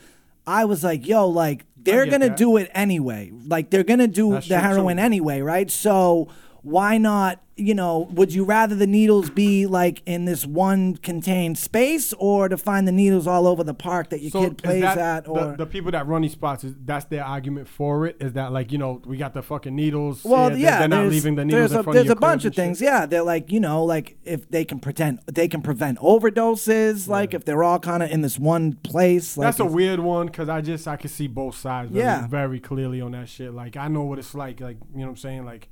[SPEAKER 1] I was like, yo, like they're
[SPEAKER 3] get
[SPEAKER 1] gonna
[SPEAKER 3] that.
[SPEAKER 1] do it anyway. Like they're gonna do
[SPEAKER 3] That's
[SPEAKER 1] the
[SPEAKER 3] true,
[SPEAKER 1] heroin
[SPEAKER 3] too.
[SPEAKER 1] anyway, right? So why not? You know, would you rather the needles be like in this one contained space, or to find the needles all over the park that your
[SPEAKER 3] So
[SPEAKER 1] kid
[SPEAKER 3] is
[SPEAKER 1] plays
[SPEAKER 3] that-
[SPEAKER 1] at, or
[SPEAKER 3] the, the people that run these spots? Is, that's their argument for it? Is that like you know we got the fucking needles?
[SPEAKER 1] Well, yeah,
[SPEAKER 3] they're- they're, not
[SPEAKER 1] there's-
[SPEAKER 3] leaving the needles
[SPEAKER 1] There's a,
[SPEAKER 3] in front
[SPEAKER 1] there's
[SPEAKER 3] of your
[SPEAKER 1] a bunch
[SPEAKER 3] crib
[SPEAKER 1] of
[SPEAKER 3] and shit.
[SPEAKER 1] things. Yeah, they're like you know, like if they can pretend they can prevent overdoses, like if they're all kind of in this one place. Like
[SPEAKER 3] That's a
[SPEAKER 1] it's-
[SPEAKER 3] weird one because I just I could see both sides very,
[SPEAKER 1] Yeah.
[SPEAKER 3] very clearly on that shit. Like I know what it's like. Like you know what I'm saying. Like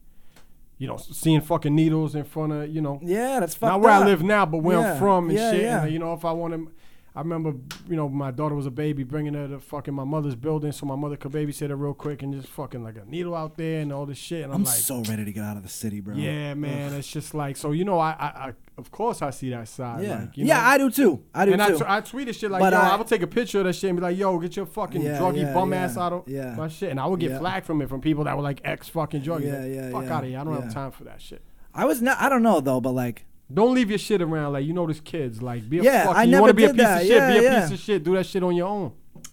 [SPEAKER 3] you know seeing fucking needles in front of you know.
[SPEAKER 1] Yeah, that's
[SPEAKER 3] not
[SPEAKER 1] fucked
[SPEAKER 3] where
[SPEAKER 1] up.
[SPEAKER 3] I live now, but where I'm
[SPEAKER 1] Yeah,
[SPEAKER 3] from and
[SPEAKER 1] yeah,
[SPEAKER 3] shit.
[SPEAKER 1] yeah.
[SPEAKER 3] And, you know if I want to. I remember, you know, my daughter was a baby, bringing her to fucking my mother's building, so my mother could babysit her real quick, and just fucking like a needle out there and all this shit. And I'm,
[SPEAKER 1] I'm
[SPEAKER 3] like,
[SPEAKER 1] so ready to get out of the city, bro.
[SPEAKER 3] yeah, man. It's just like so. You know, I, I, I of course I see that side.
[SPEAKER 1] Yeah.
[SPEAKER 3] like, you
[SPEAKER 1] Yeah,
[SPEAKER 3] know?
[SPEAKER 1] I do too. I do
[SPEAKER 3] and
[SPEAKER 1] too.
[SPEAKER 3] And I, tweeted shit like,
[SPEAKER 1] But
[SPEAKER 3] yo, I,
[SPEAKER 1] I-
[SPEAKER 3] would take a picture of that shit and be like, yo, get your fucking
[SPEAKER 1] Yeah,
[SPEAKER 3] druggy
[SPEAKER 1] yeah,
[SPEAKER 3] bum
[SPEAKER 1] yeah,
[SPEAKER 3] ass out of
[SPEAKER 1] yeah.
[SPEAKER 3] my shit, and I would get
[SPEAKER 1] Yeah.
[SPEAKER 3] flack from it from people that were like ex fucking druggy.
[SPEAKER 1] Yeah,
[SPEAKER 3] Like,
[SPEAKER 1] yeah,
[SPEAKER 3] Fuck
[SPEAKER 1] yeah,
[SPEAKER 3] out of here. I don't
[SPEAKER 1] yeah.
[SPEAKER 3] have time for that shit.
[SPEAKER 1] I was not. I don't know though, but like,
[SPEAKER 3] Don't leave your shit around. Like you know, this kids like be a
[SPEAKER 1] Yeah,
[SPEAKER 3] fucking.
[SPEAKER 1] I
[SPEAKER 3] you
[SPEAKER 1] never
[SPEAKER 3] wanna be a
[SPEAKER 1] did
[SPEAKER 3] piece
[SPEAKER 1] that.
[SPEAKER 3] of shit.
[SPEAKER 1] Yeah,
[SPEAKER 3] be a
[SPEAKER 1] yeah.
[SPEAKER 3] piece of shit. Do that shit on your own.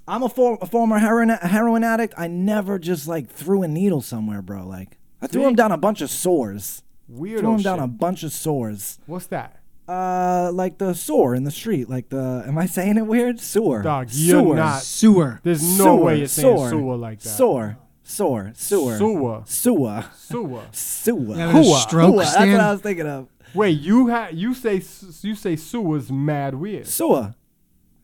[SPEAKER 1] I'm a, for, a former heroin heroin addict. I never just like threw a needle somewhere, bro. Like I threw
[SPEAKER 3] See?
[SPEAKER 1] him down a bunch of sores.
[SPEAKER 3] Weirdo
[SPEAKER 1] Threw him down
[SPEAKER 3] shit.
[SPEAKER 1] a bunch of sores.
[SPEAKER 3] What's that?
[SPEAKER 1] Uh, like the sore in the street. Like the. Am I saying it weird? Sewer.
[SPEAKER 3] Dog, you're
[SPEAKER 1] sewer.
[SPEAKER 3] not- Sewer. There's no way you're saying sewer like that.
[SPEAKER 1] Sewer. Sewer. Sewer.
[SPEAKER 3] Sewer.
[SPEAKER 1] Sewer.
[SPEAKER 3] Sewer.
[SPEAKER 1] Sewer.
[SPEAKER 3] You having a
[SPEAKER 1] Hua.
[SPEAKER 3] stroke,
[SPEAKER 1] Hua. That's
[SPEAKER 3] Stan?
[SPEAKER 1] what I was thinking of.
[SPEAKER 3] Wait, you ha- you say s- you say sewer's mad weird.
[SPEAKER 1] Sewer.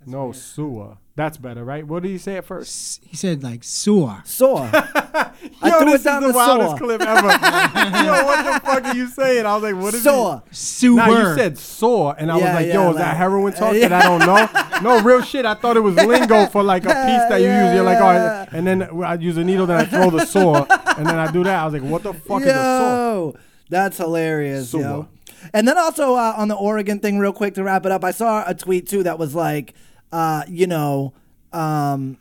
[SPEAKER 3] No sewer. That's better, right? What did he say at first?
[SPEAKER 6] He said like sewer.
[SPEAKER 1] Sewer.
[SPEAKER 3] Yo,
[SPEAKER 6] threw it
[SPEAKER 3] this
[SPEAKER 6] down
[SPEAKER 3] is the,
[SPEAKER 6] the
[SPEAKER 3] wildest
[SPEAKER 6] sewer.
[SPEAKER 3] clip ever. Yo, what the fuck are you saying? I was like, what is
[SPEAKER 1] Sewer.
[SPEAKER 3] it?
[SPEAKER 6] Sewer.
[SPEAKER 3] Nah, you said sore, and I was
[SPEAKER 6] Yeah,
[SPEAKER 3] like,
[SPEAKER 6] yeah,
[SPEAKER 3] yo, is
[SPEAKER 6] like-
[SPEAKER 3] that
[SPEAKER 1] uh,
[SPEAKER 3] heroin talk
[SPEAKER 6] yeah.
[SPEAKER 3] that I don't know? No, real shit. I thought it was lingo for like a piece that you use. You're like, all right. And then I use a needle, then I throw the sore, and then I do that. I was like, what the fuck is a sore?
[SPEAKER 1] Yo, that's hilarious,
[SPEAKER 3] Sewer.
[SPEAKER 1] yo. And then also uh, on the Oregon thing, real quick to wrap it up, I saw a tweet too that was like, uh, you know, um,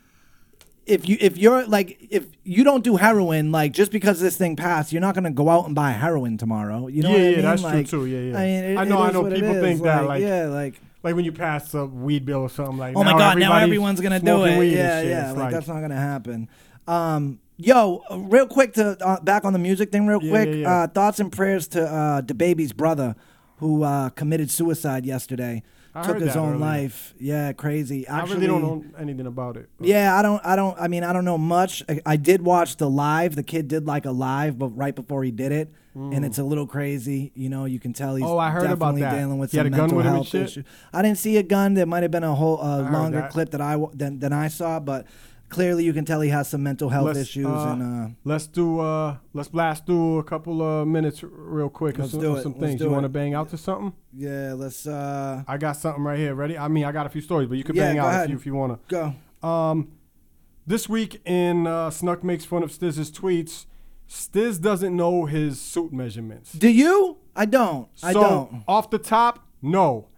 [SPEAKER 1] if you if you're like if you don't do heroin, like just because this thing passed, you're not gonna go out and buy heroin tomorrow. You know
[SPEAKER 3] yeah,
[SPEAKER 1] what I
[SPEAKER 3] yeah,
[SPEAKER 1] mean?
[SPEAKER 3] that's
[SPEAKER 1] Like,
[SPEAKER 3] true too. Yeah, yeah.
[SPEAKER 1] I mean, it-
[SPEAKER 3] I know,
[SPEAKER 1] it
[SPEAKER 3] I
[SPEAKER 1] is
[SPEAKER 3] know.
[SPEAKER 1] what it
[SPEAKER 3] People
[SPEAKER 1] is,
[SPEAKER 3] think that,
[SPEAKER 1] like,
[SPEAKER 3] like,
[SPEAKER 1] yeah, like,
[SPEAKER 3] like when you pass a weed bill or something, like,
[SPEAKER 1] oh my god, now
[SPEAKER 3] everybody's
[SPEAKER 1] everyone's gonna do
[SPEAKER 3] smoking
[SPEAKER 1] it.
[SPEAKER 3] weed and
[SPEAKER 1] Yeah,
[SPEAKER 3] shit.
[SPEAKER 1] yeah,
[SPEAKER 3] It's
[SPEAKER 1] like, that's not gonna happen. Um, yo, uh, real quick to uh, back on the music thing, real
[SPEAKER 3] Yeah,
[SPEAKER 1] quick.
[SPEAKER 3] yeah, yeah.
[SPEAKER 1] Uh, thoughts and prayers to uh, the baby's brother who uh, committed suicide yesterday.
[SPEAKER 3] I
[SPEAKER 1] took
[SPEAKER 3] heard
[SPEAKER 1] his
[SPEAKER 3] that
[SPEAKER 1] own
[SPEAKER 3] earlier.
[SPEAKER 1] life. Yeah, crazy. Actually,
[SPEAKER 3] I really don't know anything about it.
[SPEAKER 1] Yeah, I don't. I don't. I mean, I don't know much. I, I did watch the live. The kid did like a live, but right before he did it, and
[SPEAKER 3] Mm.
[SPEAKER 1] it's a little crazy. You know, you can tell he's
[SPEAKER 3] Oh, I heard about
[SPEAKER 1] definitely
[SPEAKER 3] that.
[SPEAKER 1] dealing with
[SPEAKER 3] He
[SPEAKER 1] some
[SPEAKER 3] had a gun
[SPEAKER 1] mental
[SPEAKER 3] with him and
[SPEAKER 1] health
[SPEAKER 3] shit?
[SPEAKER 1] issue. I didn't see a gun. There might have been a whole uh,
[SPEAKER 3] heard
[SPEAKER 1] longer
[SPEAKER 3] that.
[SPEAKER 1] clip that I w- than, than I saw, but clearly you can tell he has some mental health
[SPEAKER 3] Let's,
[SPEAKER 1] issues.
[SPEAKER 3] uh,
[SPEAKER 1] and uh,
[SPEAKER 3] let's do uh let's blast through a couple of minutes r- real quick.
[SPEAKER 1] Let's
[SPEAKER 3] some,
[SPEAKER 1] do it.
[SPEAKER 3] some
[SPEAKER 1] Let's
[SPEAKER 3] things
[SPEAKER 1] do
[SPEAKER 3] you
[SPEAKER 1] it.
[SPEAKER 3] want to bang out to something.
[SPEAKER 1] yeah, let's. Uh,
[SPEAKER 3] I got something right here. Ready? I mean, I got a few stories, but you can
[SPEAKER 1] Yeah,
[SPEAKER 3] bang
[SPEAKER 1] go
[SPEAKER 3] out a
[SPEAKER 1] ahead.
[SPEAKER 3] few if you want
[SPEAKER 1] to.
[SPEAKER 3] Go. Um, this week in uh, Snuck makes fun of Stiz's tweets. Stiz doesn't know his suit measurements.
[SPEAKER 1] Do you? I don't. I
[SPEAKER 3] So,
[SPEAKER 1] don't.
[SPEAKER 3] Off the top, no.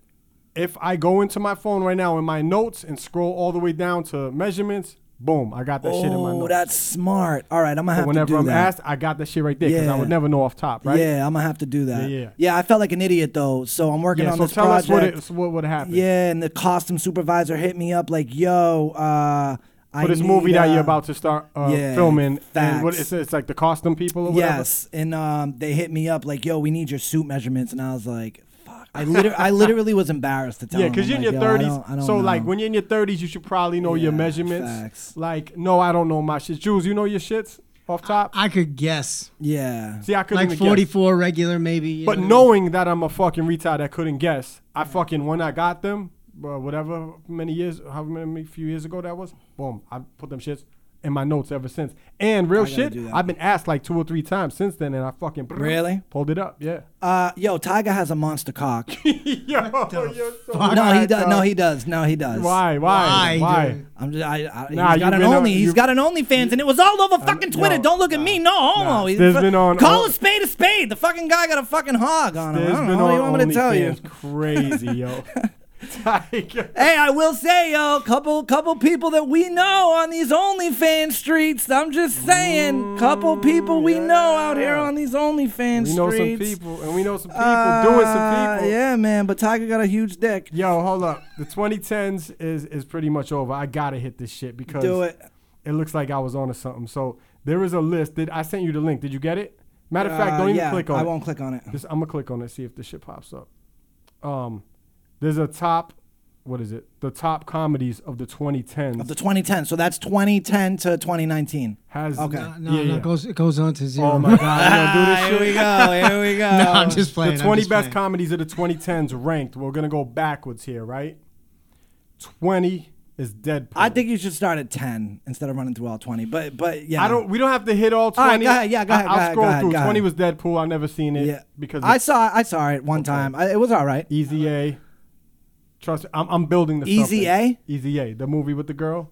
[SPEAKER 3] If I go into my phone right now in my notes and scroll all the way down to measurements, boom, I got that shit in my
[SPEAKER 1] Oh,
[SPEAKER 3] notes.
[SPEAKER 1] that's smart. All right, I'm gonna
[SPEAKER 3] So
[SPEAKER 1] have
[SPEAKER 3] whenever
[SPEAKER 1] to do
[SPEAKER 3] I'm
[SPEAKER 1] that.
[SPEAKER 3] asked, I got that shit right there because I would never know off top, right?
[SPEAKER 1] Yeah, I'm gonna have to do that.
[SPEAKER 3] Yeah, yeah.
[SPEAKER 1] I felt like an idiot though, so I'm working
[SPEAKER 3] Yeah,
[SPEAKER 1] on
[SPEAKER 3] so
[SPEAKER 1] this
[SPEAKER 3] tell us
[SPEAKER 1] project.
[SPEAKER 3] what it- what would happen.
[SPEAKER 1] Yeah, and the costume supervisor hit me up like, "Yo, uh, I
[SPEAKER 3] For this
[SPEAKER 1] need,
[SPEAKER 3] movie that you're
[SPEAKER 1] uh,
[SPEAKER 3] about to start uh,
[SPEAKER 1] yeah,
[SPEAKER 3] filming, and what
[SPEAKER 1] facts.
[SPEAKER 3] it's, it's like the costume people or whatever.
[SPEAKER 1] Yes, and um, they hit me up like, "Yo, we need your suit measurements," and I was like, "Fuck!" I literally, I literally was embarrassed to tell.
[SPEAKER 3] Yeah,
[SPEAKER 1] him.
[SPEAKER 3] because
[SPEAKER 1] I'm
[SPEAKER 3] you're in
[SPEAKER 1] like,
[SPEAKER 3] your
[SPEAKER 1] "Yo, I
[SPEAKER 3] 30s.
[SPEAKER 1] don't- I don't
[SPEAKER 3] so, like,
[SPEAKER 1] know."
[SPEAKER 3] when you're in your 30s, you should probably know your measurements. Like, no, I don't know my shit. Jules, you know your shits off top?
[SPEAKER 6] I could guess.
[SPEAKER 1] Yeah.
[SPEAKER 3] See, I couldn't
[SPEAKER 6] Like
[SPEAKER 3] even guess.
[SPEAKER 6] 44 regular maybe. you
[SPEAKER 3] But
[SPEAKER 6] know?
[SPEAKER 3] knowing that I'm a fucking retard that couldn't guess, I fucking when I got them, uh, whatever many years, however many few years ago that was, boom, I put them shits in my notes ever since. And real
[SPEAKER 1] I gotta
[SPEAKER 3] shit,
[SPEAKER 1] do that.
[SPEAKER 3] I've been asked like two or three times since then, and I fucking
[SPEAKER 1] Really?
[SPEAKER 3] pulled it up. Yeah.
[SPEAKER 1] Uh, yo, Tiger has a monster cock.
[SPEAKER 3] Yo, you're so
[SPEAKER 1] no, he does.
[SPEAKER 3] right, dog.
[SPEAKER 1] No, he does. No, he does.
[SPEAKER 3] Why? Why? Why? Why?
[SPEAKER 1] I'm just. I, I,
[SPEAKER 3] Nah,
[SPEAKER 1] he's
[SPEAKER 3] you've
[SPEAKER 1] got an
[SPEAKER 3] been on-
[SPEAKER 1] only. he's
[SPEAKER 3] you've-
[SPEAKER 1] got an OnlyFans, and it was all over fucking Twitter. Don't look at me. No homo. He's
[SPEAKER 3] There's
[SPEAKER 1] fu-
[SPEAKER 3] been on-
[SPEAKER 1] Call
[SPEAKER 3] on-
[SPEAKER 1] a spade a spade. The fucking guy got a fucking hog on him. I
[SPEAKER 3] There's
[SPEAKER 1] don't
[SPEAKER 3] been
[SPEAKER 1] know. What do you
[SPEAKER 3] on
[SPEAKER 1] want me to tell you?
[SPEAKER 3] OnlyFans Crazy, yo.
[SPEAKER 1] hey, I will say, yo, couple couple people that we know on these OnlyFans streets. I'm just saying, couple people we know out here on these OnlyFans
[SPEAKER 3] We know some
[SPEAKER 1] streets.
[SPEAKER 3] people, and we know some people doing some
[SPEAKER 1] Uh,
[SPEAKER 3] people.
[SPEAKER 1] Yeah, man. But Tiger got a huge dick.
[SPEAKER 3] Yo, hold up. The 2010s is is pretty much over. I gotta hit this shit because
[SPEAKER 1] Do it.
[SPEAKER 3] It looks like I was on to something. So there is a list. Did I sent you the link? Did you get it? Matter of fact,
[SPEAKER 1] Uh,
[SPEAKER 3] don't even
[SPEAKER 1] yeah,
[SPEAKER 3] click on
[SPEAKER 1] I
[SPEAKER 3] it.
[SPEAKER 1] won't click on it.
[SPEAKER 3] Just, I'm gonna click on it. See if this shit pops up. Um, there's a top. What is it? The top comedies of the 2010s.
[SPEAKER 1] Of the 2010. So that's 2010 to 2019.
[SPEAKER 3] Has
[SPEAKER 1] okay.
[SPEAKER 6] No, no, it goes it goes on to zero.
[SPEAKER 3] Oh my god, yo, do this
[SPEAKER 1] Ah,
[SPEAKER 3] shit.
[SPEAKER 1] here we go, here we go. No, I'm just playing,
[SPEAKER 3] The
[SPEAKER 1] I'm
[SPEAKER 3] 20
[SPEAKER 1] just
[SPEAKER 3] best
[SPEAKER 1] playing.
[SPEAKER 3] comedies of the 2010s ranked. We're gonna go backwards here, right? 20 is Deadpool.
[SPEAKER 1] I think you should start at 10 instead of running through all 20. But but yeah.
[SPEAKER 3] I don't. We don't have to hit
[SPEAKER 1] All
[SPEAKER 3] all
[SPEAKER 1] right,
[SPEAKER 3] 20.
[SPEAKER 1] go ahead, yeah, go ahead,
[SPEAKER 3] I,
[SPEAKER 1] go
[SPEAKER 3] will
[SPEAKER 1] ahead,
[SPEAKER 3] scroll
[SPEAKER 1] go ahead,
[SPEAKER 3] through.
[SPEAKER 1] go ahead.
[SPEAKER 3] 20 was Deadpool. I've never seen it.
[SPEAKER 1] Yeah.
[SPEAKER 3] because
[SPEAKER 1] I
[SPEAKER 3] it's
[SPEAKER 1] saw I saw it one time. I, it was all right.
[SPEAKER 3] Easy A. Trust. I'm, I'm building this.
[SPEAKER 1] Easy
[SPEAKER 3] something. Easy A. The movie with the girl.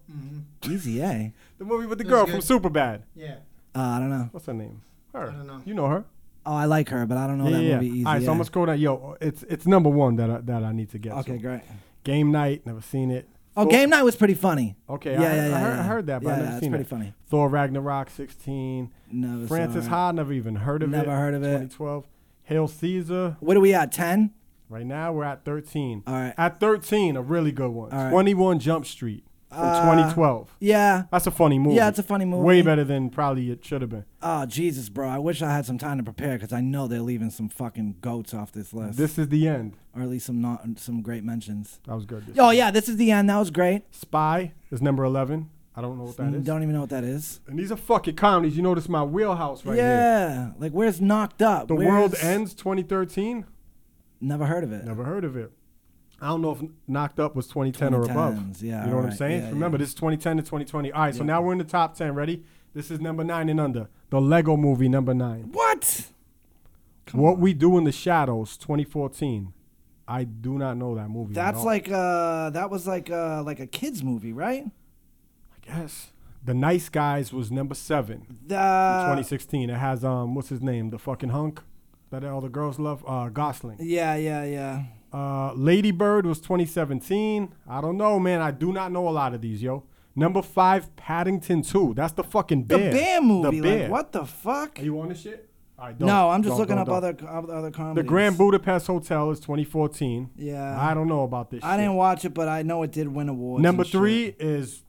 [SPEAKER 1] Easy A.
[SPEAKER 3] The movie with the
[SPEAKER 1] That
[SPEAKER 3] girl
[SPEAKER 1] was
[SPEAKER 3] from
[SPEAKER 1] good.
[SPEAKER 3] Superbad.
[SPEAKER 6] Yeah.
[SPEAKER 1] Uh, I don't know.
[SPEAKER 3] What's her name? Her. I don't know. You know her.
[SPEAKER 1] Oh, I like her, but I don't know that movie Easy
[SPEAKER 3] All right, so
[SPEAKER 1] A.
[SPEAKER 3] I'm gonna scroll down. Yo, it's it's number one that I, that I need to get.
[SPEAKER 1] Okay,
[SPEAKER 3] so.
[SPEAKER 1] great.
[SPEAKER 3] Game night. Never seen it.
[SPEAKER 1] Oh,
[SPEAKER 3] Thor-
[SPEAKER 1] Game Night was pretty funny.
[SPEAKER 3] Okay,
[SPEAKER 1] Yeah,
[SPEAKER 3] I,
[SPEAKER 1] yeah,
[SPEAKER 3] I
[SPEAKER 1] yeah,
[SPEAKER 3] heard, I
[SPEAKER 1] yeah.
[SPEAKER 3] heard that, but
[SPEAKER 1] Yeah,
[SPEAKER 3] I've
[SPEAKER 1] yeah,
[SPEAKER 3] never
[SPEAKER 1] it's
[SPEAKER 3] seen
[SPEAKER 1] pretty
[SPEAKER 3] it.
[SPEAKER 1] funny.
[SPEAKER 3] Thor Ragnarok 16.
[SPEAKER 1] Never saw
[SPEAKER 3] Francis
[SPEAKER 1] it.
[SPEAKER 3] Ha, never even heard of it.
[SPEAKER 1] Never heard of it.
[SPEAKER 3] 2012. Hail Caesar.
[SPEAKER 1] What are we at? 10?
[SPEAKER 3] Right now we're at 13.
[SPEAKER 1] All right.
[SPEAKER 3] At 13, a really good one.
[SPEAKER 1] All right.
[SPEAKER 3] 21 Jump Street from
[SPEAKER 1] Uh,
[SPEAKER 3] 2012.
[SPEAKER 1] yeah.
[SPEAKER 3] That's a funny movie.
[SPEAKER 1] Yeah, it's a funny movie.
[SPEAKER 3] Way better than probably it should have been.
[SPEAKER 1] Oh Jesus, bro! I wish I had some time to prepare because I know they're leaving some fucking goats off this list.
[SPEAKER 3] This is the end.
[SPEAKER 1] or at least some not some great mentions.
[SPEAKER 3] That was good.
[SPEAKER 1] Oh yeah, this is the end. That was great.
[SPEAKER 3] Spy is number 11. I don't know what that
[SPEAKER 1] Mm,
[SPEAKER 3] is.
[SPEAKER 1] Don't even know what that is.
[SPEAKER 3] And these are fucking comedies. You know, this is my wheelhouse right here.
[SPEAKER 1] yeah, like where's knocked up?
[SPEAKER 3] The World
[SPEAKER 1] Where's-
[SPEAKER 3] Ends 2013.
[SPEAKER 1] Never heard of it.
[SPEAKER 3] Never heard of it. I don't know if Knocked Up was 2010 or above.
[SPEAKER 1] 2010s, yeah,
[SPEAKER 3] you know what I'm
[SPEAKER 1] alright,
[SPEAKER 3] saying?
[SPEAKER 1] yeah,
[SPEAKER 3] Remember,
[SPEAKER 1] yeah.
[SPEAKER 3] this is 2010 to 2020. All right, so
[SPEAKER 1] Yeah.
[SPEAKER 3] now we're in the top 10. Ready? This is number nine and under. The Lego Movie, number nine.
[SPEAKER 1] What?
[SPEAKER 3] what We Do in the Shadows, 2014. I do not know that movie. at
[SPEAKER 1] That's
[SPEAKER 3] all.
[SPEAKER 1] like uh that was like uh like a kids movie, right?
[SPEAKER 3] I guess The Nice Guys was number seven in
[SPEAKER 1] The
[SPEAKER 3] 2016. It has um, what's his name? The fucking hunk that all the girls love. Uh, Gosling.
[SPEAKER 1] yeah yeah yeah.
[SPEAKER 3] Uh, Lady Bird was 2017. I don't know, man. I do not know a lot of these, yo. Number five, Paddington 2. That's the fucking
[SPEAKER 1] The
[SPEAKER 3] bear.
[SPEAKER 1] bear movie.
[SPEAKER 3] The bear.
[SPEAKER 1] Like what the fuck?
[SPEAKER 3] Are you on this shit? I don't-
[SPEAKER 1] no, I'm just
[SPEAKER 3] don't,
[SPEAKER 1] looking
[SPEAKER 3] don't,
[SPEAKER 1] up other
[SPEAKER 3] don't.
[SPEAKER 1] other other comedies.
[SPEAKER 3] The Grand Budapest Hotel is 2014.
[SPEAKER 1] Yeah.
[SPEAKER 3] I don't know about this
[SPEAKER 1] I
[SPEAKER 3] shit.
[SPEAKER 1] didn't watch it, but I know it did win awards.
[SPEAKER 3] Number
[SPEAKER 1] and shit.
[SPEAKER 3] three is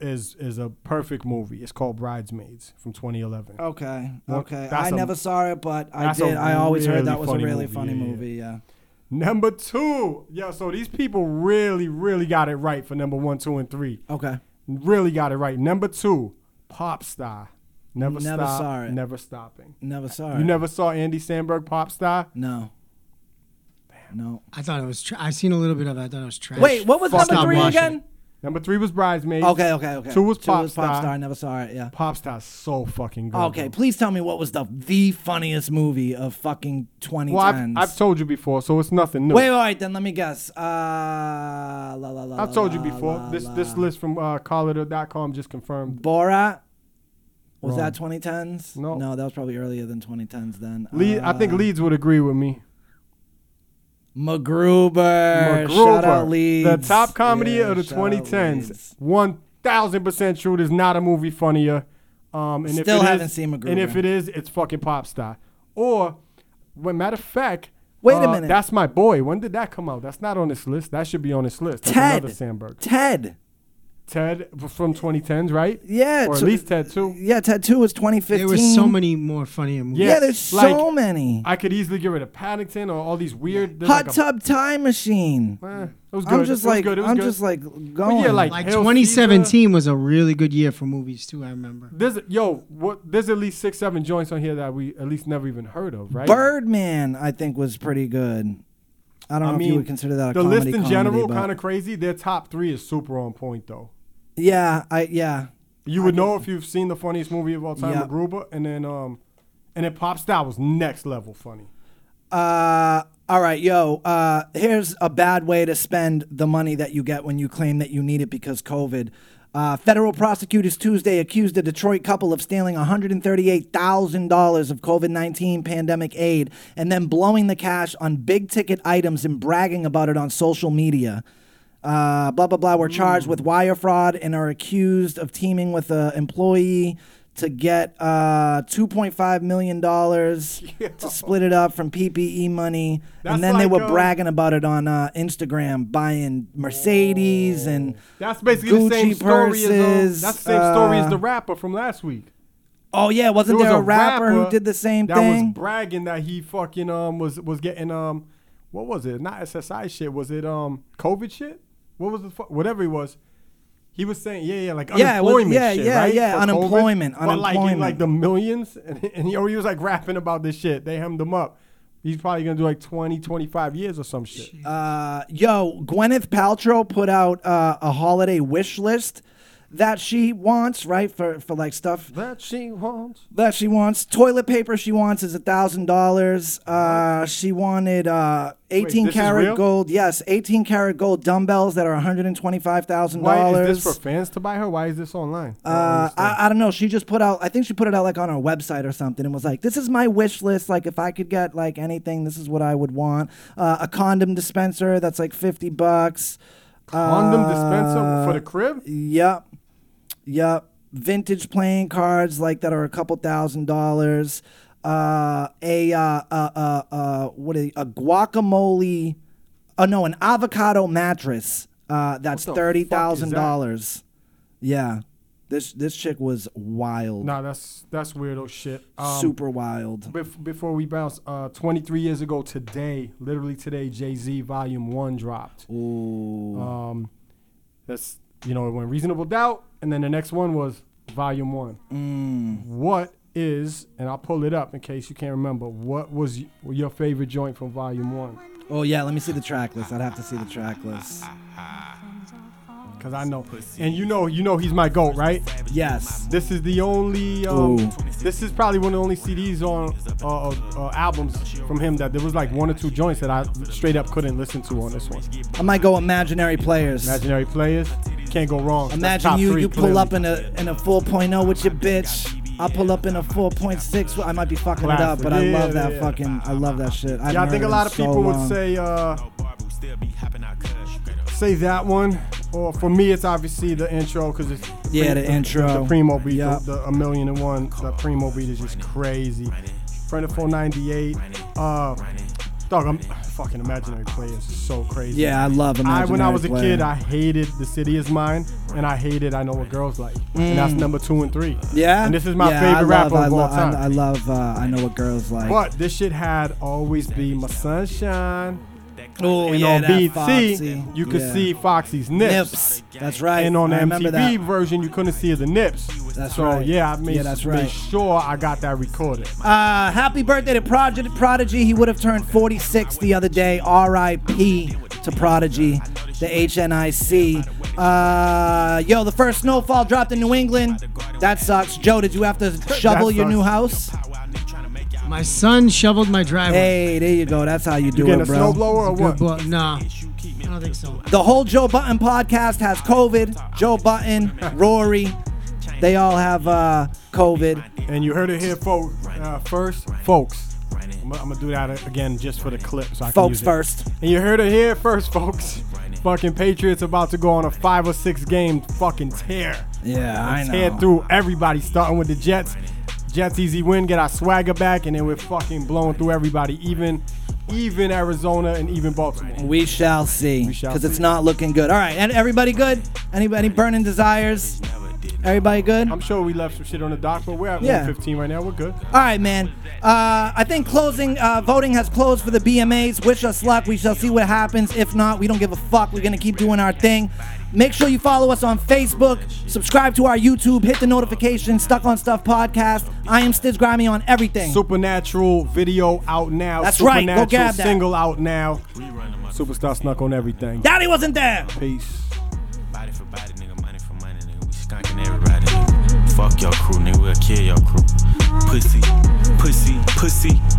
[SPEAKER 3] is is a perfect movie. It's called Bridesmaids from 2011.
[SPEAKER 1] Okay.
[SPEAKER 3] Well,
[SPEAKER 1] Okay.
[SPEAKER 3] that's
[SPEAKER 1] I
[SPEAKER 3] a-
[SPEAKER 1] never saw it, but I
[SPEAKER 3] that's a
[SPEAKER 1] did. I always
[SPEAKER 3] really
[SPEAKER 1] heard that was a
[SPEAKER 3] funny
[SPEAKER 1] really
[SPEAKER 3] movie,
[SPEAKER 1] funny
[SPEAKER 3] yeah, yeah.
[SPEAKER 1] movie. Yeah.
[SPEAKER 3] Number two, yeah. So these people really, really got it right for number one, two, and three.
[SPEAKER 1] Okay.
[SPEAKER 3] Really got it right. Number two, pop star. Never,
[SPEAKER 1] Never
[SPEAKER 3] stop,
[SPEAKER 1] saw it.
[SPEAKER 3] Never stopping.
[SPEAKER 1] Never saw it.
[SPEAKER 3] You never saw Andy Sandberg pop star?
[SPEAKER 1] No. No.
[SPEAKER 6] I thought it was. Tra- I seen a little bit of. it. I thought it was trash.
[SPEAKER 1] Wait, what was
[SPEAKER 6] Fuck.
[SPEAKER 1] number
[SPEAKER 6] Stop
[SPEAKER 1] three
[SPEAKER 6] watching.
[SPEAKER 1] again?
[SPEAKER 3] Number three was Bridesmaids.
[SPEAKER 1] Okay. Okay. Okay.
[SPEAKER 3] Two was pop
[SPEAKER 1] Popstar.
[SPEAKER 3] star. Oh,
[SPEAKER 1] I never saw it. Yeah.
[SPEAKER 3] Pop star's so fucking good.
[SPEAKER 1] Okay. Please tell me what was the the funniest movie of fucking 2010s.
[SPEAKER 3] Well, I've, I've told you before, so it's nothing new.
[SPEAKER 1] Wait, all right, then let me guess. Uh, la, la, la,
[SPEAKER 3] I've told you before. this this list from uh, Collider.com just confirmed.
[SPEAKER 1] Borat was
[SPEAKER 3] Wrong.
[SPEAKER 1] that 2010s? No, no, that was probably earlier than 2010s. Then
[SPEAKER 3] Le- I think
[SPEAKER 1] Uh,
[SPEAKER 3] Leeds would agree with me.
[SPEAKER 1] MacGruber. Shout out Leeds.
[SPEAKER 3] The top comedy
[SPEAKER 1] Yeah,
[SPEAKER 3] of the
[SPEAKER 1] shout out
[SPEAKER 3] 2010s. 1000% true. There's not a movie funnier. Um, and
[SPEAKER 1] Still
[SPEAKER 3] if it
[SPEAKER 1] haven't
[SPEAKER 3] is-
[SPEAKER 1] seen
[SPEAKER 3] And
[SPEAKER 1] MacGruber.
[SPEAKER 3] if it is, it's fucking pop star. Or, well, matter of fact,
[SPEAKER 1] Wait a
[SPEAKER 3] uh,
[SPEAKER 1] minute.
[SPEAKER 3] That's my boy. When did that come out? That's not on this list. That should be on this list. That's
[SPEAKER 1] Ted.
[SPEAKER 3] another Sandberg.
[SPEAKER 1] Ted.
[SPEAKER 3] Ted from 2010s, right?
[SPEAKER 1] Yeah,
[SPEAKER 3] Or at
[SPEAKER 1] tw-
[SPEAKER 3] least Ted too.
[SPEAKER 1] Yeah, Ted Two was 2015.
[SPEAKER 6] There were so many more funnier movies.
[SPEAKER 1] Yeah, there's so many.
[SPEAKER 3] I could easily get rid of Paddington or all these weird. there's
[SPEAKER 1] Hot
[SPEAKER 3] like a-
[SPEAKER 1] Tub Time Machine.
[SPEAKER 3] Eh, it was
[SPEAKER 1] I'm
[SPEAKER 3] good.
[SPEAKER 1] just
[SPEAKER 3] It was
[SPEAKER 1] like
[SPEAKER 3] good. It was
[SPEAKER 1] I'm
[SPEAKER 3] good.
[SPEAKER 1] just like
[SPEAKER 3] But yeah,
[SPEAKER 1] going.
[SPEAKER 3] like,
[SPEAKER 6] Like
[SPEAKER 3] Hail
[SPEAKER 6] 2017 was a really good year for movies too. I remember.
[SPEAKER 3] There's yo, what, there's at least six, seven joints on here that we at least never even heard of, right?
[SPEAKER 1] Birdman, I think was pretty good. I don't know if you would consider that a
[SPEAKER 3] the
[SPEAKER 1] comedy.
[SPEAKER 3] list in
[SPEAKER 1] comedy,
[SPEAKER 3] general
[SPEAKER 1] but-
[SPEAKER 3] kind of crazy. Their top three is super on point though.
[SPEAKER 1] Yeah, I yeah.
[SPEAKER 3] You would know if you've seen the funniest movie of all time,
[SPEAKER 1] Yeah.
[SPEAKER 3] MacGruber, and then um, and then Pop Style was next level funny.
[SPEAKER 1] Uh, all right, yo. Uh, here's a bad way to spend the money that you get when you claim that you need it because COVID. Uh, federal prosecutors Tuesday accused a Detroit couple of stealing $138,000 of COVID 19 pandemic aid and then blowing the cash on big ticket items and bragging about it on social media. Uh, blah, blah, blah, were charged
[SPEAKER 3] Mm.
[SPEAKER 1] with wire fraud and are accused of teaming with an employee to get uh, $2.5 million to split it up from PPE money.
[SPEAKER 3] That's
[SPEAKER 1] and then they
[SPEAKER 3] like,
[SPEAKER 1] were
[SPEAKER 3] uh,
[SPEAKER 1] bragging about it on uh, Instagram, buying Mercedes and
[SPEAKER 3] Oh. That's basically the same
[SPEAKER 1] Gucci
[SPEAKER 3] story as
[SPEAKER 1] purses,
[SPEAKER 3] um, that's the same story as
[SPEAKER 1] uh,
[SPEAKER 3] the rapper from last week.
[SPEAKER 1] Oh, yeah, wasn't there a rapper who did the same
[SPEAKER 3] that
[SPEAKER 1] thing?
[SPEAKER 3] was bragging that he fucking um was was getting um what was it? Not SSI shit. Was it um COVID shit? What was the fu- whatever he was? He was saying yeah yeah like
[SPEAKER 1] Yeah, it was-
[SPEAKER 3] unemployment
[SPEAKER 1] yeah,
[SPEAKER 3] shit,
[SPEAKER 1] yeah,
[SPEAKER 3] right?
[SPEAKER 1] yeah,
[SPEAKER 3] For COVID.
[SPEAKER 1] unemployment,
[SPEAKER 3] But like in, like
[SPEAKER 1] unemployment.
[SPEAKER 3] the millions and, and he, he was like rapping about this shit. They hemmed him up. He's probably gonna do like 20, 25 years or some shit.
[SPEAKER 1] Uh, yo, Gwyneth Paltrow put out uh, a holiday wish list that she wants, right? For for like stuff
[SPEAKER 3] that she wants.
[SPEAKER 1] That she wants. Toilet paper she wants is a thousand dollars. Uh, she wanted uh, eighteen
[SPEAKER 3] this is real?
[SPEAKER 1] karat gold. Yes, eighteen karat gold dumbbells that are one hundred and twenty five thousand
[SPEAKER 3] Why
[SPEAKER 1] dollars.
[SPEAKER 3] is this for fans to buy her? Why is this online?
[SPEAKER 1] Uh, I, I don't know. She just put out. I think she put it out like on her website or something, and was like, "This is my wish list. Like, if I could get like anything, this is what I would want. Uh, a condom dispenser that's like fifty bucks.
[SPEAKER 3] Condom dispenser for
[SPEAKER 1] Uh,
[SPEAKER 3] the crib?
[SPEAKER 1] Yep, yep. Vintage playing cards like that are a couple thousand dollars. Uh, a uh, uh, uh, uh, what a, a guacamole. Oh no, an avocado mattress. Uh, that's
[SPEAKER 3] the
[SPEAKER 1] thirty
[SPEAKER 3] fuck is
[SPEAKER 1] thousand
[SPEAKER 3] that?
[SPEAKER 1] dollars. Yeah, this this chick was wild,
[SPEAKER 3] Nah, that's that's weirdo shit. Um,
[SPEAKER 1] super wild.
[SPEAKER 3] Bef- before we bounce, uh, 23 years ago today, literally today, Jay Z Volume One dropped.
[SPEAKER 1] Ooh.
[SPEAKER 3] Um, that's you know it went Reasonable Doubt, and then the next one was Volume One. What is and I'll pull it up in case you can't remember. What was y- your favorite joint from Volume One?
[SPEAKER 1] Oh yeah, let me see the track list. I'd have to see the track list.
[SPEAKER 3] Cause I know, and you know, you know he's my goat, right?
[SPEAKER 1] Yes.
[SPEAKER 3] This is the only. Um,
[SPEAKER 1] Ooh.
[SPEAKER 3] this is probably one of the only CDs on uh, uh, uh, albums from him that there was like one or two joints that I straight up couldn't listen to on this one.
[SPEAKER 1] I might go imaginary players.
[SPEAKER 3] Imaginary players can't go wrong. That's
[SPEAKER 1] Imagine
[SPEAKER 3] top
[SPEAKER 1] you
[SPEAKER 3] three,
[SPEAKER 1] you pull
[SPEAKER 3] clearly.
[SPEAKER 1] up in a in a 4.0 with your bitch. I pull up in a 4.6. I might be fucking it up,
[SPEAKER 3] Classic.
[SPEAKER 1] but I
[SPEAKER 3] Yeah,
[SPEAKER 1] love that
[SPEAKER 3] yeah.
[SPEAKER 1] fucking. I love that shit. I
[SPEAKER 3] Yeah, I think a lot of people would say uh, say that one. Or for me, it's obviously the intro because it's
[SPEAKER 1] Yeah, the intro.
[SPEAKER 3] the primo beat,
[SPEAKER 1] Yup.
[SPEAKER 3] the, the a million and one. The primo beat is just crazy. Friend of 498. Uh, dog, I'm fucking imaginary players is so crazy.
[SPEAKER 1] Yeah, I love
[SPEAKER 3] I, when I
[SPEAKER 1] Imaginary
[SPEAKER 3] was a
[SPEAKER 1] Player.
[SPEAKER 3] kid, I hated The City Is Mine, and I hated I Know What Girls Like, and that's
[SPEAKER 1] Mm.
[SPEAKER 3] number two and three.
[SPEAKER 1] Yeah.
[SPEAKER 3] and this is my
[SPEAKER 1] Yeah, I
[SPEAKER 3] favorite
[SPEAKER 1] love-
[SPEAKER 3] rapper
[SPEAKER 1] I
[SPEAKER 3] of all
[SPEAKER 1] love-
[SPEAKER 3] time.
[SPEAKER 1] I, I love. Uh, I know what girls like.
[SPEAKER 3] But this shit had always be my sunshine.
[SPEAKER 1] Oh,
[SPEAKER 3] and
[SPEAKER 1] yeah,
[SPEAKER 3] on
[SPEAKER 1] that
[SPEAKER 3] BT,
[SPEAKER 1] Foxy.
[SPEAKER 3] you could
[SPEAKER 1] Yeah.
[SPEAKER 3] see Foxy's nips.
[SPEAKER 1] Nips. That's right.
[SPEAKER 3] And on the
[SPEAKER 1] I remember
[SPEAKER 3] MTV
[SPEAKER 1] that.
[SPEAKER 3] version, you couldn't see the nips.
[SPEAKER 1] That's
[SPEAKER 3] so,
[SPEAKER 1] right.
[SPEAKER 3] Yeah, I made,
[SPEAKER 1] Yeah, that's
[SPEAKER 3] made
[SPEAKER 1] right.
[SPEAKER 3] sure I got that recorded.
[SPEAKER 1] Uh, happy birthday to Prodigy. Prodigy. He would have turned 46 the other day. R.I.P. to Prodigy, the HNIC. Uh, yo, the first snowfall dropped in New England. That sucks. Joe, did you have to shovel your
[SPEAKER 6] sucks.
[SPEAKER 1] new house?
[SPEAKER 6] My son shoveled my driveway.
[SPEAKER 1] Hey, there you go. That's how you do
[SPEAKER 6] getting
[SPEAKER 1] it,
[SPEAKER 6] a
[SPEAKER 1] bro.
[SPEAKER 6] snowblower or Good what? blo-
[SPEAKER 1] nah.
[SPEAKER 6] I don't think so.
[SPEAKER 1] The whole Joe Button podcast has COVID. Joe Button, Rory, they all have uh, COVID.
[SPEAKER 3] And you heard it here, folks. Uh, first, folks. I'm, gonna- I'm gonna do that again just for the clip, so I can
[SPEAKER 1] Folks
[SPEAKER 3] use it.
[SPEAKER 1] first.
[SPEAKER 3] And you heard it here first, folks. Fucking Patriots about to go on a five or six game fucking tear.
[SPEAKER 1] Yeah, I know.
[SPEAKER 3] Tear through everybody, starting with the Jets. Jets easy win, get our swagger back, and then we're fucking blowing through everybody, even, even Arizona and even Baltimore.
[SPEAKER 1] We shall see. Because it's not looking good. All right. And everybody good? Anybody burning desires? Everybody good?
[SPEAKER 3] I'm sure we left some shit on the dock, but we're at
[SPEAKER 1] Yeah.
[SPEAKER 3] 115 right now. We're good.
[SPEAKER 1] All right, man. Uh, I think closing uh, voting has closed for the BMAs. Wish us luck. We shall see what happens. If not, we don't give a fuck. We're gonna keep doing our thing. Make sure you follow us on Facebook. Subscribe to our YouTube. Hit the notification. Stuck on Stuff podcast. I am Stiz Grimy on everything.
[SPEAKER 3] Supernatural video out now.
[SPEAKER 1] That's right.
[SPEAKER 3] Supernatural
[SPEAKER 1] Go grab that.
[SPEAKER 3] single out now. Superstar snuck on everything.
[SPEAKER 1] Daddy wasn't there.
[SPEAKER 3] Peace.
[SPEAKER 14] Body for body, nigga. Money for money, nigga. We skunking everybody. Nigga.
[SPEAKER 13] Fuck your crew, nigga. We'll kill your crew. Pussy, pussy, pussy.